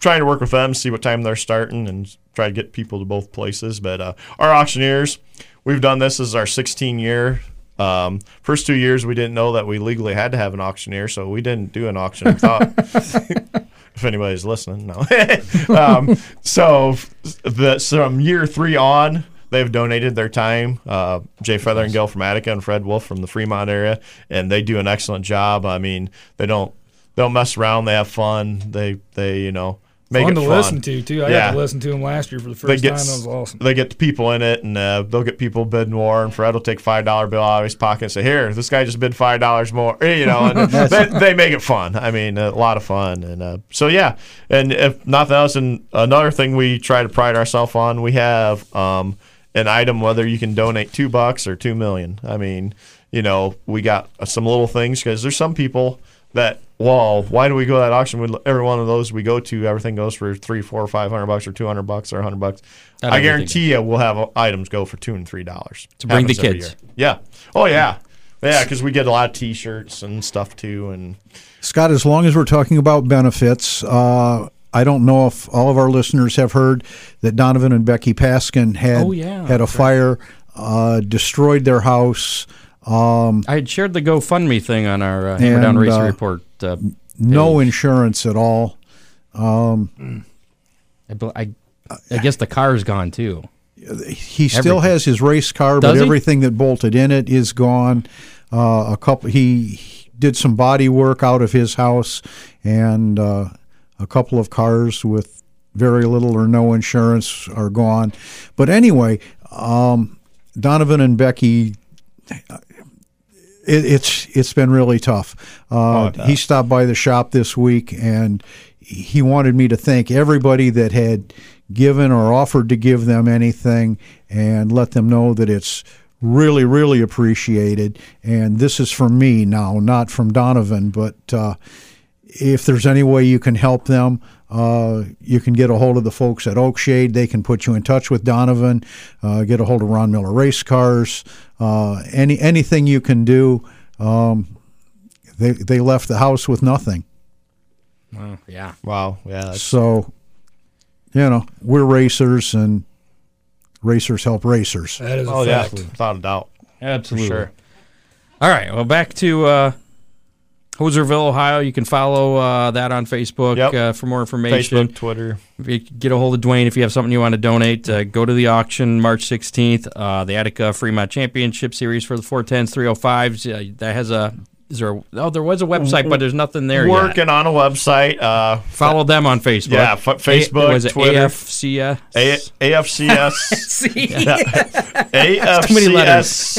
[SPEAKER 4] trying to work with them, see what time they're starting, and try to get people to both places. But uh, our auctioneers, we've done this as our 16 year. Um, first two years, we didn't know that we legally had to have an auctioneer, so we didn't do an auction. We thought, if anybody's listening, no. um, so, the, so from year three on, they've donated their time. Uh, Jay Feather and Gill from Attica and Fred Wolf from the Fremont area, and they do an excellent job. I mean, they don't they don't mess around. They have fun. They they you know make
[SPEAKER 5] fun
[SPEAKER 4] it
[SPEAKER 5] to
[SPEAKER 4] fun.
[SPEAKER 5] listen to too. I
[SPEAKER 4] Yeah.
[SPEAKER 5] got to listen to him last year for the
[SPEAKER 4] They
[SPEAKER 5] first
[SPEAKER 4] get
[SPEAKER 5] time. That
[SPEAKER 4] s-
[SPEAKER 5] was awesome.
[SPEAKER 4] they get the people in it, and uh, they'll get people bidding more. And Fred will take five dollar bill out of his pocket and say, "Here, this guy just bid five dollars more." You know, and they, they make it fun. I mean, a lot of fun. And uh, so yeah, and if nothing else, and another thing we try to pride ourselves on, we have um, an item whether you can donate two bucks or two million. I mean, you know, we got uh, some little things because there's some people that well, why do we go to that auction? We, every one of those we go to, everything goes for three, four, five hundred bucks, or two hundred bucks, or hundred bucks.
[SPEAKER 2] Not
[SPEAKER 4] I
[SPEAKER 2] everything
[SPEAKER 4] guarantee you, we'll have uh, items go for two and three dollars
[SPEAKER 2] To bring the
[SPEAKER 4] Happens every
[SPEAKER 2] kids.
[SPEAKER 4] year. Yeah. Oh yeah. Yeah, because we get a lot of T-shirts and stuff too, and
[SPEAKER 3] Scott, as long as we're talking about benefits, uh, I don't know if all of our listeners have heard that Donovan and Becky Paskin had
[SPEAKER 2] Oh, yeah.
[SPEAKER 3] had a fire, uh, destroyed their house.
[SPEAKER 2] I had shared the GoFundMe thing on our uh, Hammer
[SPEAKER 3] And,
[SPEAKER 2] Down Racing
[SPEAKER 3] uh,
[SPEAKER 2] Report. Uh,
[SPEAKER 3] No
[SPEAKER 2] page.
[SPEAKER 3] insurance at all.
[SPEAKER 2] I bel- I,
[SPEAKER 4] Uh,
[SPEAKER 2] I guess the car's gone too.
[SPEAKER 3] He still
[SPEAKER 2] Everything.
[SPEAKER 3] has his race car,
[SPEAKER 2] Does
[SPEAKER 3] but
[SPEAKER 2] he?
[SPEAKER 3] everything that bolted in it is gone. Uh, a couple, he did some body work out of his house, and uh, a couple of cars with very little or no insurance are gone. But anyway, um, Donovan and Becky. It, it's it's been really tough. Uh, he stopped by the shop this week, and he wanted me to thank everybody that had given or offered to give them anything, and let them know that it's really really appreciated. And this is from me now, not from Donovan, but. Uh, if there's any way you can help them, uh, you can get a hold of the folks at Oakshade. They can put you in touch with Donovan. Uh, get a hold of Ron Miller Race Cars. Uh, any anything you can do. Um, they they left the house with nothing.
[SPEAKER 2] Yeah.
[SPEAKER 4] wow, yeah, that's-
[SPEAKER 3] So, you know, we're racers, and racers help racers.
[SPEAKER 5] That is a
[SPEAKER 4] oh yeah,
[SPEAKER 5] fact.
[SPEAKER 4] without a doubt, for
[SPEAKER 2] Absolutely.
[SPEAKER 4] sure.
[SPEAKER 2] All right. Well, back to uh, Hoserville, Ohio. You can follow uh, that on Facebook
[SPEAKER 4] Yep.
[SPEAKER 2] uh, for more information.
[SPEAKER 4] Facebook, Twitter,
[SPEAKER 2] If you Get a hold of Dwayne if you have something you want to donate. Uh, go to the auction March 16th. Uh, the Attica Fremont Championship Series for the 410s, 305s. Uh, that has a. Is there? A, oh, there was a website, but there's nothing there
[SPEAKER 4] working
[SPEAKER 2] yet.
[SPEAKER 4] on a website. Uh,
[SPEAKER 2] Follow them on Facebook.
[SPEAKER 4] Yeah, f- Facebook,
[SPEAKER 2] A, was it
[SPEAKER 4] Twitter.
[SPEAKER 2] AFCS?
[SPEAKER 4] A- AFCS, AFCS,
[SPEAKER 2] Too many letters.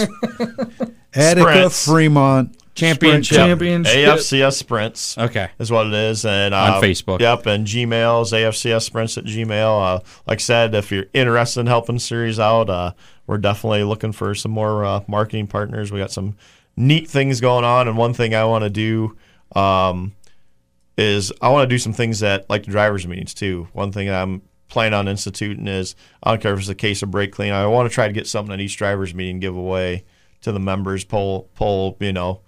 [SPEAKER 3] Attica
[SPEAKER 4] Sprints.
[SPEAKER 3] Fremont
[SPEAKER 2] Championship.
[SPEAKER 5] Championship.
[SPEAKER 4] AFCS sprints.
[SPEAKER 2] Okay.
[SPEAKER 4] is what it is. And uh,
[SPEAKER 2] On Facebook.
[SPEAKER 4] Yep, and Gmail's AFCS Sprints at Gmail. Uh, like I said, if you're interested in helping series out, uh, we're definitely looking for some more uh, marketing partners. We got some neat things going on, and one thing I want to do. Um, is I want to do some things that like the drivers meetings too. One thing I'm planning on instituting is I don't care if it's a case of brake clean. I want to try to get something at each drivers meeting and give away to the members. Pull pull you know,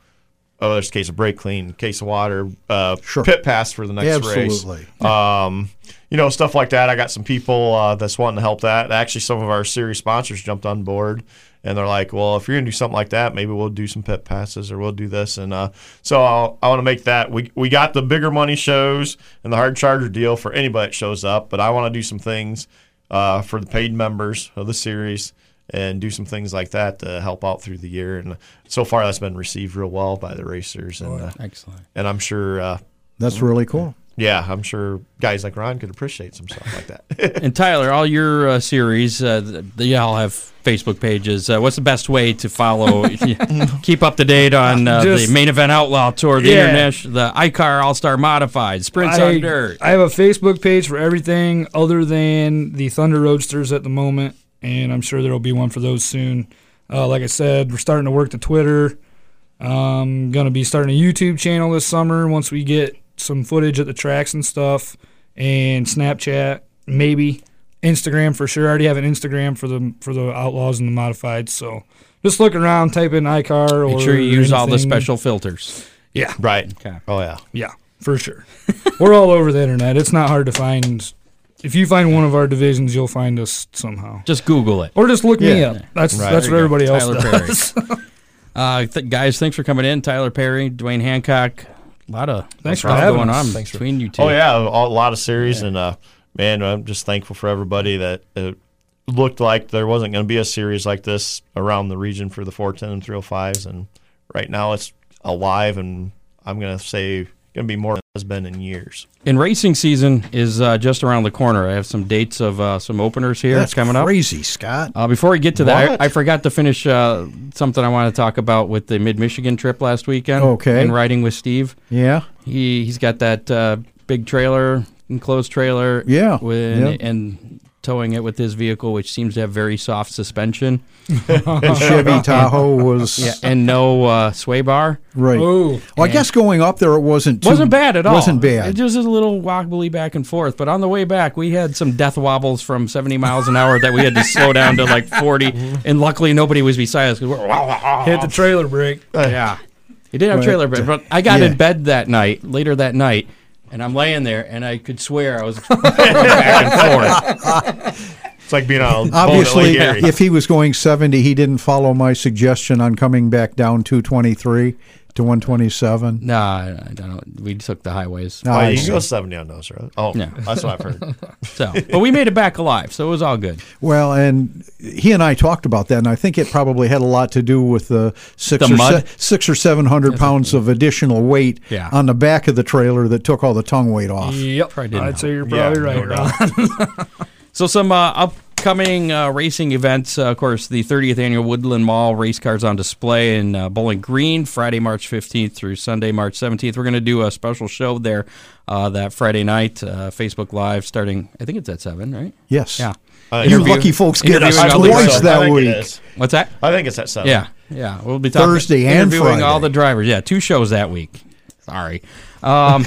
[SPEAKER 4] oh there's a case of brake clean, case of water, uh,
[SPEAKER 3] Sure.
[SPEAKER 4] pit pass for the next race
[SPEAKER 3] absolutely.
[SPEAKER 4] um, you know, stuff like that. I got some people uh, that's wanting to help that. Actually, some of our series sponsors jumped on board, and they're like, "Well, if you're gonna do something like that, maybe we'll do some pet passes or we'll do this." And uh, so I'll, I want to make that. We we got the bigger money shows and the hard charger deal for anybody that shows up, but I want to do some things uh, for the paid members of the series. And do some things like that to help out through the year, and so far that's been received real well by the racers, and uh,
[SPEAKER 2] Excellent.
[SPEAKER 4] and I'm sure uh,
[SPEAKER 3] That's really cool.
[SPEAKER 4] yeah, I'm sure guys like Ron could appreciate some stuff like that.
[SPEAKER 2] And Tyler, all your uh, series, uh, th- they all have Facebook pages. Uh, what's the best way to follow, keep up to date on uh,
[SPEAKER 5] Just-
[SPEAKER 2] the main event outlaw tour, the
[SPEAKER 5] Yeah.
[SPEAKER 2] international, the iCar All Star Modified, Sprints on
[SPEAKER 5] I,
[SPEAKER 2] Dirt?
[SPEAKER 5] I have a Facebook page for everything other than the Thunder Roadsters at the moment. and I'm sure there will be one for those soon. Uh, like I said, we're starting to work the Twitter. Um, gonna be starting a YouTube channel this summer once we get some footage at the tracks and stuff, and Snapchat maybe, Instagram for sure. I already have an Instagram for the for the Outlaws and the Modified. So just look around, type in iCar.
[SPEAKER 2] Make
[SPEAKER 5] or
[SPEAKER 2] sure you use all the
[SPEAKER 5] anything.
[SPEAKER 2] special filters.
[SPEAKER 5] Yeah,
[SPEAKER 4] Right.
[SPEAKER 2] Okay.
[SPEAKER 4] Oh yeah.
[SPEAKER 5] yeah, for sure. We're all over the internet. It's not hard to find. If you find one of our divisions, you'll find us somehow.
[SPEAKER 2] Just Google it.
[SPEAKER 5] Or just look me
[SPEAKER 3] Yeah.
[SPEAKER 5] up. That's
[SPEAKER 4] Right.
[SPEAKER 5] that's
[SPEAKER 4] There
[SPEAKER 5] what
[SPEAKER 4] you
[SPEAKER 5] everybody else
[SPEAKER 2] Tyler Perry.
[SPEAKER 5] does.
[SPEAKER 2] Uh, th- guys, thanks for coming in. Tyler Perry, Dwayne Hancock. A lot of
[SPEAKER 5] Thanks
[SPEAKER 2] lot of
[SPEAKER 5] for having
[SPEAKER 2] going
[SPEAKER 5] us.
[SPEAKER 2] on
[SPEAKER 4] Thanks for-
[SPEAKER 2] between you two.
[SPEAKER 4] Oh yeah, a lot of series, and uh, man, I'm just thankful for everybody that it looked like there wasn't going to be a series like this around the region for the 410 and 305s, and right now it's alive, and I'm going to say going to be more than it has been in years.
[SPEAKER 2] And racing season is uh, just around the corner. I have some dates of uh, some openers here
[SPEAKER 3] That's
[SPEAKER 2] coming up.
[SPEAKER 3] crazy, Scott.
[SPEAKER 2] Uh, before we get to that,
[SPEAKER 4] What?
[SPEAKER 2] I, I forgot to finish uh, something I want to talk about with the Mid Michigan trip last weekend.
[SPEAKER 3] Okay.
[SPEAKER 2] And riding with Steve.
[SPEAKER 3] Yeah.
[SPEAKER 2] He he's got that uh, big trailer, enclosed trailer.
[SPEAKER 3] Yeah,
[SPEAKER 2] With,
[SPEAKER 3] yeah.
[SPEAKER 2] and towing it with his vehicle, which seems to have very soft suspension
[SPEAKER 3] The Chevy Tahoe was
[SPEAKER 2] and no uh, sway bar.
[SPEAKER 3] right.
[SPEAKER 5] Oh,
[SPEAKER 3] Well, I guess going up there, it wasn't too,
[SPEAKER 2] wasn't bad at all.
[SPEAKER 3] Wasn't
[SPEAKER 2] It
[SPEAKER 3] bad.
[SPEAKER 2] just was a little wobbly back and forth. But on the way back, we had some death wobbles from 70 miles an hour that we had to slow down to like 40. And luckily, nobody was beside us. 'cause we're-
[SPEAKER 5] hit the trailer brake.
[SPEAKER 2] yeah, he did have
[SPEAKER 3] But,
[SPEAKER 2] trailer, but, but I got
[SPEAKER 3] yeah.
[SPEAKER 2] in bed that night, later that night, and I'm laying there, and I could swear I was back and forth.
[SPEAKER 4] It's like being on a
[SPEAKER 3] Obviously,
[SPEAKER 4] boat at Lake Erie.
[SPEAKER 3] if he was going 70, he didn't follow my suggestion on coming back down 223 to 127.
[SPEAKER 2] Nah, I I don't. We took the highways.
[SPEAKER 3] No,
[SPEAKER 4] Oh,
[SPEAKER 3] I
[SPEAKER 4] you can
[SPEAKER 3] see.
[SPEAKER 4] go 70 on those, right? Oh,
[SPEAKER 2] Yeah.
[SPEAKER 4] that's what I've heard.
[SPEAKER 2] So, but we made it back alive, so it was all good.
[SPEAKER 3] Well, and he and I talked about that, and I think it probably had a lot to do with the six
[SPEAKER 2] The
[SPEAKER 3] or
[SPEAKER 2] mud?
[SPEAKER 3] six or seven hundred pounds of additional weight
[SPEAKER 2] Yeah.
[SPEAKER 3] on the back of the trailer that took all the tongue weight off.
[SPEAKER 5] Yep,
[SPEAKER 2] Oh, Probably
[SPEAKER 5] I'd
[SPEAKER 2] didn't
[SPEAKER 5] say you're
[SPEAKER 4] Yeah,
[SPEAKER 5] probably
[SPEAKER 4] no
[SPEAKER 5] right.
[SPEAKER 4] doubt.
[SPEAKER 5] Ron.
[SPEAKER 2] So some uh, upcoming uh, racing events, uh, of course, the 30th annual Woodland Mall race cars on display in uh, Bowling Green, Friday, March 15th through Sunday, March 17th. We're going to do a special show there uh, that Friday night, uh, Facebook Live, starting I think it's at seven, right?
[SPEAKER 3] Yes.
[SPEAKER 2] Yeah.
[SPEAKER 4] Uh,
[SPEAKER 3] You
[SPEAKER 4] interview-
[SPEAKER 3] lucky folks get us
[SPEAKER 2] interviewing all the drivers.
[SPEAKER 3] twice
[SPEAKER 4] I
[SPEAKER 3] that
[SPEAKER 4] think it
[SPEAKER 3] week.
[SPEAKER 4] is.
[SPEAKER 2] What's that?
[SPEAKER 4] I think it's at 7.
[SPEAKER 2] Yeah, yeah. We'll be talking
[SPEAKER 3] Thursday and
[SPEAKER 2] interviewing all
[SPEAKER 3] Friday.
[SPEAKER 2] the drivers. Yeah, two shows that week. Sorry. Um,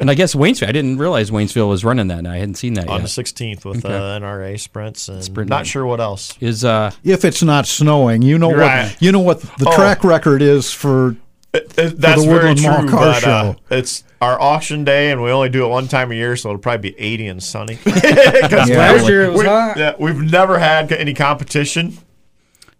[SPEAKER 2] and I guess Waynesville. I didn't realize Waynesville was running that. And I hadn't seen that
[SPEAKER 4] On the
[SPEAKER 2] yet.
[SPEAKER 4] 16th with uh, NRA sprints and
[SPEAKER 2] Sprint
[SPEAKER 4] not
[SPEAKER 2] night.
[SPEAKER 4] sure what else.
[SPEAKER 2] Is uh,
[SPEAKER 3] If it's not snowing, you know
[SPEAKER 4] Right.
[SPEAKER 3] what you know what the
[SPEAKER 4] Oh.
[SPEAKER 3] track record is for
[SPEAKER 4] It- that's
[SPEAKER 3] the
[SPEAKER 4] very
[SPEAKER 3] Woodland
[SPEAKER 4] true.
[SPEAKER 3] Mall Car
[SPEAKER 4] but, uh,
[SPEAKER 3] Show.
[SPEAKER 4] it's our auction day, and we only do it one time a year, so it'll probably be 80 and sunny. 'Cause
[SPEAKER 3] Yeah.
[SPEAKER 5] Last year it was
[SPEAKER 4] we,
[SPEAKER 5] hot.
[SPEAKER 4] yeah, we've never had any competition,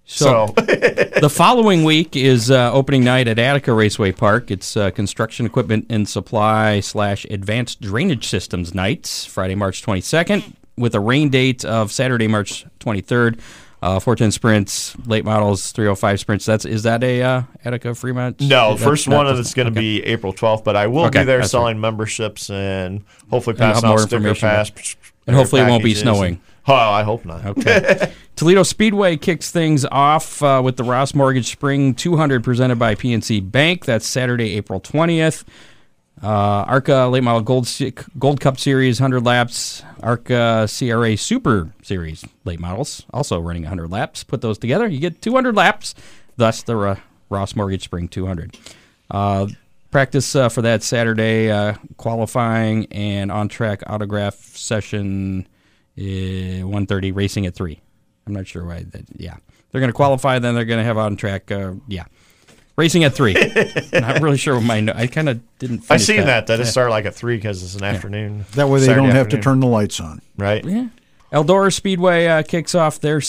[SPEAKER 2] so
[SPEAKER 4] so
[SPEAKER 2] the following week is uh, opening night at Attica Raceway Park. It's uh, construction equipment and supply slash advanced drainage systems nights, Friday, March 22nd, with a rain date of Saturday, March 23rd. Uh, 410 sprints, late models, 305 sprints. That's is that a uh, Attica Fremont?
[SPEAKER 4] no.
[SPEAKER 2] That's
[SPEAKER 4] first
[SPEAKER 2] not
[SPEAKER 4] one
[SPEAKER 2] the-
[SPEAKER 4] that's going to be April 12th, but I will
[SPEAKER 2] Okay,
[SPEAKER 4] be there
[SPEAKER 2] that's
[SPEAKER 4] selling memberships and hopefully
[SPEAKER 2] I'll have
[SPEAKER 4] passing out
[SPEAKER 2] more
[SPEAKER 4] sticker
[SPEAKER 2] information
[SPEAKER 4] pass.
[SPEAKER 2] about- And hopefully it won't be
[SPEAKER 4] packages.
[SPEAKER 2] snowing.
[SPEAKER 4] Oh, I hope not.
[SPEAKER 2] Okay. Toledo Speedway kicks things off uh, with the Ross Mortgage Spring 200 presented by PNC Bank. That's Saturday, April 20th. Uh, ARCA Late Model Gold, Se- Gold Cup Series 100 laps. ARCA CRA Super Series late models also running 100 laps. Put those together, you get 200 laps. Thus the Ro- Ross Mortgage Spring 200. Uh, practice uh, for that Saturday uh, qualifying and on track autograph session uh, one thirty racing at three. I'm not sure why that. Yeah, they're going to qualify. Then they're going to have on track. Uh, yeah, racing at three. not really sure what my. no- I kind of didn't.
[SPEAKER 4] I
[SPEAKER 2] finish
[SPEAKER 4] seen that that it started like at three because it's an afternoon.
[SPEAKER 3] that way they
[SPEAKER 4] Saturday
[SPEAKER 3] don't have to
[SPEAKER 4] afternoon,
[SPEAKER 3] turn the lights on.
[SPEAKER 4] right.
[SPEAKER 2] Yeah. Eldora Speedway uh, kicks off their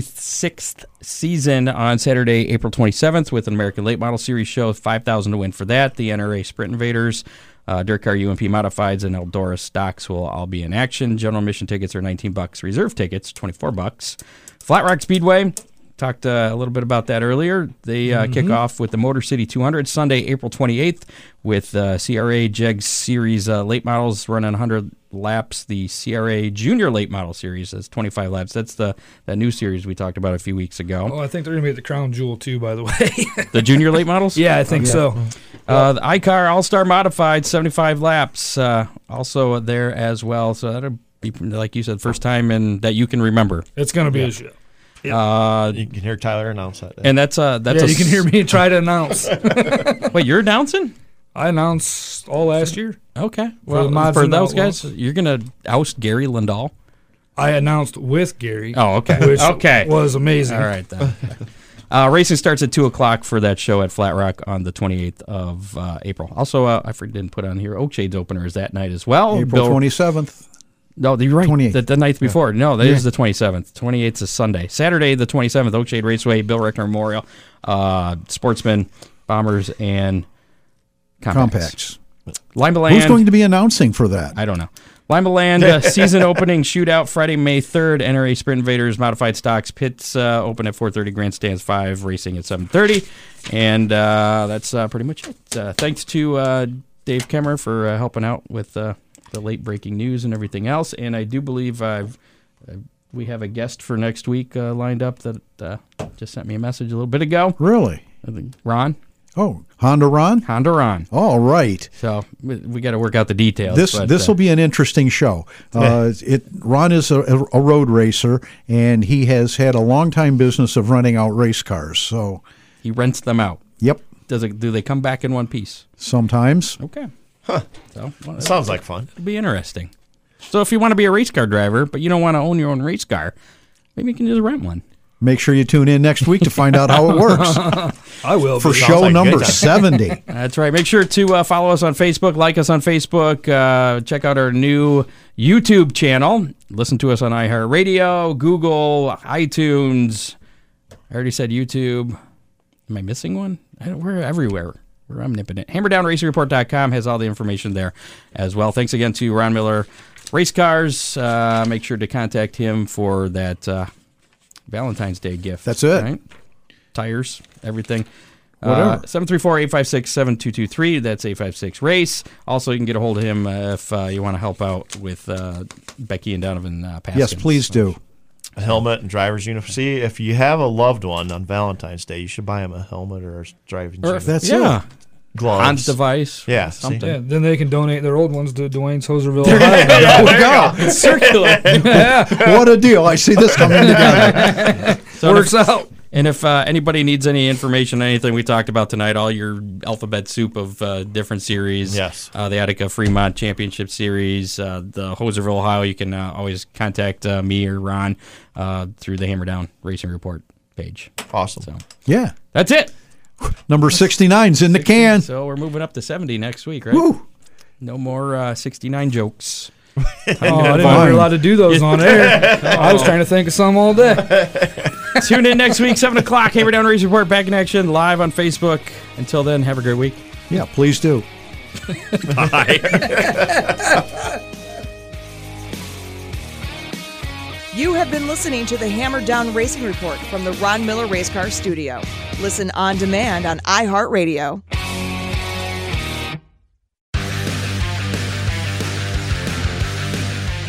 [SPEAKER 2] 66th season on Saturday, April 27th, with an American Late Model Series show. 5000 to win for that. The NRA Sprint Invaders, uh, Dirt Car UMP Modifieds, and Eldora Stocks will all be in action. General admission tickets are 19 bucks. Reserve tickets, 24 bucks. Flat Rock Speedway, talked uh, a little bit about that earlier. They uh,
[SPEAKER 5] Mm-hmm.
[SPEAKER 2] kick off with the Motor City 200 Sunday, April 28th, with uh, CRA Jeg Series uh, late models running 100 laps. The CRA Junior Late Model Series is 25 laps. That's the that new series we talked about a few weeks ago.
[SPEAKER 5] Oh, I think they're gonna be at the Crown Jewel too. By the way,
[SPEAKER 2] The Junior Late Models.
[SPEAKER 5] yeah, I think so.
[SPEAKER 2] Uh, the iCar All Star Modified, 75 laps, uh, also there as well. So that'll be like you said, first time and that you can remember.
[SPEAKER 5] It's going to be a show.
[SPEAKER 2] Uh,
[SPEAKER 4] You can hear Tyler announce that.
[SPEAKER 2] and that's uh that's
[SPEAKER 5] yeah,
[SPEAKER 2] a
[SPEAKER 5] you can
[SPEAKER 2] s-
[SPEAKER 5] hear me try to announce.
[SPEAKER 2] Wait, you're announcing?
[SPEAKER 5] I announced all last year.
[SPEAKER 2] Okay. Well,
[SPEAKER 5] the
[SPEAKER 2] for,
[SPEAKER 5] mods and
[SPEAKER 2] those guys,
[SPEAKER 5] outlaws.
[SPEAKER 2] you're gonna oust Gary Lindahl.
[SPEAKER 5] I announced with Gary.
[SPEAKER 2] Oh, okay.
[SPEAKER 5] Which
[SPEAKER 2] Okay.
[SPEAKER 5] was amazing.
[SPEAKER 2] All right then. Uh, racing starts at two o'clock for that show at Flat Rock on the 28th of uh, April. Also, uh, I for- didn't put on here. Oakshades opener is that night as
[SPEAKER 4] Oh,
[SPEAKER 2] well.
[SPEAKER 3] April
[SPEAKER 2] Bill-
[SPEAKER 3] twenty seventh.
[SPEAKER 2] No, you're right.
[SPEAKER 3] 28th.
[SPEAKER 2] The, the night before. No, that is the 27th. 28th is Sunday. Saturday, the 27th, Oakshade Raceway, Bill Reckner Memorial, uh, Sportsman, Bombers, and Compacts.
[SPEAKER 3] Compacts.
[SPEAKER 2] Lima
[SPEAKER 3] Who's
[SPEAKER 2] Land.
[SPEAKER 3] going to be announcing for that?
[SPEAKER 2] I don't know. Lima Land uh, season opening shootout Friday, May 3rd. NRA Sprint Invaders, modified stocks. Pits uh, open at 4.30, grandstands 5, racing at 7.30. And uh, that's uh, pretty much it. Uh, thanks to uh, Dave Kemmer for uh, helping out with uh, the late breaking news and everything else. And I do believe I've, uh, we have a guest for next week uh, lined up that uh, just sent me a message a little bit ago.
[SPEAKER 3] Really?
[SPEAKER 2] I think Ron,
[SPEAKER 3] Oh, Honda Ron.
[SPEAKER 2] Honda Ron.
[SPEAKER 3] All right.
[SPEAKER 2] So we, we got to work out the details.
[SPEAKER 3] This
[SPEAKER 2] but,
[SPEAKER 3] this
[SPEAKER 2] uh,
[SPEAKER 3] will be an interesting show. Uh, it Ron is a, a road racer, and he has had a long time business of running out race cars. So,
[SPEAKER 2] he rents them out.
[SPEAKER 3] yep.
[SPEAKER 2] Does it? Do they come back in one piece?
[SPEAKER 3] Sometimes
[SPEAKER 2] Okay. So well,
[SPEAKER 4] It
[SPEAKER 2] that'll
[SPEAKER 4] sounds like fun.
[SPEAKER 2] be interesting. So if you want to be a race car driver, but you don't want to own your own race car, maybe you can just rent one.
[SPEAKER 3] make sure you tune in next week to find out how it works
[SPEAKER 5] I will.
[SPEAKER 3] for
[SPEAKER 5] be.
[SPEAKER 3] show
[SPEAKER 4] like a good
[SPEAKER 3] number
[SPEAKER 4] time.
[SPEAKER 3] seventy.
[SPEAKER 2] That's right. Make sure to uh, follow us on Facebook, like us on Facebook, uh, check out our new YouTube channel, listen to us on iHeartRadio, Google, iTunes. I already said YouTube. Am I missing one? I don't, we're everywhere. We're omnipotent. HammerdownRacingReport.com has all the information there as well. Thanks again to Ron Miller Race Cars. Uh, make sure to contact him for that uh, Valentine's Day gift.
[SPEAKER 3] That's it.
[SPEAKER 2] Right? Tires, everything. Uh,
[SPEAKER 3] Whatever.
[SPEAKER 2] 734 856 7223. That's 856 Race. Also, you can get a hold of him uh, if uh, you want to help out with uh, Becky and Donovan uh, Paskins.
[SPEAKER 3] Yes, please do.
[SPEAKER 4] A helmet and driver's uniform. See, if you have a loved one on Valentine's Day, you should buy him a helmet or a driver's
[SPEAKER 2] Or
[SPEAKER 4] uniform.
[SPEAKER 3] That's
[SPEAKER 2] yeah.
[SPEAKER 3] it.
[SPEAKER 4] gloves.
[SPEAKER 2] Hans device.
[SPEAKER 4] Yeah, see?
[SPEAKER 2] Something.
[SPEAKER 5] Yeah, then they can donate their old ones to Dwayne's Hoserville. Ohio.
[SPEAKER 3] There we go.
[SPEAKER 5] Circular.
[SPEAKER 3] what a deal! I see this coming together.
[SPEAKER 2] So and if-
[SPEAKER 5] Works out.
[SPEAKER 2] And if uh, anybody needs any information, on anything we talked about tonight, all your alphabet soup of uh, different series.
[SPEAKER 4] Yes.
[SPEAKER 2] Uh, the Attica Fremont Championship Series, uh, the Hoserville, Ohio. You can uh, always contact uh, me or Ron uh, through the Hammer Down Racing Report page.
[SPEAKER 4] awesome.
[SPEAKER 2] So
[SPEAKER 3] Yeah,
[SPEAKER 2] that's it.
[SPEAKER 3] number 69's in the can.
[SPEAKER 2] So we're moving up to 70 next week, right?
[SPEAKER 3] Woo.
[SPEAKER 2] No more uh, 69 jokes.
[SPEAKER 5] Oh, I didn't know we were allowed to do those on air. I was trying to think of some all day.
[SPEAKER 2] Tune in next week, 7 o'clock. Hammer Down Racing Report back in action live on Facebook. Until then, have a great week.
[SPEAKER 3] Yeah, please do.
[SPEAKER 1] You have been listening to the Hammer Down Racing Report from the Ron Miller Race Car Studio. Listen on demand on iHeartRadio.